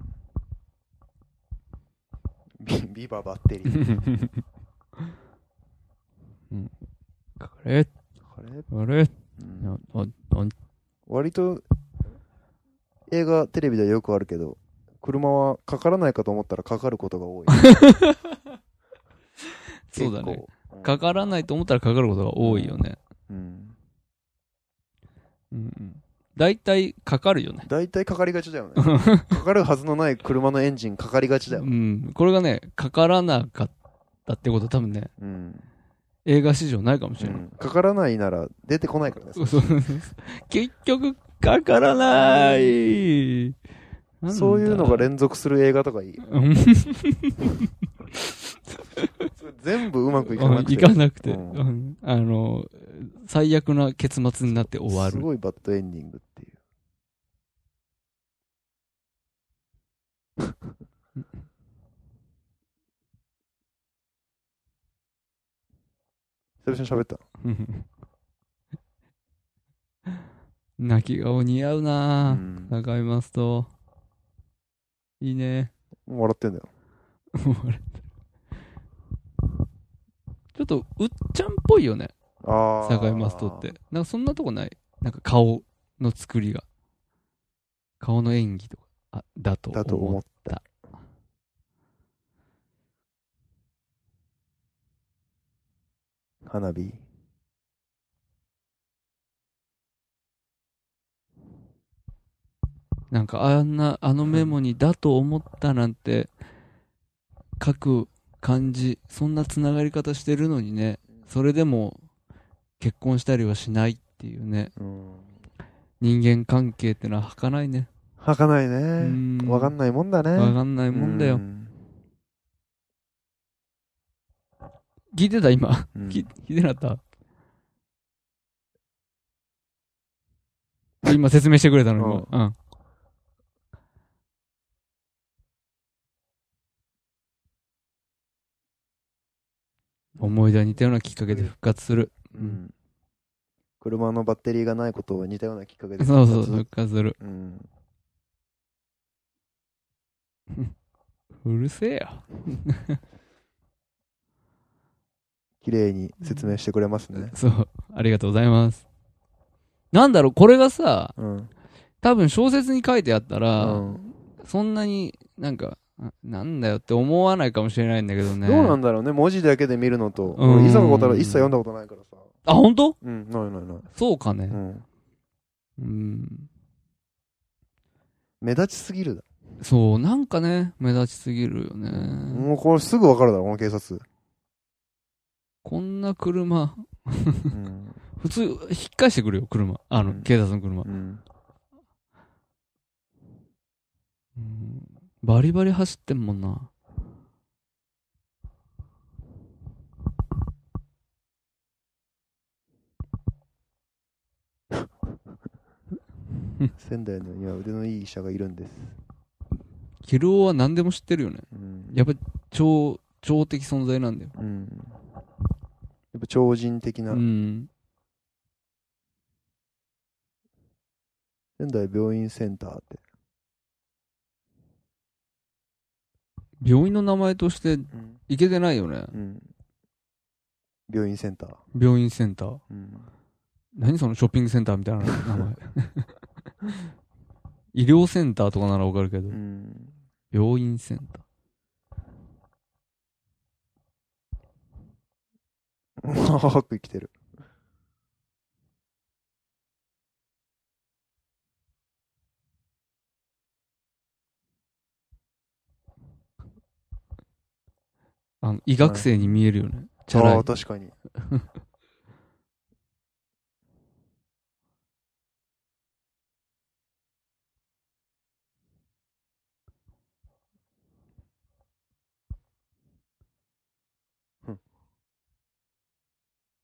Speaker 2: ビビババッテリー。
Speaker 3: うんこれ、
Speaker 2: あれ、
Speaker 3: これ、
Speaker 2: うん、
Speaker 3: あああ
Speaker 2: 割と映画、テレビではよくあるけど、車はかからないかと思ったらかかることが多い。
Speaker 3: [LAUGHS] そうだね。
Speaker 2: 結構。
Speaker 3: かからないと思ったらかかることが多いよね。
Speaker 2: うん。
Speaker 3: うんうん。大体かかるよね。
Speaker 2: 大体かかりがちだよね。かかるはずのない車のエンジンかかりがちだよ
Speaker 3: う。ん。これがね、かからなかったってことは多分ね、
Speaker 2: うん。
Speaker 3: 映画史上ないかもし
Speaker 2: う
Speaker 3: れない。
Speaker 2: ん、かからないなら出てこないからね。
Speaker 3: そうそうそう結局、かからないなんだ
Speaker 2: そういうのが連続する映画とかいい。
Speaker 3: うん
Speaker 2: それ全部うまくいかなくて。
Speaker 3: いかなくて、
Speaker 2: うん
Speaker 3: うんあの、最悪な結末になって終わ
Speaker 2: す
Speaker 3: る。
Speaker 2: ごいバッドエンディングってい
Speaker 3: [LAUGHS]
Speaker 2: う。久々に喋った。
Speaker 3: うん [LAUGHS] 泣き顔似合う
Speaker 2: う
Speaker 3: なぁ。
Speaker 2: ん、
Speaker 3: 高井マスト。いいね。 [LAUGHS]
Speaker 2: 笑ってんだよ。
Speaker 3: もうあれちょっと、うっちゃんっぽいよね。
Speaker 2: ああ。
Speaker 3: 高井マストって。。なんかそんなとこないなんか顔の作りが。顔の演技とか、あ、だと
Speaker 2: だと
Speaker 3: 思
Speaker 2: 思
Speaker 3: う
Speaker 2: っ。た。花火。
Speaker 3: なんかあんな、あのメモにだと思ったなんて書く感じ、そんなつながり方してるのにね、それでも結婚したりはしないっていうね、
Speaker 2: うん。
Speaker 3: 人間関係ってのは儚いね。
Speaker 2: はかないうね。
Speaker 3: ん
Speaker 2: わかんないもんだね。
Speaker 3: わかんないもんだよ
Speaker 2: う。ん。
Speaker 3: 聞いてた今。
Speaker 2: うん
Speaker 3: き聞いてなかった今説明してくれたのに今。うん。思い出は似たようなきっかけで復活する。
Speaker 2: うん車のバッテリーがないことは似たようなきっかけで
Speaker 3: そうそう、復活する。
Speaker 2: うん、
Speaker 3: うるせえよ。
Speaker 2: 綺麗に説明してくれますね。
Speaker 3: そう、ありがとうございます。なんだろう、これがさ、
Speaker 2: うん。
Speaker 3: 多分小説に書いてあった
Speaker 2: う
Speaker 3: ら、
Speaker 2: ん
Speaker 3: そんなになんか、あなんだよって思わないかもしれないんだけどね。
Speaker 2: どうなんだろうね、文字だけで見るのと、
Speaker 3: うん
Speaker 2: 俺、伊坂幸太郎一切読んだことないからさ。
Speaker 3: あ、本当
Speaker 2: うん、ないないない。
Speaker 3: そうかね
Speaker 2: う。ん。
Speaker 3: うん。
Speaker 2: 目立ちすぎるだ。
Speaker 3: そう、なんかね、目立ちすぎるよね。
Speaker 2: もうこれすぐ分かるだろ、この警
Speaker 3: [LAUGHS]
Speaker 2: 察。
Speaker 3: こんな車、
Speaker 2: うん。
Speaker 3: 普通、引っ返してくるよ、車。あの、
Speaker 2: うん
Speaker 3: 警察の車、
Speaker 2: うん。
Speaker 3: うんバリバリ走ってんもんな。
Speaker 2: 仙台のには腕のいい医者がいるんです。
Speaker 3: キルオは何でも知ってるよね。
Speaker 2: うん。
Speaker 3: やっぱ、超、超的存在なんだよ。
Speaker 2: うん。やっぱ超人的な。
Speaker 3: うん。
Speaker 2: 仙台病院センターって。
Speaker 3: 病院の名前として、
Speaker 2: うん。
Speaker 3: いけてないよね。
Speaker 2: 病院センター。
Speaker 3: 病院センター。
Speaker 2: うん。
Speaker 3: 何そのショッピングセンターみたいな
Speaker 2: [LAUGHS]
Speaker 3: 名前。医療センターとかならわかるけど
Speaker 2: う、ん。
Speaker 3: 病院センター。
Speaker 2: 長く生きてる。
Speaker 3: あの、医学生に見えるよね。チャ
Speaker 2: あ
Speaker 3: ラ
Speaker 2: あ、
Speaker 3: い。
Speaker 2: 確かに。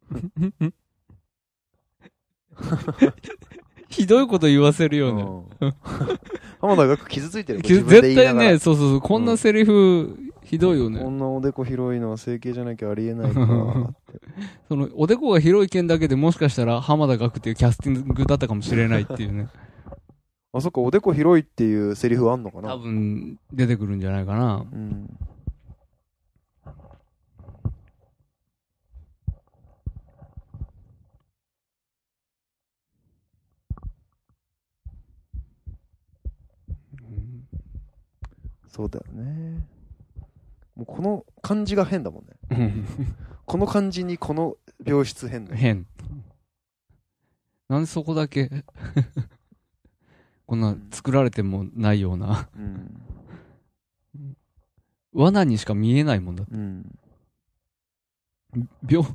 Speaker 3: [LAUGHS] ひどいこと言わせるよね。
Speaker 2: うん浜田学傷ついてるよ
Speaker 3: きゅ
Speaker 2: 自分で
Speaker 3: 絶
Speaker 2: 言い
Speaker 3: 対
Speaker 2: ながら
Speaker 3: ね、そうそうそう、こんなセリフ、ひどいよね。
Speaker 2: こんなおでこ広いのは整形じゃなきゃありえないかなって。
Speaker 3: その、おでこが広い件だけでもしかしたら浜田学っていうキャスティングだったかもしれないっていうね。
Speaker 2: あそっか、おでこ広いっていうセリフあんのかな
Speaker 3: 多分、出てくるんじゃないかな。
Speaker 2: うん。そうだよね。もうこの感じが変だもんね。 [LAUGHS] この感じにこの病室変だよ。
Speaker 3: 変。なんでそこだけ、こんな作られてもないような、
Speaker 2: うん。
Speaker 3: 罠にしか見えないもんだ。
Speaker 2: うん。
Speaker 3: 病、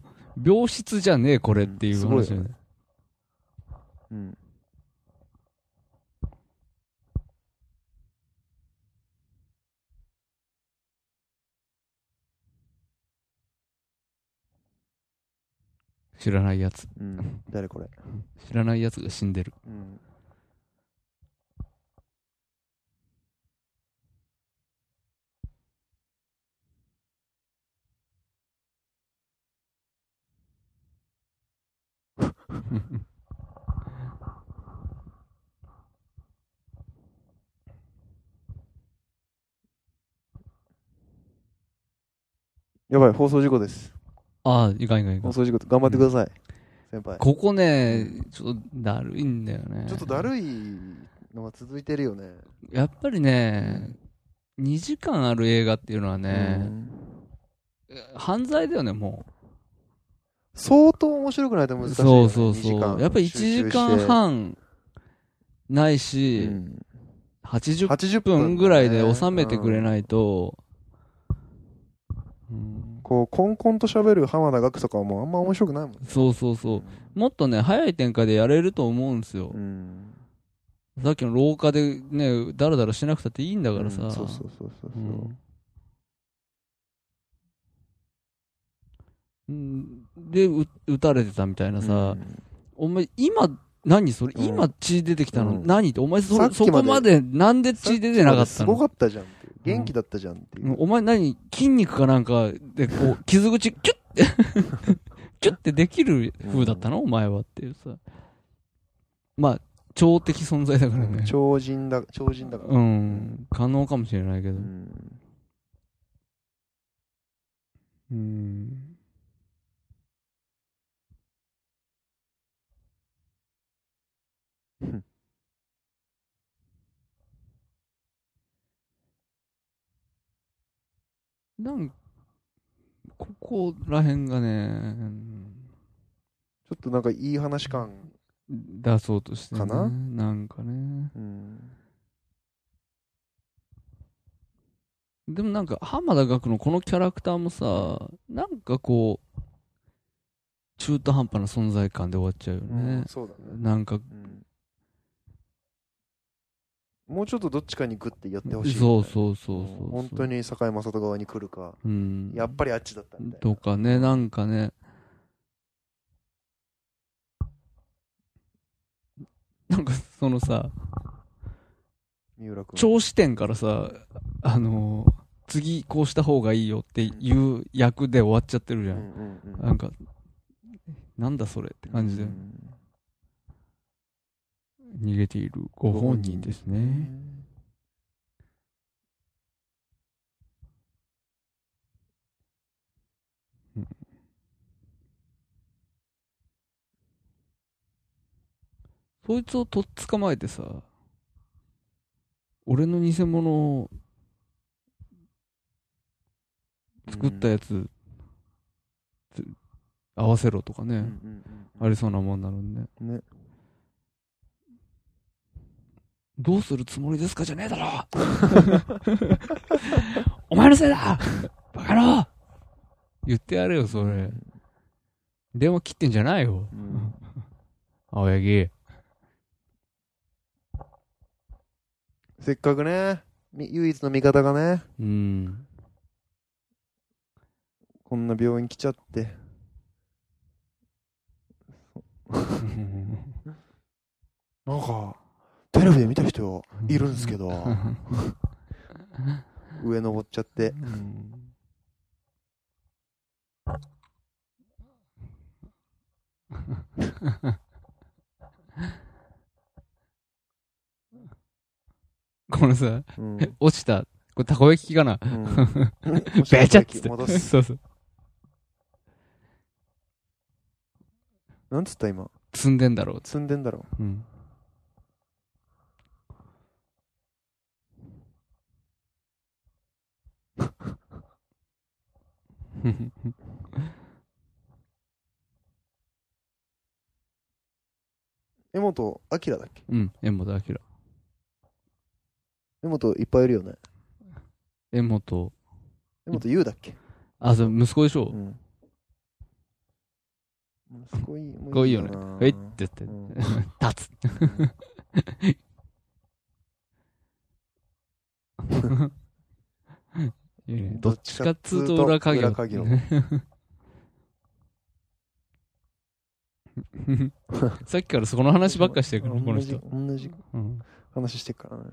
Speaker 3: 病室じゃねえ、これっていう話だよね。
Speaker 2: うん。
Speaker 3: 知らないやつ。
Speaker 2: うん。誰これ。
Speaker 3: 知らないやつが死んでる。
Speaker 2: うん。 [LAUGHS] やばい、放送事故です。
Speaker 3: ああ、いかんいかんいか
Speaker 2: 放
Speaker 3: ん。
Speaker 2: 送事故、頑張ってください。先輩。
Speaker 3: ここね、ちょっとだるいんだよね。
Speaker 2: ちょっとだるいのが続いてるよね。
Speaker 3: やっぱりね、2時間ある映画っていうのは
Speaker 2: う
Speaker 3: ね、
Speaker 2: ん
Speaker 3: 犯罪だよね、も
Speaker 2: 相当面白くないと
Speaker 3: う。
Speaker 2: 難しいよね、
Speaker 3: そうそ
Speaker 2: 2
Speaker 3: う
Speaker 2: 時
Speaker 3: そ
Speaker 2: 間
Speaker 3: う。やっぱり1時間、半ないし、80
Speaker 2: 80
Speaker 3: 分ぐらいで収めてくれ
Speaker 2: い、うん
Speaker 3: ないと、
Speaker 2: こうコンコンと喋る浜田岳とかはもうあんま面白くないもん
Speaker 3: そうそうそう。もっとね、早い展開でやれると思うんですよ
Speaker 2: う。ん
Speaker 3: さっきの廊下でね、だらだらしなくたっていいんだからさ。
Speaker 2: うんそうそうそうそうそう、
Speaker 3: うん、でう撃たれてたみたいなさ、
Speaker 2: うん
Speaker 3: お前今何それ、
Speaker 2: うん
Speaker 3: 今血出てきたの、
Speaker 2: うん
Speaker 3: 何ってお前そ
Speaker 2: さっ
Speaker 3: そ
Speaker 2: きまで
Speaker 3: こまでなんで血出てなかった
Speaker 2: すご
Speaker 3: の
Speaker 2: かったじゃんっていう元気だったじゃんっていう、
Speaker 3: お前何筋肉かなんかで
Speaker 2: [LAUGHS]
Speaker 3: こう傷口キュッて [LAUGHS] キュッてできる風だったのお前はっていうさまあ超的存在だからね
Speaker 2: 超人だ超人だから、
Speaker 3: うん可能かもしれないけど
Speaker 2: うん
Speaker 3: うん
Speaker 2: うん
Speaker 3: なんかここら辺がね、
Speaker 2: ちょっとなんかいい話感、
Speaker 3: 出そうとしてね。
Speaker 2: かな
Speaker 3: なんかね。
Speaker 2: うん
Speaker 3: でもなんか浜田岳のこのキャラクターもさなんかこう中途半端な存在感で終わっちゃうよね、
Speaker 2: そうだね。
Speaker 3: なんか
Speaker 2: うんもうちょっとどっちかにグッて寄ってほしい。
Speaker 3: そうそうそうそう
Speaker 2: うん本当
Speaker 3: に、
Speaker 2: に堺雅人側に来るか、
Speaker 3: うん、
Speaker 2: やっぱりあっちだったみたいな。
Speaker 3: とかねなんかねなんかそのさ
Speaker 2: 三浦君。
Speaker 3: 超視点からさあのー次こうした方がいいよっていう役で終わっちゃってるじ
Speaker 2: う
Speaker 3: ゃ
Speaker 2: ん
Speaker 3: ん、
Speaker 2: うんうん。
Speaker 3: なんかなんだそれって感じで、
Speaker 2: うん
Speaker 3: 逃げているご本人ですね。うんそいつをとっ捕まえてさ、俺の偽物を作ったやつ、つ合わせろとかね、
Speaker 2: うんうんうん
Speaker 3: ありそうなもんなのにね。
Speaker 2: ね。
Speaker 3: どうするつもりですかじゃねえだろ [LAUGHS] お前のせいだバカ野郎言ってやれよ、それ。電話切ってんじゃないよ。
Speaker 2: うん
Speaker 3: 青柳。
Speaker 2: せっかくね、み唯一の味方がね、
Speaker 3: [LAUGHS] うん。
Speaker 2: こんな病院来ちゃって。なんか、テレビで見た人いるんですけど、
Speaker 3: [LAUGHS]
Speaker 2: 上登っちゃって。
Speaker 3: [LAUGHS] このさ、
Speaker 2: うん。
Speaker 3: 落ちた。これたこ焼き器かな [LAUGHS]
Speaker 2: うん
Speaker 3: べちゃっつって。
Speaker 2: 戻す。
Speaker 3: [LAUGHS] そうそう。
Speaker 2: なんつった今。
Speaker 3: 積んでんだろう。
Speaker 2: 積んでんだろ。
Speaker 3: うん。
Speaker 2: 江本明だっけ
Speaker 3: [LAUGHS] うん。江本明。
Speaker 2: 江本いっぱいいるよね。
Speaker 3: 江本。
Speaker 2: 江本優だっけ
Speaker 3: あ、それ息子でしょ
Speaker 2: うん。息子いい。もう
Speaker 3: かっこいいよね
Speaker 2: かな。
Speaker 3: えいって言って
Speaker 2: う、ん [LAUGHS]
Speaker 3: 立つ。いいね [LAUGHS] どっちかっつうと裏影を。
Speaker 2: 裏稼業
Speaker 3: [LAUGHS] さっきからそこの話ばっかしてるから、この人。
Speaker 2: 同じ同じ
Speaker 3: うん
Speaker 2: 話してるからね。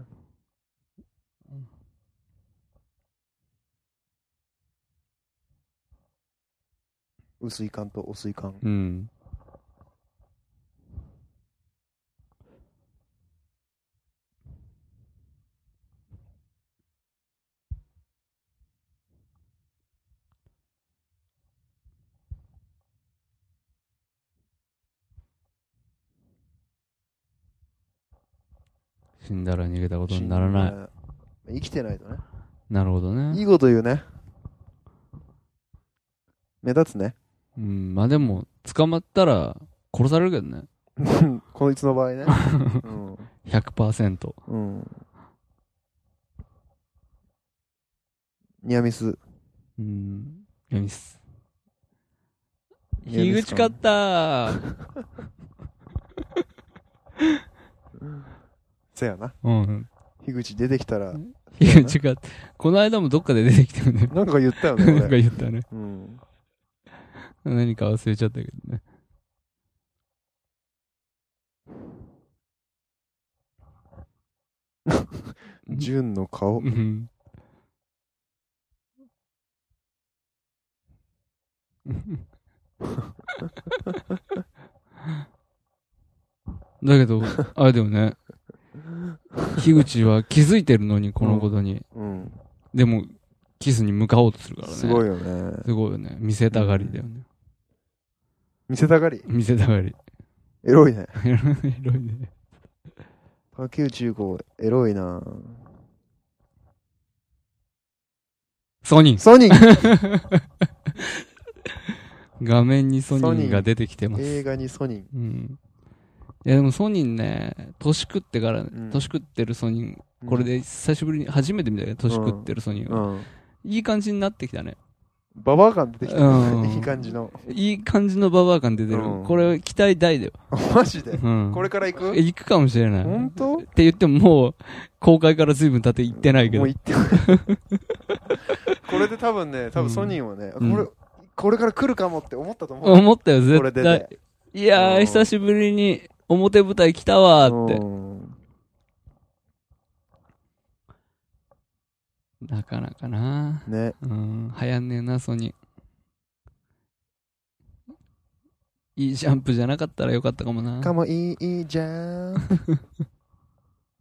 Speaker 2: 薄い感とお水感。
Speaker 3: うん。死んだら逃げたことにならない。
Speaker 2: い。生きてないとね。
Speaker 3: なるほど
Speaker 2: い
Speaker 3: ね。
Speaker 2: いこと言うね。目立つね。 [LAUGHS]
Speaker 3: うん、まあでも、捕まったら殺されるけどね。
Speaker 2: こいつの場合
Speaker 3: [LAUGHS]
Speaker 2: ね。うん
Speaker 3: 100%。
Speaker 2: うん。ニアミス。
Speaker 3: うん。読みす。
Speaker 2: いや
Speaker 3: 樋口勝ったー
Speaker 2: せやな。
Speaker 3: うん。
Speaker 2: 樋口出てきたら、
Speaker 3: 樋口勝った。この間もどっかで出てきたよね。
Speaker 2: なんか言ったよ
Speaker 3: [LAUGHS]
Speaker 2: ね、
Speaker 3: なんか
Speaker 2: 俺。
Speaker 3: 言ったね。
Speaker 2: うん。
Speaker 3: 何か忘れちゃったけどね。
Speaker 2: 純の顔
Speaker 3: う。ん。だけど、あれだよね。樋口は気づいてるのに、このことに。
Speaker 2: うん。
Speaker 3: でも、キスに向かおうとするからね。
Speaker 2: すごいよね。
Speaker 3: すごいよね。見せたがりだよね。
Speaker 2: 見せたがり。
Speaker 3: 見せ
Speaker 2: [LAUGHS]
Speaker 3: たがり。
Speaker 2: エロいね。
Speaker 3: エロいね。
Speaker 2: 竹内優子、エロいな
Speaker 3: ソニー。
Speaker 2: ソニ
Speaker 3: [LAUGHS]
Speaker 2: ー
Speaker 3: 画面にソニーが出てきてます。
Speaker 2: 映画にソニー。
Speaker 3: うん。いやでもソニーね、年食ってから、
Speaker 2: ん
Speaker 3: 年食ってるソニーこれで久しぶりに初めてみたいな年食ってるソニー
Speaker 2: う
Speaker 3: が、
Speaker 2: ん。
Speaker 3: いい感じになってきたね
Speaker 2: ババア感出てきた
Speaker 3: うん
Speaker 2: ね。いい感じの。 [LAUGHS]
Speaker 3: いい感じのババア感出てる、
Speaker 2: うん
Speaker 3: これ期待大だよ、
Speaker 2: マジで。
Speaker 3: うん、
Speaker 2: これから行く
Speaker 3: え行くかもしれない
Speaker 2: 本当
Speaker 3: って言ってももう公開から随分経って行ってないけ
Speaker 2: も
Speaker 3: ど
Speaker 2: う行
Speaker 3: [LAUGHS]
Speaker 2: ってこれで多分ね、多分ソニーはね、
Speaker 3: うん
Speaker 2: これ、これから来るかもって思ったと思う。
Speaker 3: 思ったよ
Speaker 2: これで
Speaker 3: 絶対
Speaker 2: ね。
Speaker 3: いや
Speaker 2: う
Speaker 3: ー
Speaker 2: ん
Speaker 3: 久しぶりに表舞台来たわーって
Speaker 2: うん
Speaker 3: なかなかな
Speaker 2: ね。
Speaker 3: うん流行んねえなソニーいいジャンプじゃなかったらよかったかもな
Speaker 2: かもいいじゃ
Speaker 3: [LAUGHS]
Speaker 2: ん。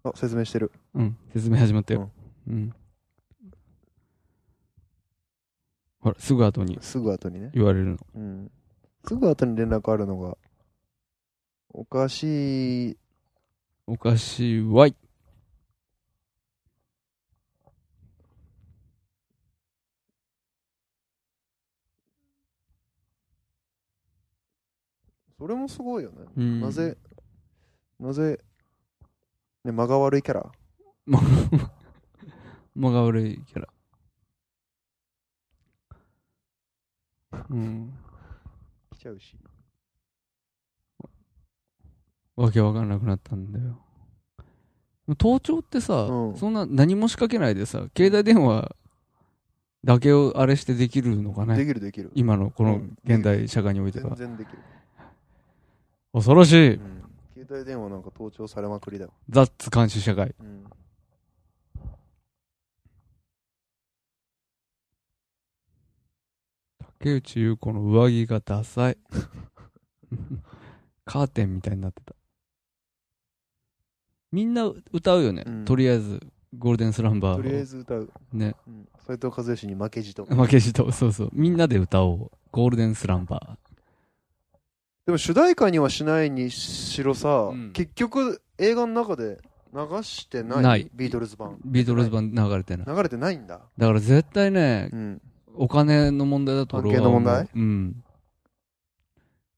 Speaker 2: あ、説明してる。
Speaker 3: うん説明始まったようんほらすぐ後に
Speaker 2: すぐ後にね。
Speaker 3: 言われるの
Speaker 2: うん。すぐ後に連絡あるのが、おかしい、
Speaker 3: おかしいわい
Speaker 2: それもすごいよね。
Speaker 3: うん
Speaker 2: なぜ、なぜ、ね、間が悪いキャラ。
Speaker 3: [LAUGHS] ま、間が悪いキャラ。うん。
Speaker 2: 来ちゃうし。
Speaker 3: わけわかんなくなったんだよ。盗聴ってさ、
Speaker 2: うん
Speaker 3: そんな何も仕掛けないでさ、携帯電話だけをあれしてできるのか
Speaker 2: で
Speaker 3: ね。
Speaker 2: きるできる。
Speaker 3: 今のこ
Speaker 2: う
Speaker 3: の
Speaker 2: ん
Speaker 3: 現代社会において
Speaker 2: 全
Speaker 3: は。
Speaker 2: 然できる。
Speaker 3: 恐ろしい
Speaker 2: うん携帯電話なんか盗聴されまくりだよ。
Speaker 3: ザッツ監視社会。
Speaker 2: うん。
Speaker 3: 竹内優子の上着がダサい。 [LAUGHS] カーテンみたいになってた。みんな歌うよね。
Speaker 2: うん
Speaker 3: とりあえず、ゴールデンスランバーを。
Speaker 2: とりあえず歌う。
Speaker 3: ね。
Speaker 2: うん斉藤和義に負けじと。
Speaker 3: 負けじと、そうそう。みんなで歌おう。ゴールデンスランバ
Speaker 2: でも主題歌にはしないにしろさ、
Speaker 3: うん
Speaker 2: 結局映画の中で流してない
Speaker 3: ない
Speaker 2: ビートルズ
Speaker 3: ー
Speaker 2: 版。。
Speaker 3: ビートルズ版流れてない。
Speaker 2: 流れてないんだ。
Speaker 3: だから絶対ね
Speaker 2: う、ん。
Speaker 3: お金の問題だと俺は
Speaker 2: 関係の問題
Speaker 3: 思ううん。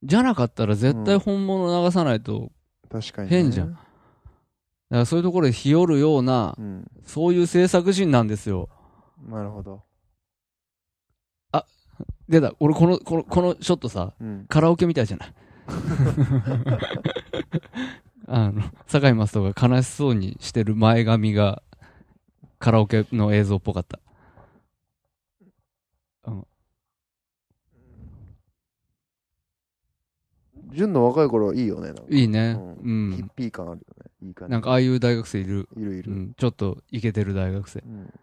Speaker 3: じゃなかったら絶対本物流さないと、
Speaker 2: 確かに、
Speaker 3: 変じゃん。だからそういうところで日和るような、
Speaker 2: うん。
Speaker 3: そういう制作人なんですよ。
Speaker 2: なるほど。
Speaker 3: でだ、俺この、この、このショットさ、
Speaker 2: うん。
Speaker 3: カラオケみたいじゃない
Speaker 2: [LAUGHS]
Speaker 3: あの、坂井雅人が悲しそうにしてる前髪が、カラオケの映像っぽかった。
Speaker 2: 純の若い頃はいいよね。なんか
Speaker 3: いいね。う
Speaker 2: うんヒッ
Speaker 3: ん。
Speaker 2: ピー感あるよね。いい感じ。
Speaker 3: なんかああいう大学生いる。
Speaker 2: いるいうる。
Speaker 3: ん。ちょっとイケてる大学生。
Speaker 2: うん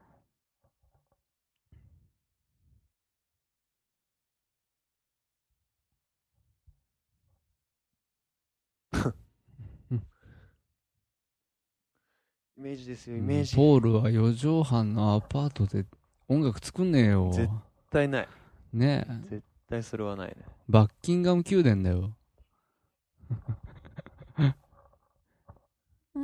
Speaker 6: [LAUGHS]
Speaker 3: うん
Speaker 2: イメージですよ、イメージ。
Speaker 3: ポールは四畳半のアパートで音楽作んねえよ。
Speaker 6: 絶対ない。
Speaker 3: ねえ。
Speaker 6: 絶対それはないね。
Speaker 3: [LAUGHS] バッキンガム宮殿だよ。
Speaker 6: 有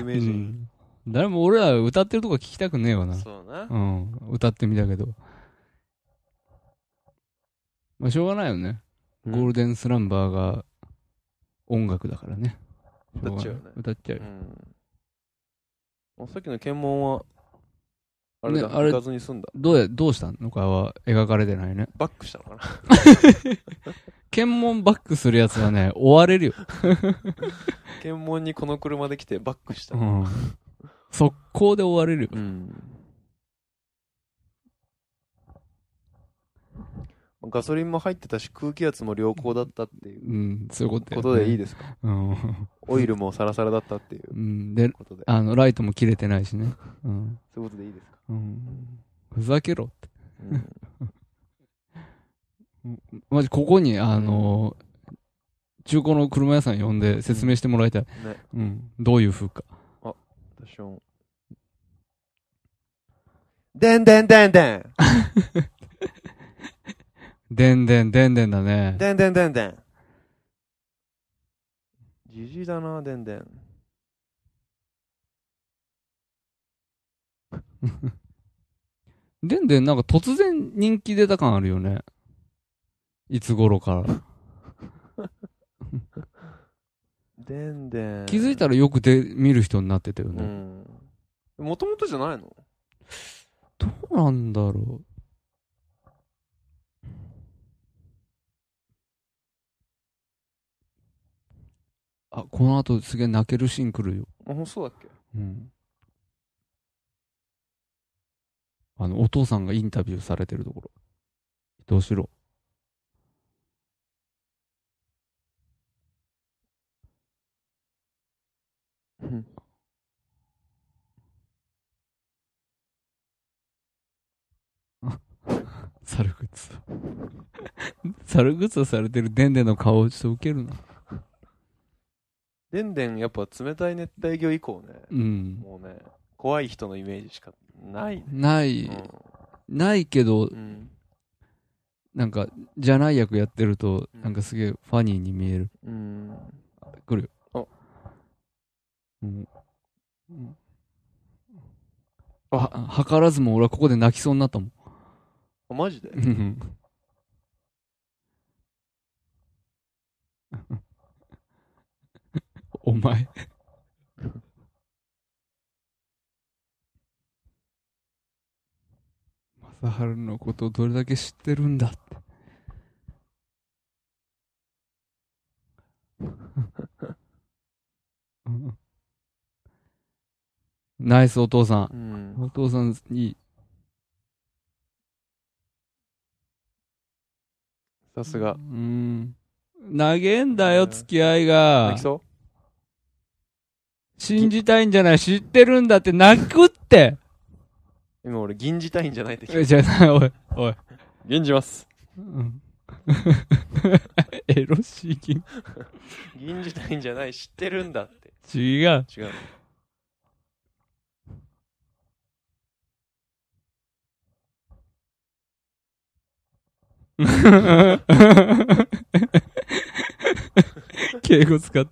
Speaker 3: う
Speaker 6: 名人。
Speaker 3: ん誰も俺ら歌ってるとこ聞きたくねえよな。
Speaker 6: そうな
Speaker 3: う。ん、歌ってみたけど。まあしょうがないよね。
Speaker 6: うん
Speaker 3: ゴールデンスランバーが音楽だからね。
Speaker 6: 歌っちゃうよね
Speaker 3: しょがない歌っちゃうよ。
Speaker 6: うん。さっきの検問は、あれだ、
Speaker 3: ねあれ
Speaker 6: 行かずに済んだ。
Speaker 3: どうや、どうしたのかは描かれてないね。
Speaker 6: バックしたのかな。
Speaker 3: 検問バックするやつはね、 [LAUGHS] 追われるよ。
Speaker 6: 検問にこの車で来てバックした
Speaker 3: う。ん。速攻で追われるよ。
Speaker 6: うん。
Speaker 2: ガソリンも入ってたし、空気圧も良好だったっていう
Speaker 3: うん、そういうことだよ
Speaker 2: こ
Speaker 3: ね
Speaker 2: とでいいですか。
Speaker 3: うん。
Speaker 2: オイルもサラサラだったっていう
Speaker 3: うん。で、
Speaker 2: ことで。
Speaker 3: あの、ライトも切れてないしね。うん。
Speaker 2: そういうことでいいですか。
Speaker 3: うん。ふざけろって。
Speaker 2: うん
Speaker 3: マジ、ここに、あの中古の車屋さん呼んで説明してもらいたい。
Speaker 2: ね
Speaker 3: うん。どういう風か。
Speaker 2: ダション。でんでんでんでん
Speaker 3: でんでん、でんでんだね。
Speaker 2: でんでんでんでんじじいだな、でんでん。
Speaker 3: でんでんなんか突然人気出た感あるよね。いつ頃から。
Speaker 2: でんでん
Speaker 3: 気づいたらよくで見る人になってたよ
Speaker 2: う
Speaker 3: ね。
Speaker 2: ん。もともとじゃないの
Speaker 3: どうなんだろう。あ、この後すげえ泣けるシーン来るよ。
Speaker 2: あ、ほんそうだっけ
Speaker 3: うん。あの、お父さんがインタビューされてるところ。どうしろ。
Speaker 2: うん
Speaker 3: 猿グッズ。 [LAUGHS] 猿グッズをされてるデンデンの顔をちょっと受けるな。
Speaker 2: でんでんやっぱ冷たい熱帯魚以降ね、
Speaker 3: うん。
Speaker 2: もうね、怖い人のイメージしかない。
Speaker 3: ない、
Speaker 2: う
Speaker 3: ないけど、
Speaker 2: ん。うん。
Speaker 3: なんか、じゃない役やってると、
Speaker 2: うん
Speaker 3: なんかすげえファニーに見える。
Speaker 2: うん。
Speaker 3: 来るよ。うん。あ、図らずも俺はここで泣きそうになったもん。
Speaker 2: あ、マジで
Speaker 3: うん [LAUGHS] お前。正治のことをどれだけ知ってるんだって。 [LAUGHS] うんナイスお父さん。
Speaker 2: うん。
Speaker 3: お父さんに、
Speaker 2: さす
Speaker 3: う
Speaker 2: が。
Speaker 3: ん。投げんだよ、付き合いが
Speaker 2: 泣き。そ
Speaker 3: 信じたいんじゃない知ってるんだって泣くって
Speaker 2: う今俺、銀じたいんじゃないって聞いた。
Speaker 3: じゃあ、おい、おい。
Speaker 2: 銀じます。
Speaker 3: うん、エロシー
Speaker 2: 銀じたいんじゃない、知ってるんだって。[LAUGHS]
Speaker 3: 違う。
Speaker 2: 違う。
Speaker 3: 敬語使って。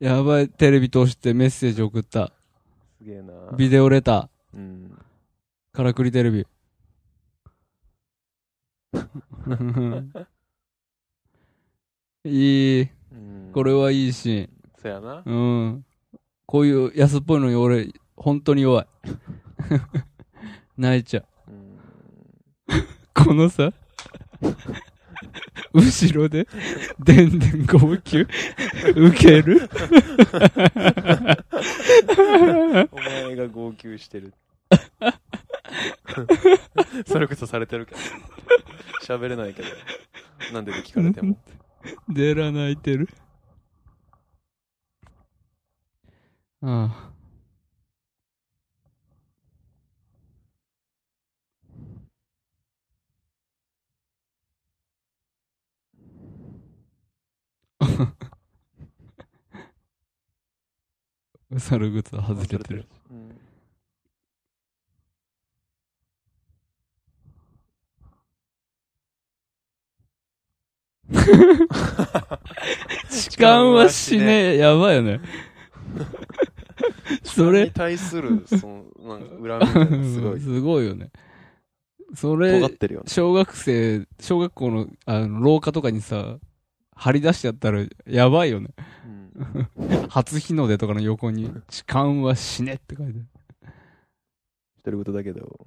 Speaker 3: やばい、テレビ通してメッセージ送った。
Speaker 2: すげえな。
Speaker 3: ビデオレタ
Speaker 2: うん。
Speaker 3: ー、からくりテレビ。いい、
Speaker 2: うん
Speaker 3: これ。はいいシ
Speaker 2: そやな。
Speaker 3: ーン。うん。こういう安っぽいのに俺、本当に弱い。 [LAUGHS] 泣いちゃう。
Speaker 2: うん。
Speaker 3: このさ、後ろで、でんでん号泣、受ける
Speaker 2: お前が号泣してる。それこそされてるけど。喋れないけど。なんでで聞かれても。
Speaker 3: デラ泣いてる。ああ。猿靴は外れてる。
Speaker 2: うん。
Speaker 3: 痴漢はしねえ。やばいよね。 [LAUGHS] それ
Speaker 2: に、対する、その、なんか、恨みみたいなのすごい。
Speaker 3: [LAUGHS] すごいよね。そ
Speaker 2: 尖っ
Speaker 3: れ、
Speaker 2: てるよね。
Speaker 3: 小学生、小学校のあの廊下とかにさ、張り出しちゃったらやばいよね。
Speaker 2: うん
Speaker 3: 初日の出とかの横に、痴漢は死ねって書いてある。
Speaker 2: 独り言だけど。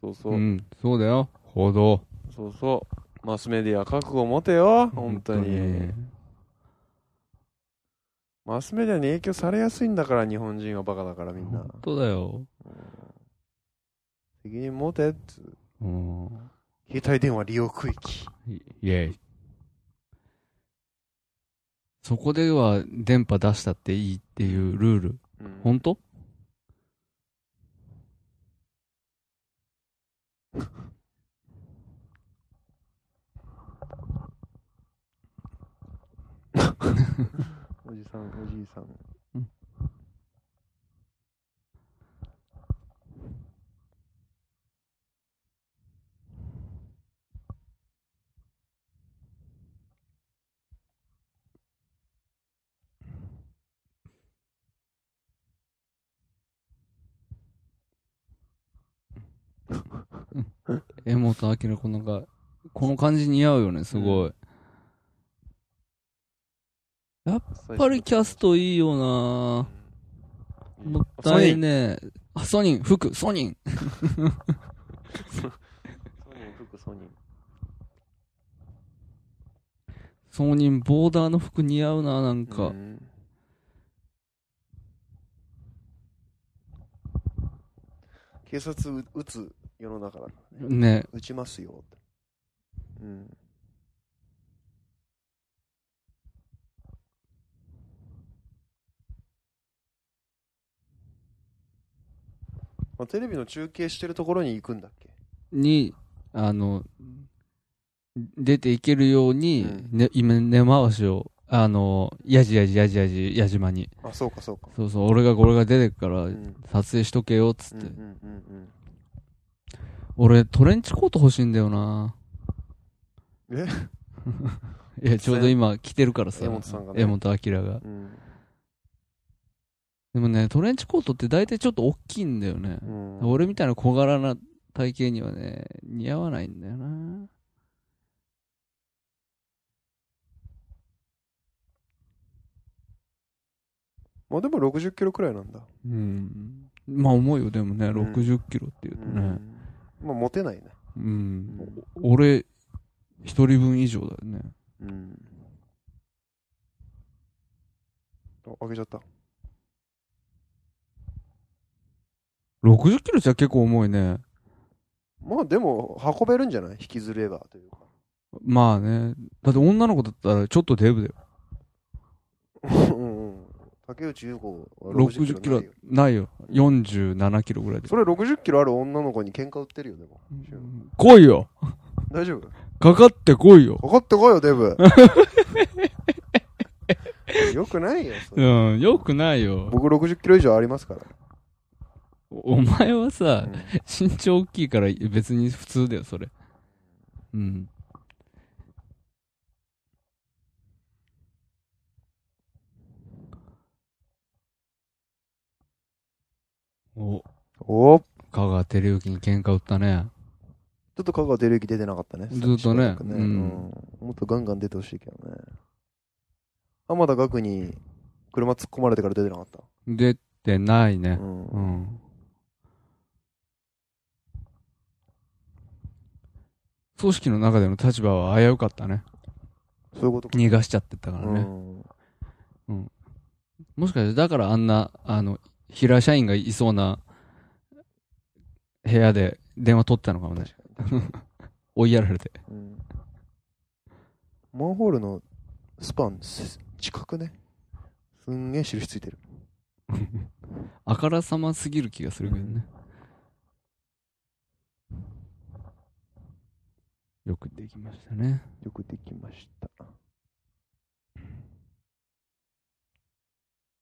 Speaker 2: そうそう。
Speaker 3: うん、そうだよ。報道。
Speaker 2: そうそう。マスメディア覚悟持てよ。本当に。マスメディアに影響されやすいんだから、日本人はバカだからみんな
Speaker 3: 本。当だよ。
Speaker 2: 責任持てっつう。
Speaker 3: うん。
Speaker 2: 携帯電話利用区域。
Speaker 3: イェイ。そこでは電波出したっていいっていうルール。
Speaker 2: うん
Speaker 3: 本当
Speaker 2: おじさん、おじいさん。
Speaker 3: 江本明子なんか、この感じ似合うよね、すごい。
Speaker 2: や
Speaker 3: やっぱりキャストいいよなもったいねえ。あ、ソニン、服、ソニン。
Speaker 2: ソニー、服ソニー。
Speaker 3: ソニン、ボーダーの服似合うななんか。
Speaker 2: うん警察う撃つ世の中だからね。
Speaker 3: ね
Speaker 2: 撃ちますよって。うん。まあ、テレビの中継してるところに行くんだっけ
Speaker 3: に、あの、出ていけるように、
Speaker 2: うん
Speaker 3: ね、今、根回しを、あの、やじやじやじやじ、矢島に。
Speaker 2: あ、そうかそうか。
Speaker 3: そうそう、俺が、俺が出てくから、
Speaker 2: うん。
Speaker 3: 撮影しとけよ、つ
Speaker 2: うん
Speaker 3: っ
Speaker 2: うん
Speaker 3: て。
Speaker 2: うん
Speaker 3: 俺、トレンチコート欲しいんだよな [LAUGHS]
Speaker 2: え
Speaker 3: いや、ちょうど今、着てるからさ。
Speaker 2: 江本さんがね
Speaker 3: 江本明が。
Speaker 2: うん。
Speaker 3: でもね、トレンチコートって大体ちょっと大きいんだよね。
Speaker 2: うん。うん。
Speaker 3: 俺みたいな小柄な体型にはね、似合わないんだよな。
Speaker 2: まあでも60キロくらいなんだ。
Speaker 3: うん。まあ重いよ、でもね、
Speaker 2: うん
Speaker 3: 60キロっていう
Speaker 2: う
Speaker 3: とね。
Speaker 2: ん。まあモテないね。
Speaker 3: うん。俺、一人分以上だよね。
Speaker 2: うん。あ、開けちゃった。
Speaker 3: 60キロじゃ結構重いね。
Speaker 2: まあでも、運べるんじゃない引きずればというか。
Speaker 3: まあね。だって女の子だったらちょっとデブだよ。
Speaker 2: うんうん。竹内優子は
Speaker 3: 60
Speaker 2: 60
Speaker 3: キ
Speaker 2: キ
Speaker 3: ロ
Speaker 2: ロ
Speaker 3: ないよ。47キロぐらいで
Speaker 2: そ。れ60キロある女の子に喧嘩売ってるよ、でも。
Speaker 3: 来いよ
Speaker 2: 大丈夫
Speaker 3: かかって来いよ
Speaker 2: かかってこいよ、デ [LAUGHS] ブ。よくないよ、それ
Speaker 3: うん、よくないよ。
Speaker 2: 僕60キロ以上ありますから。
Speaker 3: おお前はさ、
Speaker 2: うん
Speaker 3: 身長大きいから別に普通だよ、それ。うん。お、
Speaker 2: おち
Speaker 3: 香川照之に喧嘩売ったね。
Speaker 2: ょっと香川照之出てなかったね。
Speaker 3: ずっとね
Speaker 2: しばらく
Speaker 3: うん
Speaker 2: もっとガンガン出てほしいけどね。浜田岳に車突っ込まれてから出てなかった。
Speaker 3: 出てないね
Speaker 2: う。ん
Speaker 3: うん。組織の中での立場は危うかったね。
Speaker 2: そういうことか。
Speaker 3: 逃がしちゃってたから
Speaker 2: う
Speaker 3: ね。
Speaker 2: ん
Speaker 3: もしかして、だからあんな、あの、平社員がいそうな部屋で電話取ってたのかもね。追いやられて。
Speaker 2: うんマンホールのスパンす近くねすんげえ印ついてる
Speaker 3: あからさますぎる気がするけどね。よくできましたね。
Speaker 2: よくできました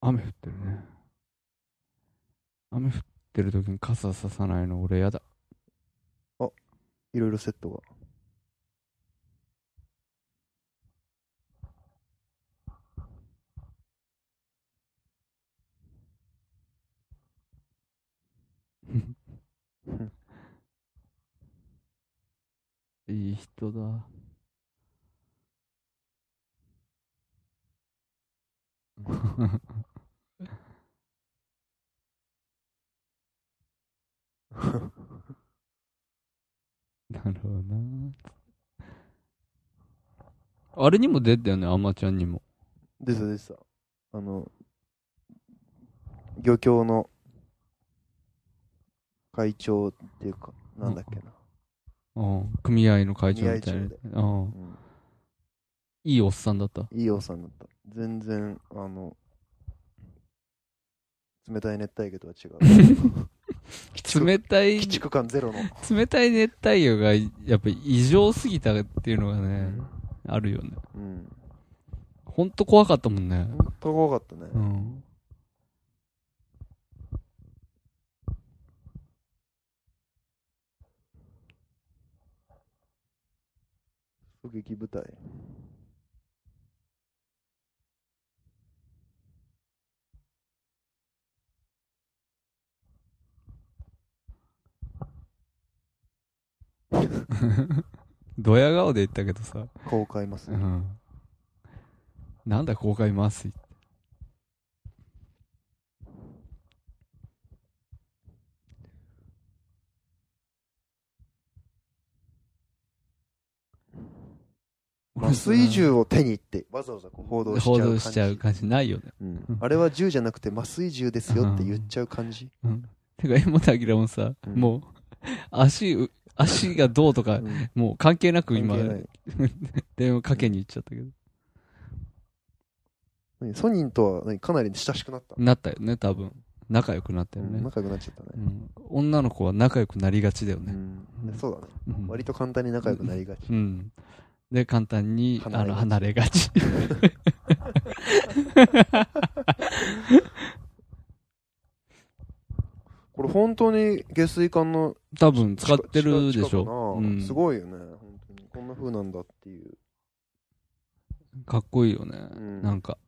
Speaker 3: 雨降ってるね雨降ってる時に傘ささないの俺やだ
Speaker 2: いろいろセットが
Speaker 3: いい人だ [LAUGHS] なるほどなあれにも出たよねあまちゃんにも
Speaker 2: でさでさあの漁協の会長っていうかなんだっけな、
Speaker 3: うん組合の会長みたいな
Speaker 2: 組合長で
Speaker 3: うん
Speaker 2: うん
Speaker 3: いいおっさんだった
Speaker 2: いいおっさんだった全然あの冷たい熱帯魚とは違
Speaker 3: [LAUGHS]
Speaker 2: う
Speaker 3: 冷たい
Speaker 2: 鬼畜感ゼロの、
Speaker 3: 冷たい熱帯魚がやっぱ異常すぎたっていうのがね、あるよね。
Speaker 2: うん、
Speaker 3: ほんと怖かったもんね。
Speaker 2: ほんと怖かったね。
Speaker 3: うん。
Speaker 2: 狙撃部隊。
Speaker 3: ドヤ顔で言ったけどさ。
Speaker 2: こう買います
Speaker 3: う
Speaker 2: ね。
Speaker 3: ん。なんだ、公開麻酔って。
Speaker 2: 麻酔銃を手にって、わざわざこう報道しちゃう
Speaker 3: 報
Speaker 2: 感じ。
Speaker 3: 道しちゃう感じないよね。
Speaker 2: うんあれは銃じゃなくて麻酔銃ですよって言っちゃう感じ。
Speaker 3: うん。てか、柄本明もさ、
Speaker 2: うん
Speaker 3: もう、足う、足がどうとか、
Speaker 2: うん
Speaker 3: もう関係なく今
Speaker 2: 関係、ない
Speaker 3: 電話かけに行っちゃったけど。
Speaker 2: 何ソニンとは何かなり親しくなった。
Speaker 3: なったよね、多分。仲良くなったよ
Speaker 2: うん
Speaker 3: ね。
Speaker 2: 仲良くなっちゃったね。
Speaker 3: うん。女の子は仲良くなりがちだよ
Speaker 2: う
Speaker 3: ね。
Speaker 2: んでそうだね。
Speaker 3: うん
Speaker 2: 割と簡単に仲良くなりがち。
Speaker 3: うん。で、簡単に、
Speaker 2: 離
Speaker 3: あ
Speaker 2: れ
Speaker 3: の、
Speaker 2: がち
Speaker 3: 離れがち。 [LAUGHS]
Speaker 2: これ本当に下水管の
Speaker 3: 多分使ってるで
Speaker 2: 近く
Speaker 3: し
Speaker 2: 近く
Speaker 3: ょ。
Speaker 2: な
Speaker 3: うん
Speaker 2: すごいよね。本当にこんな風なんだっていう。
Speaker 3: かっこいいよね。
Speaker 2: ん
Speaker 3: なんか。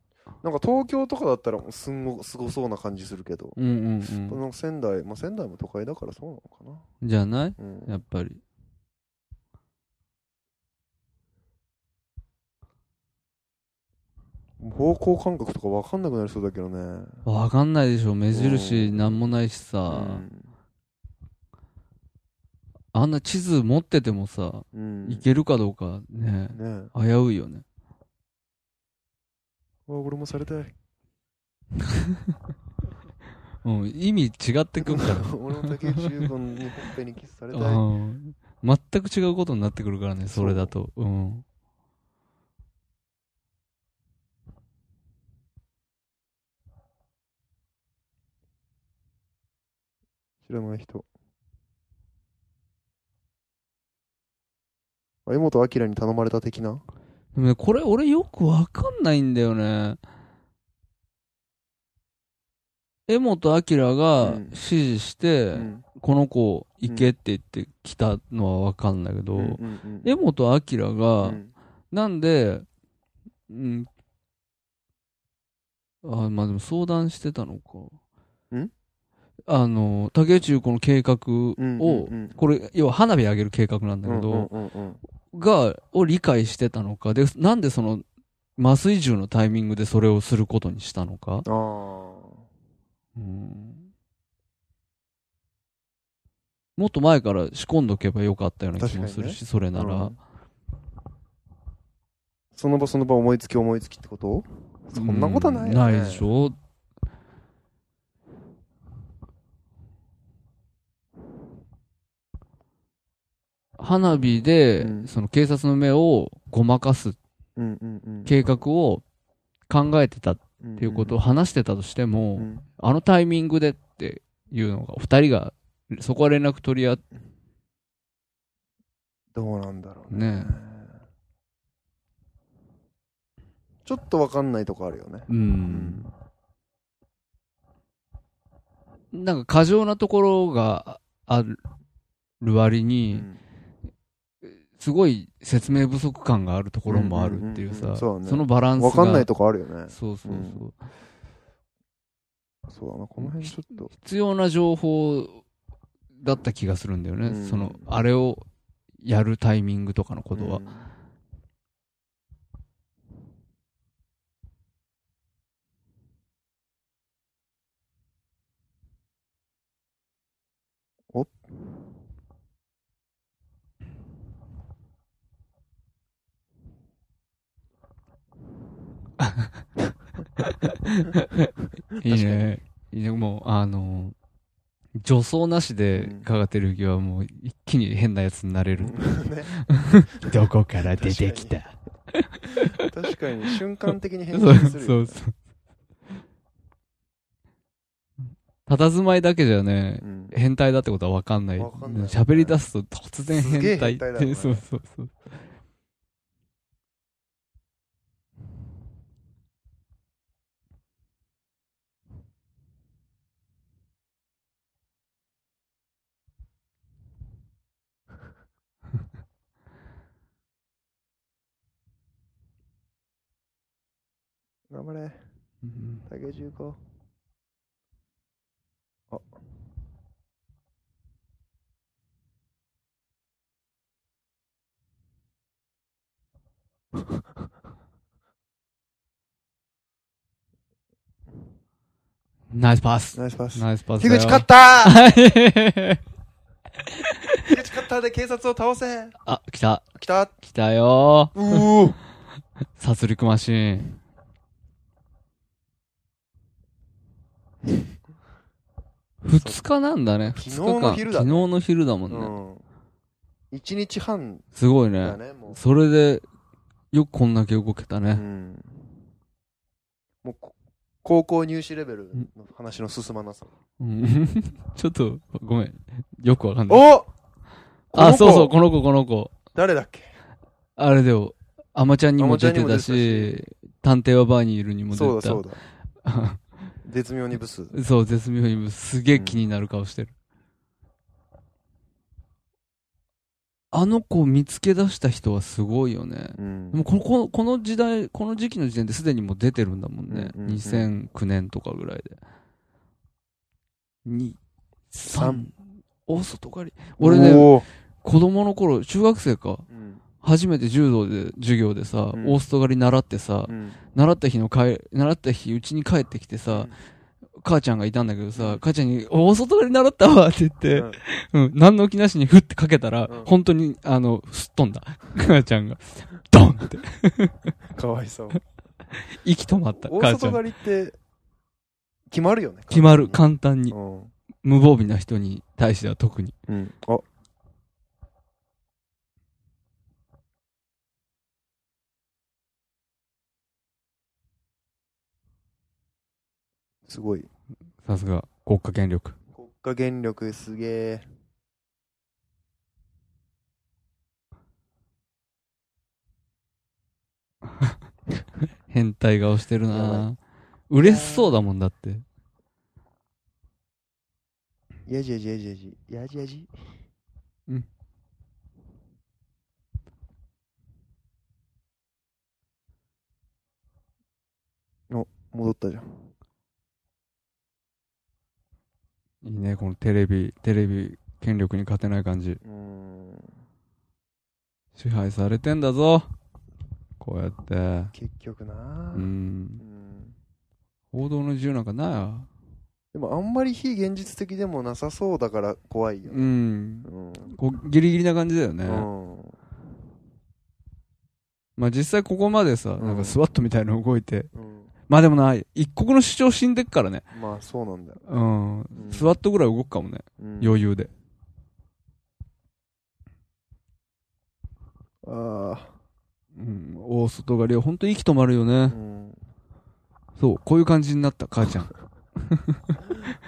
Speaker 2: なんか東京とかだったらもうすんごすごそうな感じするけど、
Speaker 3: うんうん
Speaker 2: なんか仙台、まあ、仙台も都会だからそうなのか
Speaker 3: うん。じゃない
Speaker 2: な。うん、
Speaker 3: やっぱり。
Speaker 2: 方向感覚とか分かんなくなりそうだけどね。
Speaker 3: わかんないでしょ。目印
Speaker 2: うん
Speaker 3: なんもないしさ。あんな地図持っててもさ、
Speaker 2: うん、うん
Speaker 3: 行けるかどうかね、
Speaker 2: ねえ。
Speaker 3: 危ういよね。
Speaker 2: うわ、俺もされたい。
Speaker 3: うん、意味違ってくるか
Speaker 2: [LAUGHS] 俺も竹内優子にほっぺにキスされ
Speaker 3: ら。
Speaker 2: た
Speaker 3: う
Speaker 2: い。
Speaker 3: ん。全く違うことになってくるからね、それだと。うん。
Speaker 2: 知らない人。あ江本明に頼まれた的な
Speaker 3: でもね、これ俺よくわかんないんだよね。江本明が
Speaker 2: うん
Speaker 3: 指示して、
Speaker 2: うん
Speaker 3: この子行けって言って来たのはわかんだけど、
Speaker 2: うんうん
Speaker 3: 江本明
Speaker 2: う
Speaker 3: が、
Speaker 2: ん
Speaker 3: なんで、うん。あ、まあでも相談してたのか。
Speaker 2: ん
Speaker 3: あの、竹内優子の計画を、
Speaker 2: うんうんうん
Speaker 3: これ、要は花火上げる計画なんだけど、
Speaker 2: うんうんうん
Speaker 3: が、を理解してたのか、で、なんでその、麻酔銃のタイミングでそれをすることにしたのか。
Speaker 2: あ
Speaker 3: うんもっと前から仕込んどけばよかったような気もするし、それ
Speaker 2: あ。
Speaker 3: なら。
Speaker 2: うんその場その場思いつき思いつきってことそんなことないよ、ね
Speaker 3: うんないでしょ花火で、
Speaker 2: うん
Speaker 3: その警察の目をごまかす
Speaker 2: うんうんうん。
Speaker 3: 計画を考えてたっ
Speaker 2: って
Speaker 3: いうことを話してたとしても、
Speaker 2: うん
Speaker 3: あのタイミングでっていうのが、二人が、そこは連絡取り合って、
Speaker 2: どうなんだろう
Speaker 3: ね
Speaker 2: ちょっとわかんないとこあるよね。
Speaker 3: うん。なんか過剰なところがある割
Speaker 2: う
Speaker 3: に、
Speaker 2: ん
Speaker 3: すごい説明不足感があるところもあるっていう
Speaker 2: うんうんうんう
Speaker 3: さ、
Speaker 2: ん
Speaker 3: そ
Speaker 2: そうね
Speaker 3: のバランスが。
Speaker 2: わかんないとこあるよね。
Speaker 3: そうそうそう。
Speaker 2: そうだな、この辺ちょっと。
Speaker 3: 必要な情報だった気がするんだよね。
Speaker 2: うん
Speaker 3: その、あれをやるタイミングとかのことは。
Speaker 2: うんおっ
Speaker 3: いいね。いいね。もう、あの、女装なしで
Speaker 2: うん
Speaker 3: かがてるぎはもう一気に変なやつになれる。
Speaker 2: ね、
Speaker 3: どこから出てきた。
Speaker 2: 確かに瞬間的に変
Speaker 3: そう
Speaker 2: 換する
Speaker 3: そうそう。 [LAUGHS] たたずまいだけじゃね、
Speaker 2: うん
Speaker 3: 変態だってことは分かんない。
Speaker 2: わかんない
Speaker 3: 喋り出すと突然
Speaker 2: すげえ
Speaker 3: 変態っ
Speaker 2: 変態
Speaker 3: [LAUGHS]
Speaker 2: だよ
Speaker 3: て、
Speaker 2: ね
Speaker 3: そうそうそう。
Speaker 2: 頑張れ。
Speaker 3: うん
Speaker 2: 竹重工。あ。
Speaker 3: ナイスパス。
Speaker 2: ナイスパス。
Speaker 3: ナイスパス。
Speaker 2: 樋口勝った
Speaker 3: た
Speaker 2: 樋口勝ったで警察を倒せ
Speaker 3: [LAUGHS] あ、来た。
Speaker 2: 来た
Speaker 3: 来たよ
Speaker 2: うお
Speaker 3: ー。殺戮マシー
Speaker 2: [LAUGHS]
Speaker 3: ン。二日なんだね。二日
Speaker 2: 昨日
Speaker 3: 間。
Speaker 2: の昼だね
Speaker 3: 昨日の昼だもん
Speaker 2: うん。
Speaker 3: ね。
Speaker 2: 一日半
Speaker 3: すごいね。
Speaker 2: だね、もう。
Speaker 3: それで、よくこんだけ動けた
Speaker 2: う
Speaker 3: ね。
Speaker 2: ん。もうこ、高校入試レベルの話の進まなさ。
Speaker 3: うん、 [LAUGHS] ちょっと、ごめん。よくわかんない。
Speaker 2: お
Speaker 3: あ、そうそう、。この子、この子。
Speaker 2: 誰だっけ
Speaker 3: あれだよ。アマちゃんにも出てた
Speaker 2: アマちゃんにも
Speaker 3: し、探偵はバーニールにも出て
Speaker 2: そうだ
Speaker 3: た。
Speaker 2: そうだ。絶妙にブス。
Speaker 3: [LAUGHS] そう、絶妙にすげえ気になる顔してる。あの子を見つけ出した人はすごいよね。
Speaker 2: うん
Speaker 3: でもこのこのこの時代、この時期の時点ですでにもう出てるんだもんね。
Speaker 2: うんうんうん
Speaker 3: 2009年とかぐらいで。2、3
Speaker 2: 三、
Speaker 3: 大外刈り。俺ね、
Speaker 2: おー
Speaker 3: 子供の頃、中学生か、
Speaker 2: うん
Speaker 3: 初めて柔道で授業でさ、
Speaker 2: うん
Speaker 3: 大外刈り習ってさ、
Speaker 2: うん
Speaker 3: 習った日の帰、習った日、うちに帰ってきてさ、母ちゃんがいたんだけど
Speaker 2: う
Speaker 3: さ
Speaker 2: ん、
Speaker 3: 母ちゃんに、お、外刈り習ったわって言って、
Speaker 2: うん
Speaker 3: うん、何の気なしにふってかけたら、
Speaker 2: うん
Speaker 3: 本当に、あの、すっ飛んだ。 [LAUGHS] 母ちゃんが、ドンって、
Speaker 2: かわいそう。
Speaker 3: 息止まった、
Speaker 2: 大
Speaker 3: 母ちゃ
Speaker 2: 外
Speaker 3: ん。
Speaker 2: 刈りって、決まるよね。
Speaker 3: 決まる、簡単に。
Speaker 2: うん。
Speaker 3: 無防備な人に対しては特に。
Speaker 2: うん。あ。すごい。
Speaker 3: さすが、国家権力。
Speaker 2: 国家権力すげえ。
Speaker 3: 変態顔してる
Speaker 2: やば
Speaker 3: な嬉しそうだもんだって。
Speaker 2: やじやじやじやじ。やじやじ。戻ったじゃん。
Speaker 3: いいね、このテレビ、テレビ、権力に勝てない感じ。
Speaker 2: うん。
Speaker 3: 支配されてんだぞ。こうやって。
Speaker 2: 結局な
Speaker 3: う。ん
Speaker 2: う。ん
Speaker 3: 報道の自由なんかないわ。
Speaker 2: でもあんまり非現実的でもなさそうだから怖いよ
Speaker 3: う
Speaker 2: ね。
Speaker 3: ん。
Speaker 2: うん。
Speaker 3: こうギリギリな感じだよね。
Speaker 2: うん。
Speaker 3: まあ実際ここまでさ、
Speaker 2: ん
Speaker 3: なんかスワットみたいなの動いて。
Speaker 2: うん。
Speaker 3: まあでもな、一国の主張死んでっからね。
Speaker 2: まあそうなんだよ。
Speaker 3: うん。スワットぐらい動くかもね。
Speaker 2: うん
Speaker 3: 余裕で。
Speaker 2: あ
Speaker 3: うん。大外刈りは本当に息止まるよ
Speaker 2: あ。
Speaker 3: ね
Speaker 2: う。ん。
Speaker 3: そう、こういう感じになった、母ちゃん。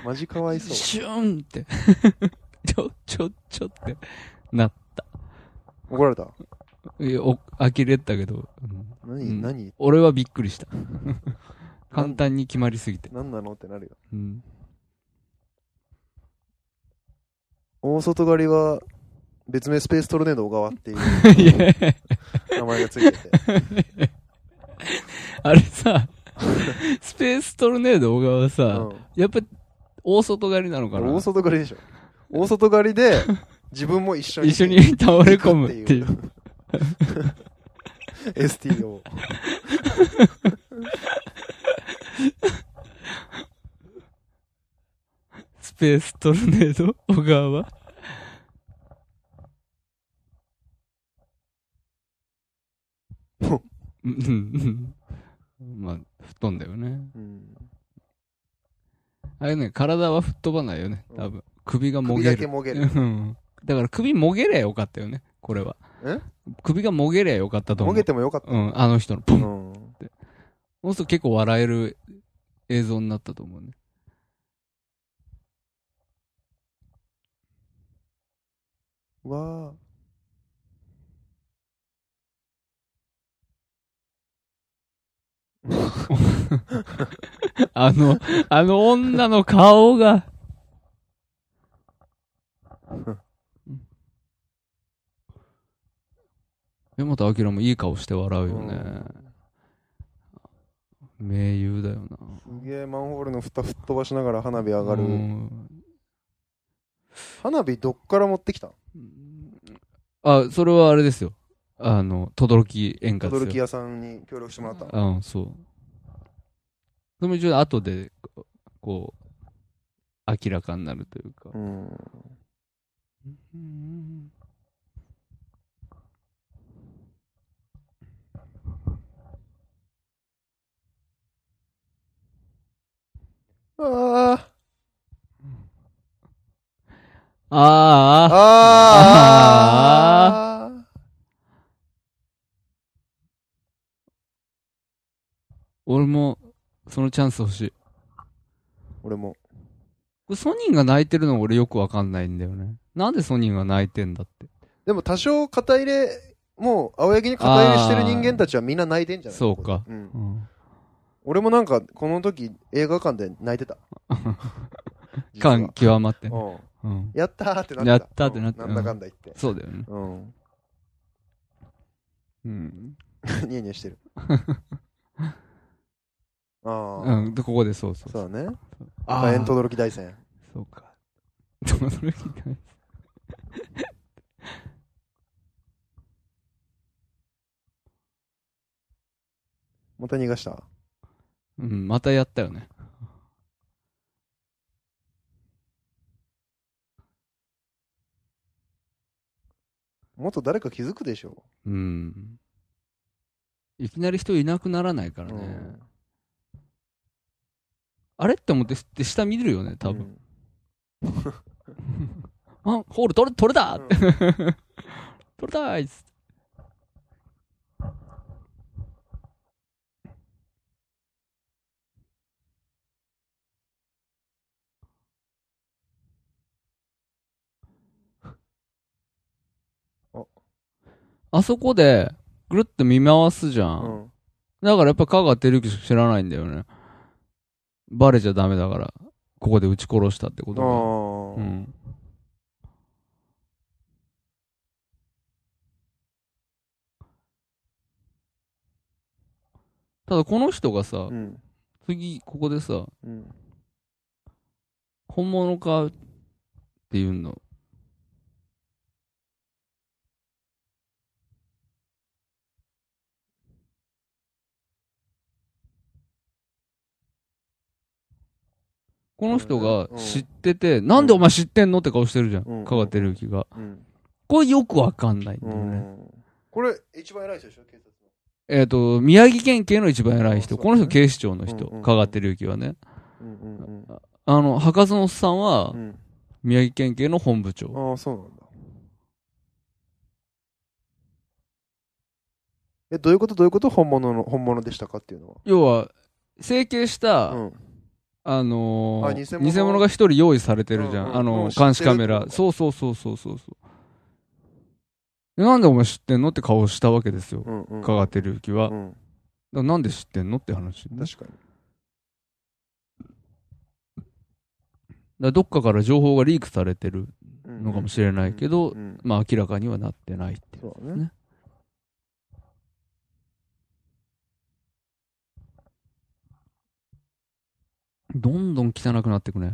Speaker 2: マジかわいそう。
Speaker 3: シューンって。 [LAUGHS] ちょ、ちょ、ちょって。なっ [LAUGHS]
Speaker 2: 怒られた
Speaker 3: いやお、呆れてたけど、う
Speaker 2: 何、
Speaker 3: んうん
Speaker 2: 何
Speaker 3: 俺はびっくりした。 [LAUGHS] 簡単に決まりすぎて。
Speaker 2: 何なのってなるよ。
Speaker 3: うん。
Speaker 2: 大外刈りは、別名スペーストルネード小川
Speaker 3: [LAUGHS]
Speaker 2: っていう
Speaker 3: いや
Speaker 2: 名前がついてて。
Speaker 3: あれさ、スペーストルネード小川さ、
Speaker 2: う
Speaker 3: やっぱ大外刈りなのか
Speaker 2: ん、大
Speaker 3: な
Speaker 2: 外刈りでしょ。大外刈りで、自分も一緒に。
Speaker 3: 一緒に倒れ込むっていう。。
Speaker 2: STO。
Speaker 3: スペーストルネード小川。うんうんうんまあ、吹っ飛んだよね。
Speaker 2: うん。
Speaker 3: あれね、体は吹っ飛ばないよね、多分。首がも
Speaker 2: 首
Speaker 3: げ
Speaker 2: だ
Speaker 3: る
Speaker 2: け。もげる。
Speaker 3: うんだから首もげりゃよかったよね、これは。
Speaker 2: え
Speaker 3: 首がもげりゃよかったと思
Speaker 2: も
Speaker 3: う。
Speaker 2: げてもよかった。
Speaker 3: うん、あの人のポ
Speaker 2: う
Speaker 3: ン。
Speaker 2: ん。
Speaker 3: もうすぐ結構笑える映像になったと思うね。 [LAUGHS]
Speaker 2: わあ。
Speaker 3: あの、あの女の顔が。江本明もいい顔して笑うよね。名優だよな。
Speaker 2: すげえマンホールの蓋吹っ飛ばしながら花火上がる、
Speaker 3: うん
Speaker 2: 花火どっから持ってきた
Speaker 3: あ、それはあれですよ。あの、轟演歌です
Speaker 2: 轟
Speaker 3: よ。
Speaker 2: 屋さんに協力してもらった
Speaker 3: うん、そう。それも一応後で、こうこう、明らかになるというか。
Speaker 2: うんああ
Speaker 3: ああ、
Speaker 2: ああ
Speaker 3: 俺も、そのチャンス欲しい。
Speaker 2: 俺も
Speaker 3: これソニーが泣いてるの俺よくわかんないんだよね。なんでソニーが泣いてんだって。
Speaker 2: でも多少肩入れもう青柳に肩入れしてる人間たちはみんな泣いてんじゃない
Speaker 3: そうか
Speaker 2: ん
Speaker 3: う、ん。
Speaker 2: 俺もなんかこの時映画館で泣いて
Speaker 3: [LAUGHS]
Speaker 2: た実は
Speaker 3: 感極まってね。
Speaker 2: うん
Speaker 3: うん。
Speaker 2: やったーってなってた
Speaker 3: やったーってなってた
Speaker 2: うんなんだかんだ言って
Speaker 3: そうだよね。
Speaker 2: うん
Speaker 3: うん。
Speaker 2: ニヤニヤ
Speaker 3: [LAUGHS]
Speaker 2: してるああ、
Speaker 3: うん。で、ここでそうそう。
Speaker 2: そうだね
Speaker 3: あ
Speaker 2: 火
Speaker 3: ー
Speaker 2: 炎とどろき大戦
Speaker 3: そうか。その時ない。
Speaker 2: また逃がした
Speaker 3: うん、またやったよね。
Speaker 2: もっと誰か気づくでしょ
Speaker 3: うん。いきなり人いなくならないからね。
Speaker 2: うん
Speaker 3: あれって思って、で下見るよね、多分。、あ、ホール取れ、 [LAUGHS] 取れた、
Speaker 2: うん
Speaker 3: 取れたーいっつって
Speaker 2: あ
Speaker 3: あそこで、ぐるっと見回すじゃ。
Speaker 2: うんん
Speaker 3: だからやっぱ香川照之しか知らないんだよね。バレちゃダメだから、ここで撃ち殺したってこ
Speaker 2: あ
Speaker 3: と
Speaker 2: あ
Speaker 3: が。
Speaker 2: ー、
Speaker 3: うん。ただこの人がさ
Speaker 2: う、ん
Speaker 3: 次ここでさ、
Speaker 2: うん
Speaker 3: 本物かっていうの。この人が知ってて、なんでお前知ってんのって顔してるじゃ
Speaker 2: うん
Speaker 3: ん。香川照之が。
Speaker 2: うん
Speaker 3: これよくわかんないんだ
Speaker 2: う
Speaker 3: よね。
Speaker 2: んこれ一番偉い人でしょ警察の
Speaker 3: えっと、宮城県警の一番偉い人。
Speaker 2: あそうだね
Speaker 3: この人警視庁の人。
Speaker 2: うんうんうん
Speaker 3: 香川照之はね。
Speaker 2: うんうん
Speaker 3: あの、博士のおっさんは
Speaker 2: う、ん
Speaker 3: 宮城県警の本部長。
Speaker 2: うんああそうなんだえどういうことどういうこと本物の本物でしたかっていうの
Speaker 3: 要は、整形した、
Speaker 2: はうん
Speaker 3: あの
Speaker 2: あ
Speaker 3: ー
Speaker 2: 偽
Speaker 3: 偽
Speaker 2: 物
Speaker 3: 物が一人用意されてるじゃん。
Speaker 2: うんうん
Speaker 3: あ
Speaker 2: もう
Speaker 3: の
Speaker 2: 知っ
Speaker 3: ー、
Speaker 2: てる
Speaker 3: 監視カメ
Speaker 2: って
Speaker 3: ラ
Speaker 2: こ。と
Speaker 3: そうそうそうそうそうそう。でなんでお前知ってんのって顔したわけですよ。
Speaker 2: うんうん
Speaker 3: 香川照之は。
Speaker 2: う
Speaker 3: だか
Speaker 2: ん
Speaker 3: らなんで知ってんのって話。だか
Speaker 2: 確かに
Speaker 3: らどっかから情報がリークされてる
Speaker 2: うん
Speaker 3: のかもしれないけど
Speaker 2: う、ん
Speaker 3: まあ明らかにはなってないっていう。
Speaker 2: そうだね
Speaker 3: ねどんどん汚くなってくね。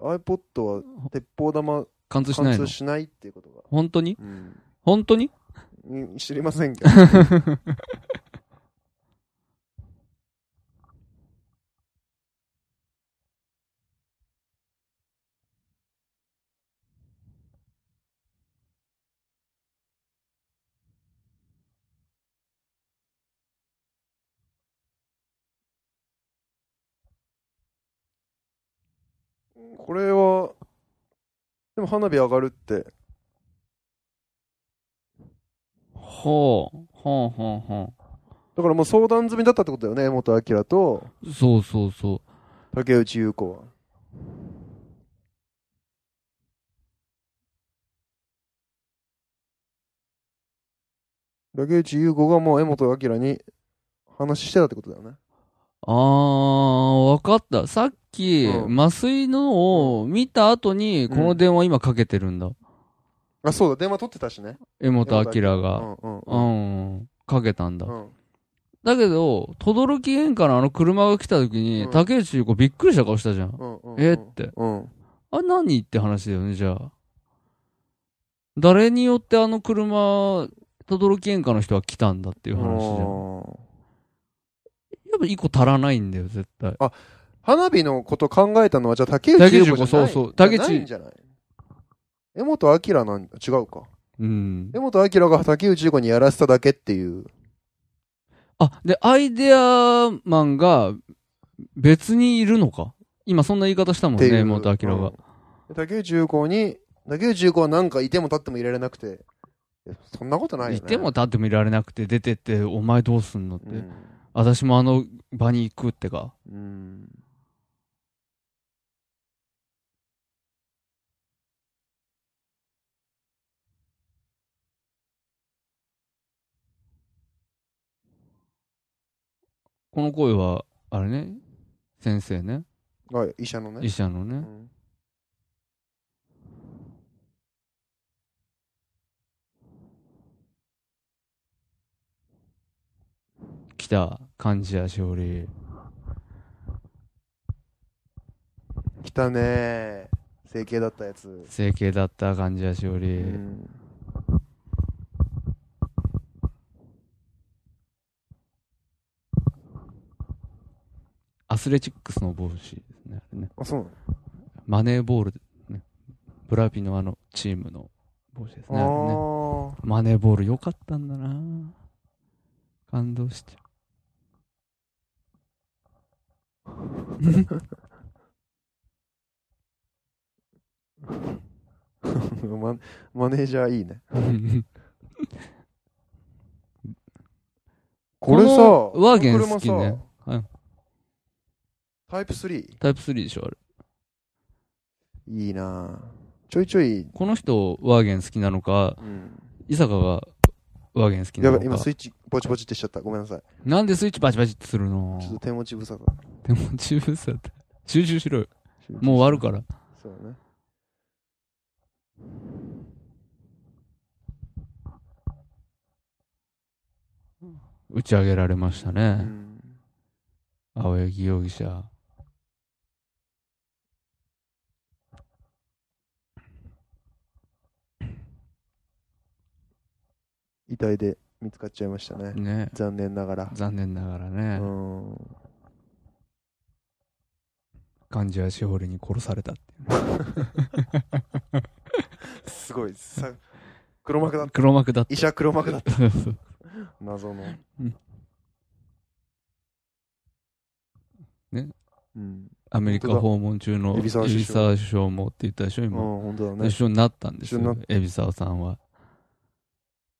Speaker 2: iPod は鉄砲玉
Speaker 3: 貫通しな
Speaker 2: 貫
Speaker 3: いの
Speaker 2: 通しないっていうことが、
Speaker 3: 本当に
Speaker 2: うん
Speaker 3: 本当に
Speaker 2: うん知りませんけどこれはでも花火上がるって
Speaker 3: ほう。ほうほうほ
Speaker 2: だからもう相談済みだったってことだよね江本明と
Speaker 3: う。そうそうそう。
Speaker 2: 竹内優子は。竹内優子がもう江本明に話してたってことだよね。
Speaker 3: あー、わかった。さっき、
Speaker 2: うん
Speaker 3: 麻酔のを見た後に、この電話今かけてるんだ。
Speaker 2: あ、そうだ、電話取ってたしね。
Speaker 3: 江本
Speaker 2: 江
Speaker 3: 明
Speaker 2: 本う
Speaker 3: が。
Speaker 2: んうん
Speaker 3: うん。かけたんだ。
Speaker 2: うん。
Speaker 3: だけど、轟園からあの車が来た時に、
Speaker 2: うん
Speaker 3: 竹内結子びっくりした顔したじゃん。
Speaker 2: うんうんうん
Speaker 3: えって。
Speaker 2: うん。
Speaker 3: あ、何って話だよね、じゃあ。誰によってあの車、轟園下の人は来たんだっていう話じゃん。やっぱ一個足らないんだよ、絶対。
Speaker 2: 花火のこと考えたのは、じゃあ竹内結子じゃない
Speaker 3: 竹内結子そうそう竹内
Speaker 2: じゃないんじゃない江本明なん、違うか。
Speaker 3: うん
Speaker 2: 江。本明が竹内結子にやらせただけっていう。
Speaker 3: あ、で、アイデアマンが別にいるのか今そんな言い方したもん
Speaker 2: ってい
Speaker 3: ね、
Speaker 2: う
Speaker 3: 元明が。
Speaker 2: うん竹内結子に、竹内結子はなんかいても立ってもいられなくて、いやそんなことないよね。
Speaker 3: いても立ってもいられなくて、出てって、お前どうすんのって。
Speaker 2: うん
Speaker 3: 私もあの場に行くってか。
Speaker 2: うん。
Speaker 3: この声は、あれね、先生ね、
Speaker 2: あ、医者のね
Speaker 3: 医。者のね。
Speaker 2: うん
Speaker 3: 来た感じやしおり。
Speaker 2: 来たねー整形だったやつ。
Speaker 3: 整形だった感じやしおり。
Speaker 2: うん
Speaker 3: アスレチックスの帽子ですね。あれね
Speaker 2: あ、そうなの
Speaker 3: マネーボール、ね、ブラピのあのチームの帽子ですね。あれね
Speaker 2: あ
Speaker 3: マネーボール良かったんだな感動しちゃ
Speaker 2: ー [LAUGHS] ママネージャーいい
Speaker 3: [LAUGHS]
Speaker 2: ね。
Speaker 3: う。
Speaker 2: これさ、
Speaker 3: このワーゲン好き
Speaker 2: この
Speaker 3: ね
Speaker 2: 車さ。
Speaker 3: はい
Speaker 2: タイプ3
Speaker 3: タイプ3でしょ、あれ。
Speaker 2: いいなぁちょいちょい、
Speaker 3: この人、ワーゲン好きなのか、
Speaker 2: うん、
Speaker 3: 伊坂がワーゲン好きな
Speaker 2: やば
Speaker 3: のか。
Speaker 2: い今スイッチポチポチってしちゃったごめんなさい
Speaker 3: なんでスイッチバチバチってするの
Speaker 2: ちょっと手持ち無沙汰
Speaker 3: でも十分さって。集中しろよ。もう終わるから。
Speaker 2: そうだね
Speaker 3: 打ち上げられました
Speaker 2: う
Speaker 3: ね。
Speaker 2: ん
Speaker 3: 青柳容疑者。
Speaker 2: 遺体で見つかっちゃいましたね
Speaker 3: ね。
Speaker 2: 残念ながら
Speaker 3: 残念ながら
Speaker 2: う
Speaker 3: ね。
Speaker 2: ん
Speaker 3: 患者やしほりに殺されたっていうね。
Speaker 2: すごいさ黒幕だった
Speaker 3: 黒幕だっ
Speaker 2: 医者黒幕だった
Speaker 3: た。そうそう
Speaker 2: 謎の
Speaker 3: うんね
Speaker 2: うん
Speaker 3: アメリカ訪問中の
Speaker 2: 海老沢首相
Speaker 3: 海老沢首相もって言ったでしょ、
Speaker 2: うん
Speaker 3: 今。
Speaker 2: 本当だね
Speaker 3: 一
Speaker 2: っ
Speaker 3: 緒になったんですよ
Speaker 2: 一緒になっ、
Speaker 3: 海老沢さんは。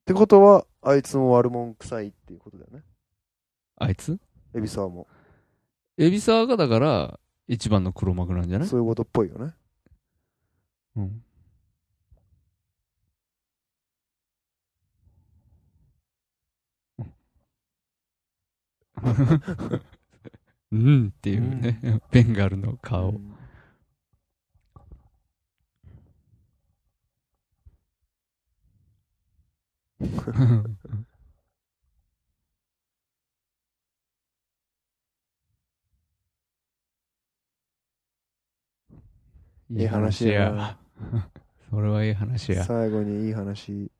Speaker 2: てことはあいつも悪もん臭いっていうことだよね
Speaker 3: あいつ
Speaker 2: エビサーも
Speaker 3: 海老沢がだから、一番の黒幕なんじゃない
Speaker 2: そういうことっぽいよね
Speaker 3: うん。うんっていうね、ベンガルの顔。
Speaker 2: うん
Speaker 3: い
Speaker 2: いい話やな。
Speaker 3: それはいい話や。
Speaker 2: 最後にいい話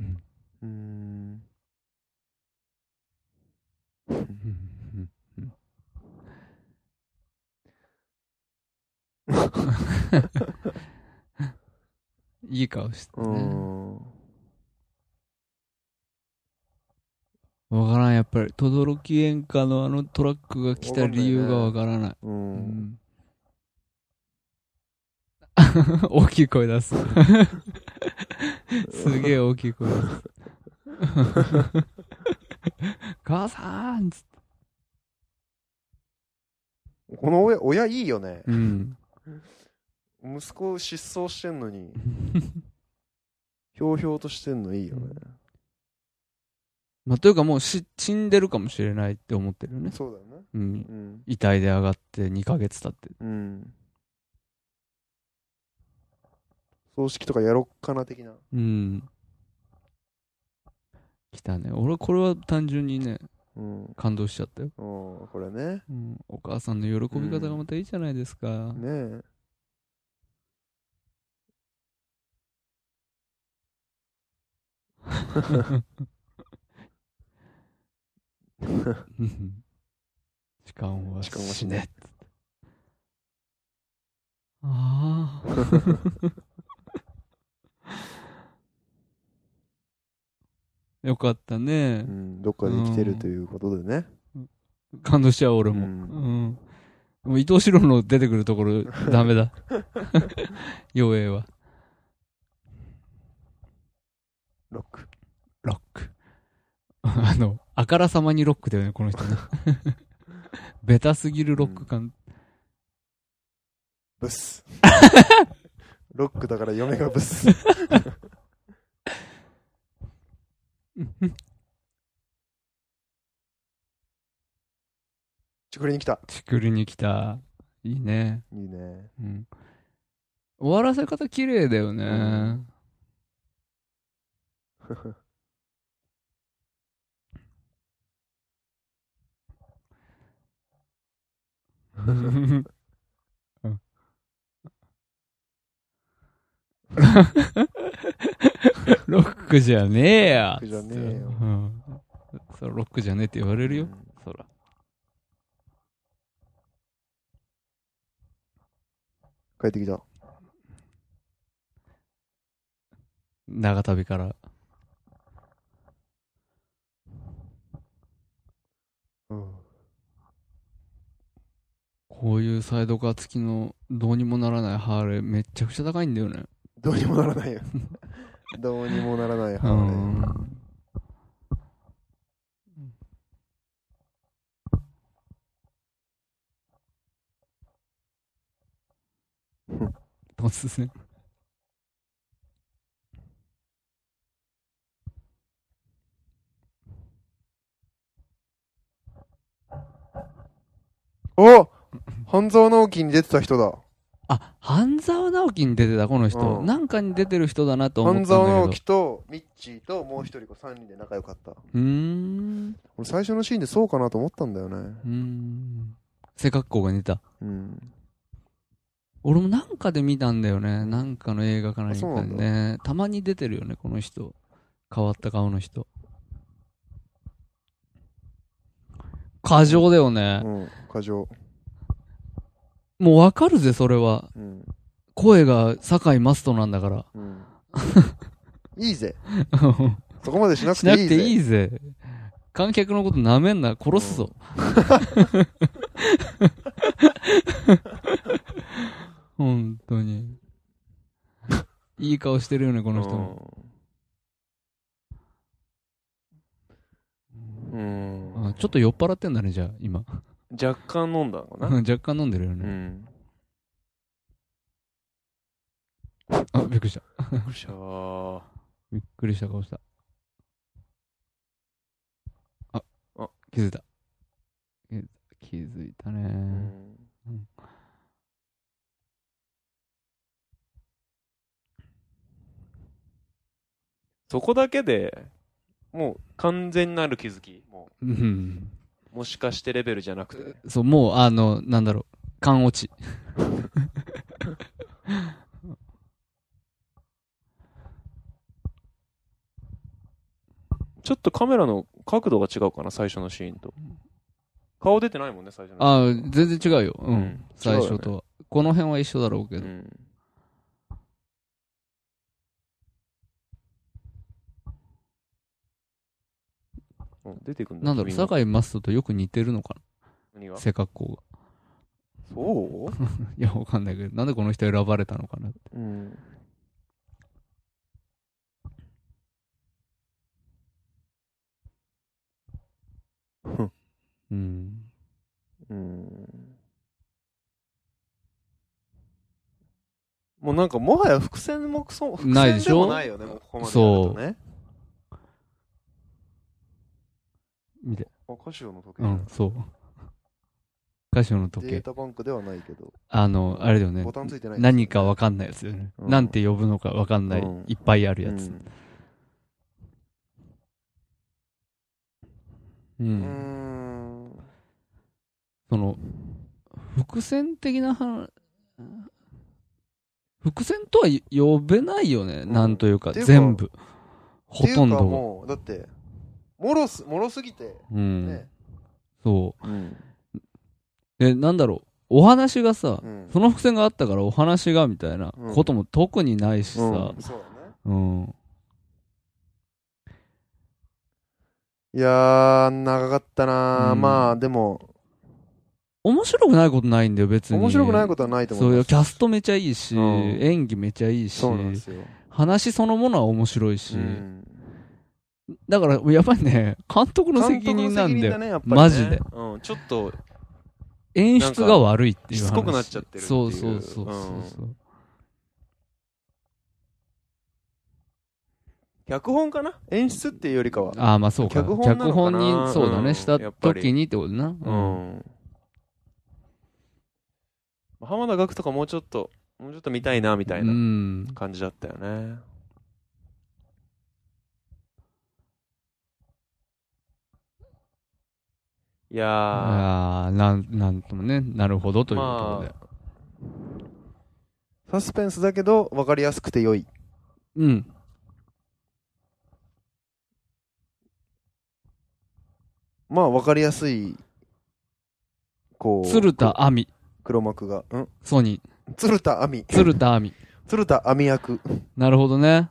Speaker 3: うん
Speaker 2: うーん
Speaker 3: うんうんうんいい顔して
Speaker 2: う
Speaker 3: ね。
Speaker 2: ん
Speaker 3: わからん、やっぱり。轟園下のあのトラックが来た理由がわからない。
Speaker 2: う
Speaker 3: うんん大きい声出 [LAUGHS] す。 [LAUGHS] すげえ大きい声出す。母さんっつって。
Speaker 2: この親親いいよね
Speaker 3: うん。
Speaker 2: 息子失踪してんのにひょうひょうとしてんのいいよね
Speaker 3: まあ、というかもうし死んでるかもしれないって思ってるよね。
Speaker 2: そうだよね。
Speaker 3: うん。
Speaker 2: うん。
Speaker 3: 遺体で上がって2ヶ月経って。
Speaker 2: うん。葬式とかやろっかな的な。
Speaker 3: うん。来たね。俺これは単純にね、
Speaker 2: うん。うん、
Speaker 3: 感動しちゃったよ。
Speaker 2: これね。
Speaker 3: うん、お母さんの喜び方がまたいいじゃないですか。
Speaker 2: ねえ。
Speaker 3: うん時間は
Speaker 2: 時間は
Speaker 3: 死
Speaker 2: 死ね
Speaker 3: ね。ああ。 [LAUGHS] よかったね
Speaker 2: う。ん。どっかで生きてるということでね。
Speaker 3: 感動しちゃう、俺
Speaker 2: う
Speaker 3: も。うんん。でも伊藤四郎の出てくるところ、ダメだ。妖艶は。
Speaker 2: ロック。
Speaker 3: ロック。あの、あからさまにロックだよね、この人ね。ベタすぎるロック感。
Speaker 2: ブ
Speaker 3: [LAUGHS]
Speaker 2: ス。ロックだから嫁がブス。
Speaker 3: [LAUGHS]
Speaker 2: ちくりに来た。
Speaker 3: ちくりに来た。いいね。
Speaker 2: いいね。
Speaker 3: うん。終わらせ方綺麗だよね。
Speaker 2: うん
Speaker 3: うんうんロックじゃねえ
Speaker 2: ロッ
Speaker 3: や
Speaker 2: クじゃねえよ
Speaker 3: うんそれロックじゃねえって言われるよ、そら
Speaker 2: 帰ってきた。
Speaker 3: 長旅から
Speaker 2: うん。
Speaker 3: こういうサイドカー付きのどうにもならないハーレーめっちゃくちゃ高いんだよね
Speaker 2: どうにもなら
Speaker 3: [LAUGHS]
Speaker 2: ないよ。どうにもならないハ
Speaker 3: う
Speaker 2: ーレ
Speaker 3: ん
Speaker 2: ー。
Speaker 3: 突然
Speaker 2: お半沢直樹に出てた人だ。
Speaker 3: あ半沢直樹に出てたこの人、
Speaker 2: うん
Speaker 3: なんかに出てる人だなと思ったん
Speaker 2: 半
Speaker 3: だけど
Speaker 2: 沢直樹とミッチーともう一人こう3人で仲良かった。
Speaker 3: うーん
Speaker 2: 俺最初のシーンでそうかなと思ったんだよね。
Speaker 3: うーん背格好が似た
Speaker 2: うん。
Speaker 3: 俺もなんかで見たんだよねなんかの映画か何
Speaker 2: あそう
Speaker 3: か
Speaker 2: なん
Speaker 3: にねたまに出てるよねこの人変わった顔の人過剰だよね
Speaker 2: う、ん。過剰。
Speaker 3: もうわかるぜそれは
Speaker 2: うん。
Speaker 3: 声が堺マストなんだから [LAUGHS]
Speaker 2: うん。 [LAUGHS] いいぜ。そこまでしなく
Speaker 3: して
Speaker 2: い
Speaker 3: ないく
Speaker 2: ぜ。
Speaker 3: ていいぜ観客のことなめんな殺すぞ、 [LAUGHS] 本当にいい顔してるよねこの人も、
Speaker 2: うん。
Speaker 3: あちょっと酔っ払ってんだねじゃあ今
Speaker 6: 若干飲んだのかな。
Speaker 3: [LAUGHS] 若干飲んでるよ
Speaker 6: う
Speaker 3: ね、
Speaker 6: ん。
Speaker 3: あびっくりした
Speaker 6: よっしゃー
Speaker 3: びっくりした顔したあ
Speaker 6: あ
Speaker 3: 気づいた気づいた気づいたね、
Speaker 2: うん
Speaker 6: そこだけでもう完全なる気づき。も
Speaker 3: うん
Speaker 6: うもしかしてレベルじゃなくて。
Speaker 3: そう、もう、あの、なんだろう、勘落ち。
Speaker 6: ちょっとカメラの角度が違うかな、最初のシーンと。顔出てないもんね、最初の。
Speaker 3: ああ、全然違うよ。うん。
Speaker 6: うん
Speaker 3: 最初とは、この辺は一緒だろうけ
Speaker 6: う
Speaker 3: ど。
Speaker 6: ん。お出てくんだ。
Speaker 3: なんだろう、
Speaker 6: 君が
Speaker 3: 坂井マストとよく似てるのか
Speaker 6: 何が
Speaker 3: な背格好
Speaker 6: そう
Speaker 3: が。いや、わかんないけど、なんでこの人選ばれたのかなって。
Speaker 2: うん。
Speaker 3: うん。
Speaker 2: うん。
Speaker 6: もうなんかもはや伏線もくそ、伏
Speaker 3: ないでしょ
Speaker 6: 線もないよね、もうここまでやるとね。
Speaker 3: 見て。
Speaker 2: あ、カシオの時計、
Speaker 3: うん、そう。カシオの時
Speaker 2: デー
Speaker 3: 計。
Speaker 2: タバンクではないけど、
Speaker 3: あの、あれだよね
Speaker 2: ボ。タンついてない、
Speaker 3: 何かわかんないですよね。
Speaker 2: うん
Speaker 3: なんて呼ぶのかわかんない、
Speaker 2: うん
Speaker 3: いっぱいある
Speaker 2: る
Speaker 3: やつ。うん。
Speaker 2: うん。うーん
Speaker 3: その、伏線的な話、伏線とは呼べないよね。
Speaker 2: ん
Speaker 3: なんというか、
Speaker 2: っていうか
Speaker 3: 全部。ほとん
Speaker 2: っていうか
Speaker 3: ど。
Speaker 2: もう、だって、もろす、もろすぎて、
Speaker 3: うん。
Speaker 2: ね。
Speaker 3: そ
Speaker 2: うん。
Speaker 3: う。で、なんだろう。お話がさ、
Speaker 2: うん
Speaker 3: その伏線があったからお話がみたいな
Speaker 2: うん
Speaker 3: ことも特にないしさ。
Speaker 2: そうだね。
Speaker 3: うん。
Speaker 2: いやー、長かったなー、
Speaker 3: うん
Speaker 2: まあ、でも、
Speaker 3: 面白くないことないんだよ、別に。
Speaker 2: 面白くない
Speaker 3: こ
Speaker 2: ことはないと
Speaker 3: と
Speaker 2: 思
Speaker 3: そうう
Speaker 2: ま
Speaker 3: よ、
Speaker 2: す。
Speaker 3: キャストめちゃいいし、
Speaker 2: うん
Speaker 3: 演技めちゃいいし
Speaker 2: そう、なんですよ。
Speaker 3: 話そのものは面白いし。
Speaker 2: うん
Speaker 3: だから、やっぱりね、監督の責任なんだよ。
Speaker 2: ね、やっぱりね
Speaker 3: マジで。
Speaker 1: うん、ちょっと、
Speaker 3: 演出が悪いっていう話
Speaker 1: しつこくなっちゃってるっていう
Speaker 3: そうそうそうそうそう、
Speaker 2: 脚本かな演出っていうよりかは。
Speaker 3: ああまあそうか
Speaker 2: 脚本なのかな
Speaker 3: にそうだね、
Speaker 2: うん
Speaker 3: した
Speaker 2: やっぱり
Speaker 3: 時にってことな、
Speaker 2: う、ん。
Speaker 1: 浜田岳とかもうちょっと、もうちょっと見たいな、みたいうなん感じだったよね。いや
Speaker 3: ああなんなんともねなるほどということで、
Speaker 1: ま
Speaker 2: サスペンスだけど、分かりやすくて良い。
Speaker 3: うん
Speaker 2: まあ、分かりやすい、こう、
Speaker 3: 鶴田亜美
Speaker 2: 黒幕が。うん
Speaker 3: ソニー
Speaker 2: 鶴田亜美。
Speaker 3: 鶴田亜美
Speaker 2: 鶴田亜美役。
Speaker 3: なるほどね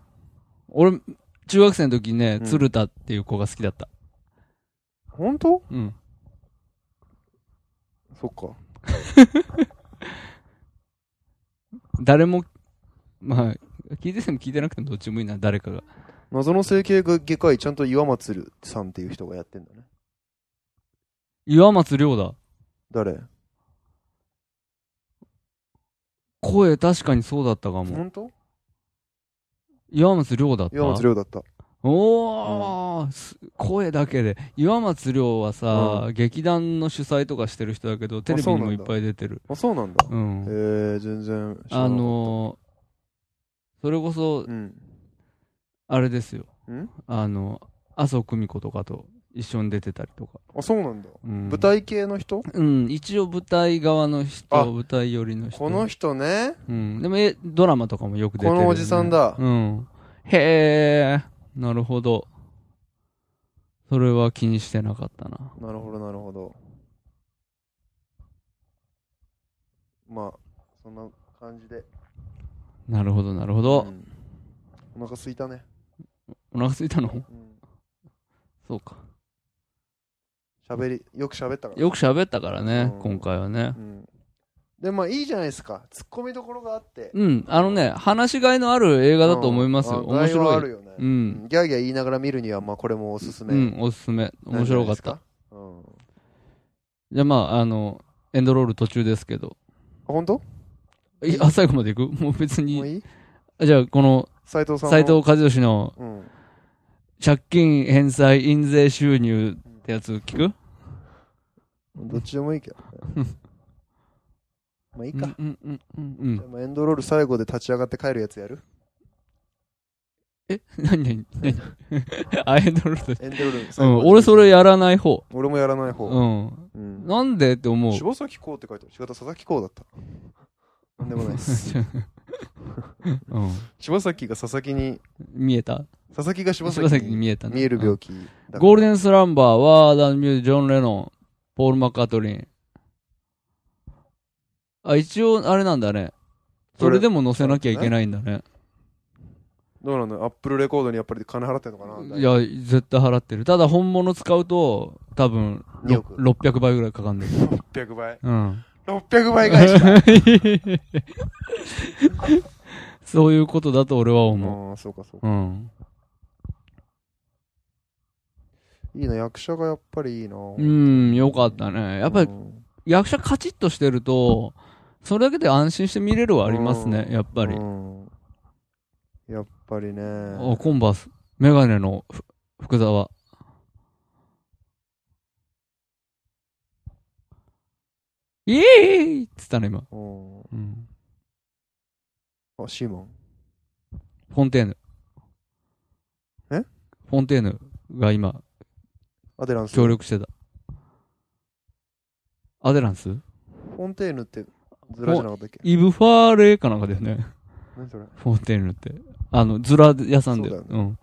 Speaker 3: 俺中学生の時ね、
Speaker 2: うん
Speaker 3: 鶴田っていう子が好きだった
Speaker 2: 本当
Speaker 3: うん
Speaker 2: そっか。
Speaker 3: 誰もまあ聞いてても聞いてなくてもどっちもいいな誰かが
Speaker 2: 謎の整形外科医、ちゃんと岩松さんっていう人がやってんだね。
Speaker 3: 岩松亮だ
Speaker 2: 誰
Speaker 3: 声確かにそうだったかも
Speaker 2: 本当
Speaker 3: 岩松亮だった
Speaker 2: 岩松亮だった。
Speaker 3: おー、す声だけで岩松亮はさ、劇団の主催とかしてる人だけどテレビにもいっぱい出てる
Speaker 2: あ、そうなんだ。
Speaker 3: う
Speaker 2: え
Speaker 3: ん
Speaker 2: ー、全然知らなかった
Speaker 3: あ、のー、それこそ
Speaker 2: うん。
Speaker 3: あれですよ
Speaker 2: ん
Speaker 3: あの麻生久美子とかと一緒に出てたりとか、
Speaker 2: あ、そうなんだ。
Speaker 3: うん、
Speaker 2: 舞台系の人
Speaker 3: うん一応舞台側の人
Speaker 2: あ
Speaker 3: 舞台寄りの人
Speaker 2: この人ね。
Speaker 3: うん、でもえドラマとかもよく出てるよね、
Speaker 2: このおじさんだ
Speaker 3: うんへえなるほどそれは気にしてなかったな
Speaker 2: なるほど、なるほど。まあ、そんな感じで。
Speaker 3: なるほどなるほ
Speaker 2: う
Speaker 3: ど、
Speaker 2: んお腹すいたね。
Speaker 3: お腹空いたの
Speaker 2: うん
Speaker 3: そうか。
Speaker 2: 喋り、よく喋ったから。
Speaker 3: よく喋ったからね
Speaker 2: う、ん
Speaker 3: 今回はね
Speaker 2: う。ん。で、まあいいじゃないですか。突っ込みどころがあって。
Speaker 3: うん、あのね、話しがいのある映画だと思いますよ。
Speaker 2: うん
Speaker 3: 面
Speaker 2: 話題はあ
Speaker 3: 白
Speaker 2: る
Speaker 3: い。
Speaker 2: よね。
Speaker 3: う。
Speaker 2: うんんギャーギャー言いながら見るには、まあこれもおすすめ
Speaker 3: う。ん、おすすめ。面白かった。。
Speaker 2: うん。
Speaker 3: じゃあまあ、あの、エンドロール途中ですけど。
Speaker 2: あ本当も
Speaker 3: いあ、最後まで行くもう別
Speaker 2: う
Speaker 3: に。
Speaker 2: いい
Speaker 3: あじゃあ、この、
Speaker 2: 斎藤さんの
Speaker 3: 斎藤。和義の
Speaker 2: うん。
Speaker 3: 借金返済印税収入ってやつ聞く
Speaker 2: どっちでもいいけどね。まあいいうか。
Speaker 3: ん、うん、うん、うんう
Speaker 2: で
Speaker 3: ん。 [LAUGHS]
Speaker 2: もエンドロール最後で立ち上がって帰るやつやる
Speaker 3: え何何何 [LAUGHS] あ、エンドロール
Speaker 2: エンドロール
Speaker 3: う
Speaker 2: 最
Speaker 3: ん
Speaker 2: 後、まで
Speaker 3: 俺それやらない方。
Speaker 2: 俺もやらない方。
Speaker 3: うん。
Speaker 2: うん
Speaker 3: なんでって思う。
Speaker 2: 柴崎こうって書いてある。違った、佐々木こうだった。なんでもないです。
Speaker 3: [LAUGHS] うん。
Speaker 2: 柴崎が佐々木に、
Speaker 3: 見えた
Speaker 2: 佐々木が柴
Speaker 3: 柴
Speaker 2: 崎
Speaker 3: 崎に
Speaker 2: に
Speaker 3: 見えたね
Speaker 2: 見える病気。
Speaker 3: うんゴールデ
Speaker 2: ン。
Speaker 3: ンスランバーは、ダン・ミュージョン・レノン、ポール・マッカートリン。あ、一応、あれなんだね。それでも載せなきゃいけないんだね。、
Speaker 2: どうなのアップルレコードにやっぱり金払ってんのかない
Speaker 3: や、絶対払ってる。ただ、本物使うと、多分、
Speaker 2: 2億。
Speaker 3: ろ600倍ぐらいかかんだけど。
Speaker 2: 600倍。
Speaker 3: うん。
Speaker 2: 600倍返した。
Speaker 3: そういうことだと俺は思
Speaker 2: ああ、そうかそう
Speaker 3: う。
Speaker 2: か。
Speaker 3: うん。
Speaker 2: いいな、役者がやっぱりいいな。
Speaker 3: う
Speaker 2: うん。
Speaker 3: ん、よかったね。やっぱり
Speaker 2: う、ん、
Speaker 3: 役者カチッとしてると、それだけで安心して見れるはありますね、
Speaker 2: うん
Speaker 3: やっぱり
Speaker 2: う。んやっぱりね。
Speaker 3: あコンバース、メガネのふ福沢。イエーイっつったの今。
Speaker 2: うん。
Speaker 3: うん。
Speaker 2: あ、シーマン。
Speaker 3: フォンテーヌ。
Speaker 2: え
Speaker 3: フォンテーヌが今、
Speaker 2: アデランス。
Speaker 3: 協力してた。アデランス
Speaker 2: フォンテーヌってズラじゃなかったっけ
Speaker 3: イブ・ファーレかなんかだよね。
Speaker 2: 何それ
Speaker 3: フォンテーヌって。あの、ズラ屋さんで。
Speaker 2: そうだ
Speaker 3: うん。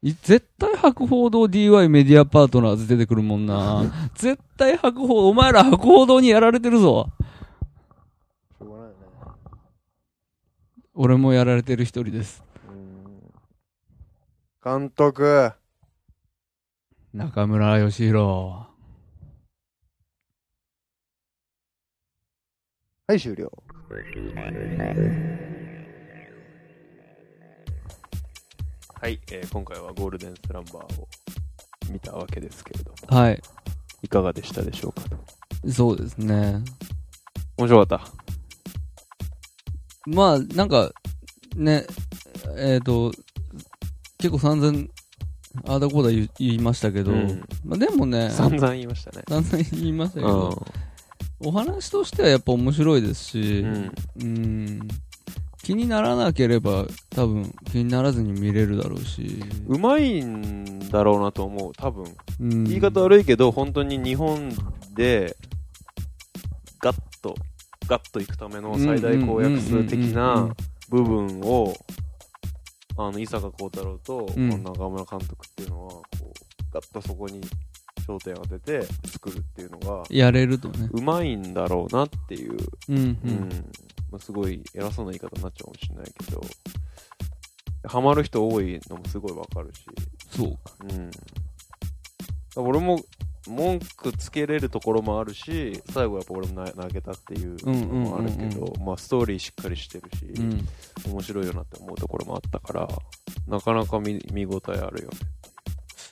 Speaker 3: い絶対博報堂 DY メディアパートナーズ出てくるもん
Speaker 2: [LAUGHS]
Speaker 3: な。絶対博報、お前ら博報堂にやられてるぞ。
Speaker 2: しょうがないよね。
Speaker 3: 俺もやられてる一人です。
Speaker 2: うん。監督。
Speaker 3: 中村義弘。
Speaker 2: はい、終了。
Speaker 6: はい、えー今回はゴールデンスランバーを見たわけですけれども、
Speaker 3: はい。
Speaker 6: いかがでしたでしょうかと。
Speaker 3: そうですね。
Speaker 6: 面白かった。
Speaker 3: まあ、なんか、ね、えっ、と、結構散々、ああだこうだ言い言いましたけど、
Speaker 6: うん
Speaker 3: まあでもね、
Speaker 6: 散々言いましたね。
Speaker 3: 散々言いましたけ
Speaker 6: う
Speaker 3: ど、お話としてはやっぱ面白いですし、
Speaker 6: ん。う
Speaker 3: うん
Speaker 6: ん。
Speaker 3: 気にならなければ多分気にならずに見れるだろうし、
Speaker 6: うまいんだろうなと思う。多分。
Speaker 3: うん
Speaker 6: 言い方悪いけど、本当に日本で、ガッと、ガッと行くための最大公約数的な部分を、あの、伊坂幸太郎と、こ
Speaker 3: うん
Speaker 6: の中村監督っていうのは、こう、ガッとそこに焦点を当てて作るっていうのが、
Speaker 3: やれるとね、
Speaker 6: うまいんだろうなっていう、
Speaker 3: うん
Speaker 6: うんまあ、すごい偉そうな言い方になっちゃうかもしれないけど、ハマる人多いのもすごいわかるし、
Speaker 3: そうか、
Speaker 6: うん、俺も文句つけれるところもあるし最後やっぱ俺もな泣けたっていう
Speaker 3: うんうん
Speaker 6: のもあるけど、
Speaker 3: うん
Speaker 6: まあ、ストーリーしっかりしてるし、
Speaker 3: うん、
Speaker 6: 面白いよなって思うところもあったからなかなか見見応えあるよ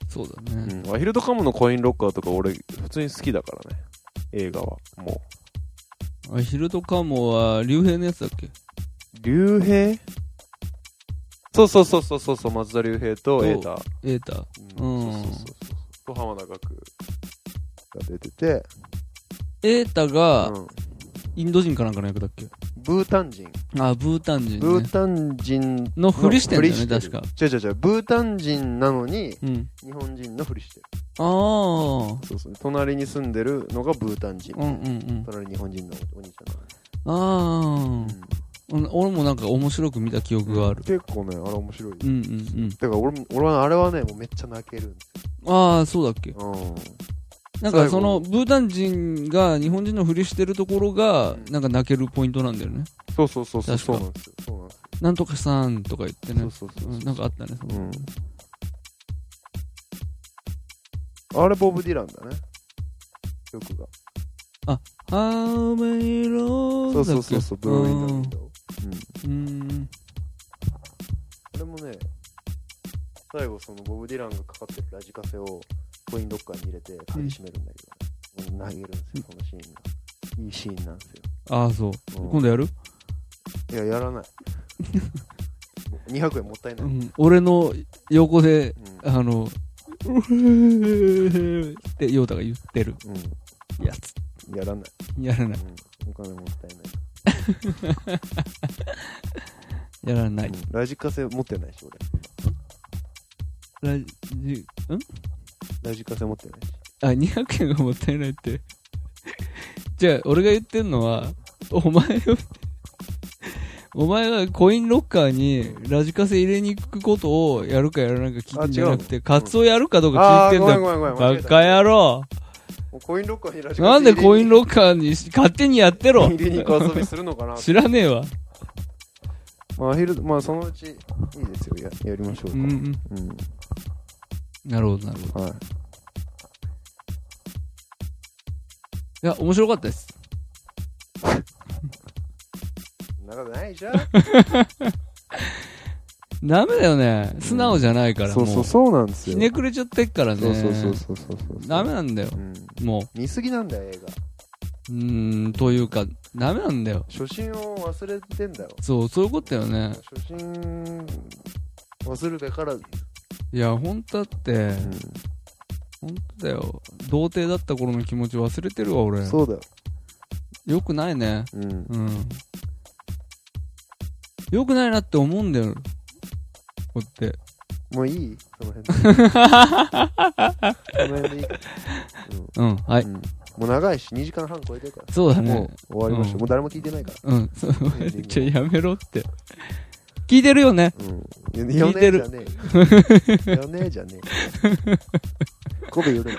Speaker 3: そうだね、
Speaker 6: ね、うん、アヒルとカムのコインロッカーとか俺普通に好きだからね映画はも
Speaker 3: あヒルトカモは竜兵のやつだっけ
Speaker 6: う竜兵そうそうそうそうそうそう松田龍平と瑛太
Speaker 3: エータ
Speaker 6: うん
Speaker 3: うん
Speaker 6: そうそうそうそうと浜田岳
Speaker 2: が出てて、
Speaker 3: エータが
Speaker 6: うん
Speaker 3: インド人かなんかの役だっけ
Speaker 2: ブータン人。
Speaker 3: あブータン人、ね、
Speaker 2: ブータン人
Speaker 3: のふりしてんだよね
Speaker 2: ふりし
Speaker 3: 確
Speaker 2: てる
Speaker 3: か
Speaker 2: 違う違う違う、ブータン人なのに、
Speaker 3: うん
Speaker 2: 日本人のふりしてる。
Speaker 3: ああ
Speaker 2: そうそう。隣に住んでるのがブータン人。
Speaker 3: うんうんうん
Speaker 2: 隣に日本人のお兄ちゃんなの
Speaker 3: ああうん俺もなんか面白く見た記憶がある。
Speaker 2: 結構ね、あれ面白い。
Speaker 3: うんうん
Speaker 2: だから俺も、俺はあれはね、もうめっちゃ泣けるんです
Speaker 3: うん。ああ、そうだっけ。
Speaker 2: よ。
Speaker 3: なんかそ
Speaker 2: 最後
Speaker 3: の、ブータン人が日本人のふりしてるところが
Speaker 2: うん、
Speaker 3: なんか泣けるポイントなんだよね。
Speaker 2: そうそうそうそう。
Speaker 3: 確
Speaker 2: そ
Speaker 3: か
Speaker 2: うなんですよ。そうなんです
Speaker 3: なんとかさんとか言ってね
Speaker 2: よ。。そうそうそうう。
Speaker 3: んなんかあったね。
Speaker 2: うん。あれ、ボブ・ディランだね。曲が。
Speaker 3: How many
Speaker 2: そうそ
Speaker 3: roads だ
Speaker 2: う
Speaker 3: っけ
Speaker 2: そうそう、ブルー・ウィンドウウィンドウ。うん。
Speaker 3: うん。
Speaker 2: あれもね、最後、そのボブ・ディランがかかってるラジカセをコインロッカーに入れて鍵閉めるんだけどね、投げるんですよ、そのシーンが。いいシーンなんですよ。
Speaker 3: ああ、そう。
Speaker 2: うん
Speaker 3: 今度やる
Speaker 2: いや、やら [LAUGHS] ない。200円もったいうない。
Speaker 3: ん。俺の横で、
Speaker 2: う
Speaker 3: あの、 [LAUGHS] うふーってヨータが言ってる
Speaker 2: ん。う
Speaker 3: やつ。
Speaker 2: ん。やらない。
Speaker 3: やらない。
Speaker 2: うん。お金もったいない。
Speaker 3: やらない。
Speaker 2: うんラジカセ持ってないし、俺。
Speaker 3: ラジ、ん
Speaker 2: ラジカセ持ってないし。
Speaker 3: あ、200円がもったいないって。じゃあ、俺が言ってんのは、お前を、お前がコインロッカーにラジカセ入れに行くことをやるかやらないか聞いてんじゃなくて、カツをやるかどうか
Speaker 2: あ
Speaker 3: 聞
Speaker 2: ー
Speaker 3: いてん
Speaker 2: ごめ
Speaker 3: だ
Speaker 2: ん
Speaker 3: よ。
Speaker 2: ごめんごめん。間違
Speaker 3: バ
Speaker 2: えた
Speaker 3: カ野郎。
Speaker 2: もうコインロッカーにラジカセ
Speaker 3: なんでコイン
Speaker 2: ッ
Speaker 3: ロッカーにし勝手にやってろ
Speaker 2: [LAUGHS] 入れに行く遊びするのかな
Speaker 3: [LAUGHS] 知らねえわ。
Speaker 2: まあ、アヒルまあ、そのうち、いいですよ。ややりましょう
Speaker 3: う
Speaker 2: か。
Speaker 3: んうん。
Speaker 2: うん。
Speaker 3: なるほど、なるほど。
Speaker 2: はい。
Speaker 3: いや、面白かったです。
Speaker 2: そんなことないじゃん。
Speaker 3: [LAUGHS] ダメだよね。素直じゃないから、
Speaker 2: そ
Speaker 3: も
Speaker 2: う
Speaker 3: う。
Speaker 2: そう、そうなんです
Speaker 3: ひ
Speaker 2: よ。
Speaker 3: ねくれちゃってっからね。
Speaker 2: そうそうそうそうそうそう。
Speaker 3: ダメなんだよ
Speaker 2: う、ん。
Speaker 3: もう。
Speaker 2: 見すぎなんだよ、映画。
Speaker 3: うーん、というか、ダメなんだよ。
Speaker 2: 初心を忘れてんだよ。
Speaker 3: そう、そういうことだよね。
Speaker 2: 初心忘るべからず。
Speaker 3: いや、ほんとだって、
Speaker 2: うん。
Speaker 3: 本当だよ。童貞だった頃の気持ち忘れてるわ、俺。
Speaker 2: そうだよ。
Speaker 3: よくないね。
Speaker 2: うん。
Speaker 3: うん。よくないなって思うんだよ。こうやって。
Speaker 2: もういいその
Speaker 3: [LAUGHS]
Speaker 2: 辺で。その辺でいいか
Speaker 3: うん、はい。
Speaker 2: うん。もう長いし、2時間半超えてるか
Speaker 3: そうだ
Speaker 2: ら。も
Speaker 3: ね。
Speaker 2: う終わりまし
Speaker 3: う
Speaker 2: た。
Speaker 3: ん
Speaker 2: もう誰も聞いてないか
Speaker 3: うん、そう
Speaker 2: ら。うん
Speaker 3: ちょ、やめろって。聞いてるよね。
Speaker 2: うん。いや
Speaker 3: 聞いてる
Speaker 2: よねえ
Speaker 3: [LAUGHS]
Speaker 2: じゃねえ。よねえじゃねえ。コベ言うな。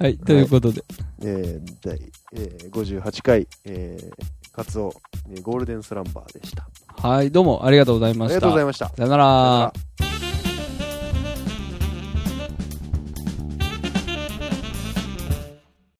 Speaker 3: はい、ということで。
Speaker 2: えー、第、えー、58回、えー、カツオ、えーゴールデンスランバーでした。
Speaker 3: はい、どうもありがとうござい
Speaker 2: あ
Speaker 3: ま
Speaker 2: り
Speaker 3: した。
Speaker 2: がとうございました。
Speaker 3: さよな
Speaker 2: さよな
Speaker 3: ら
Speaker 2: ら。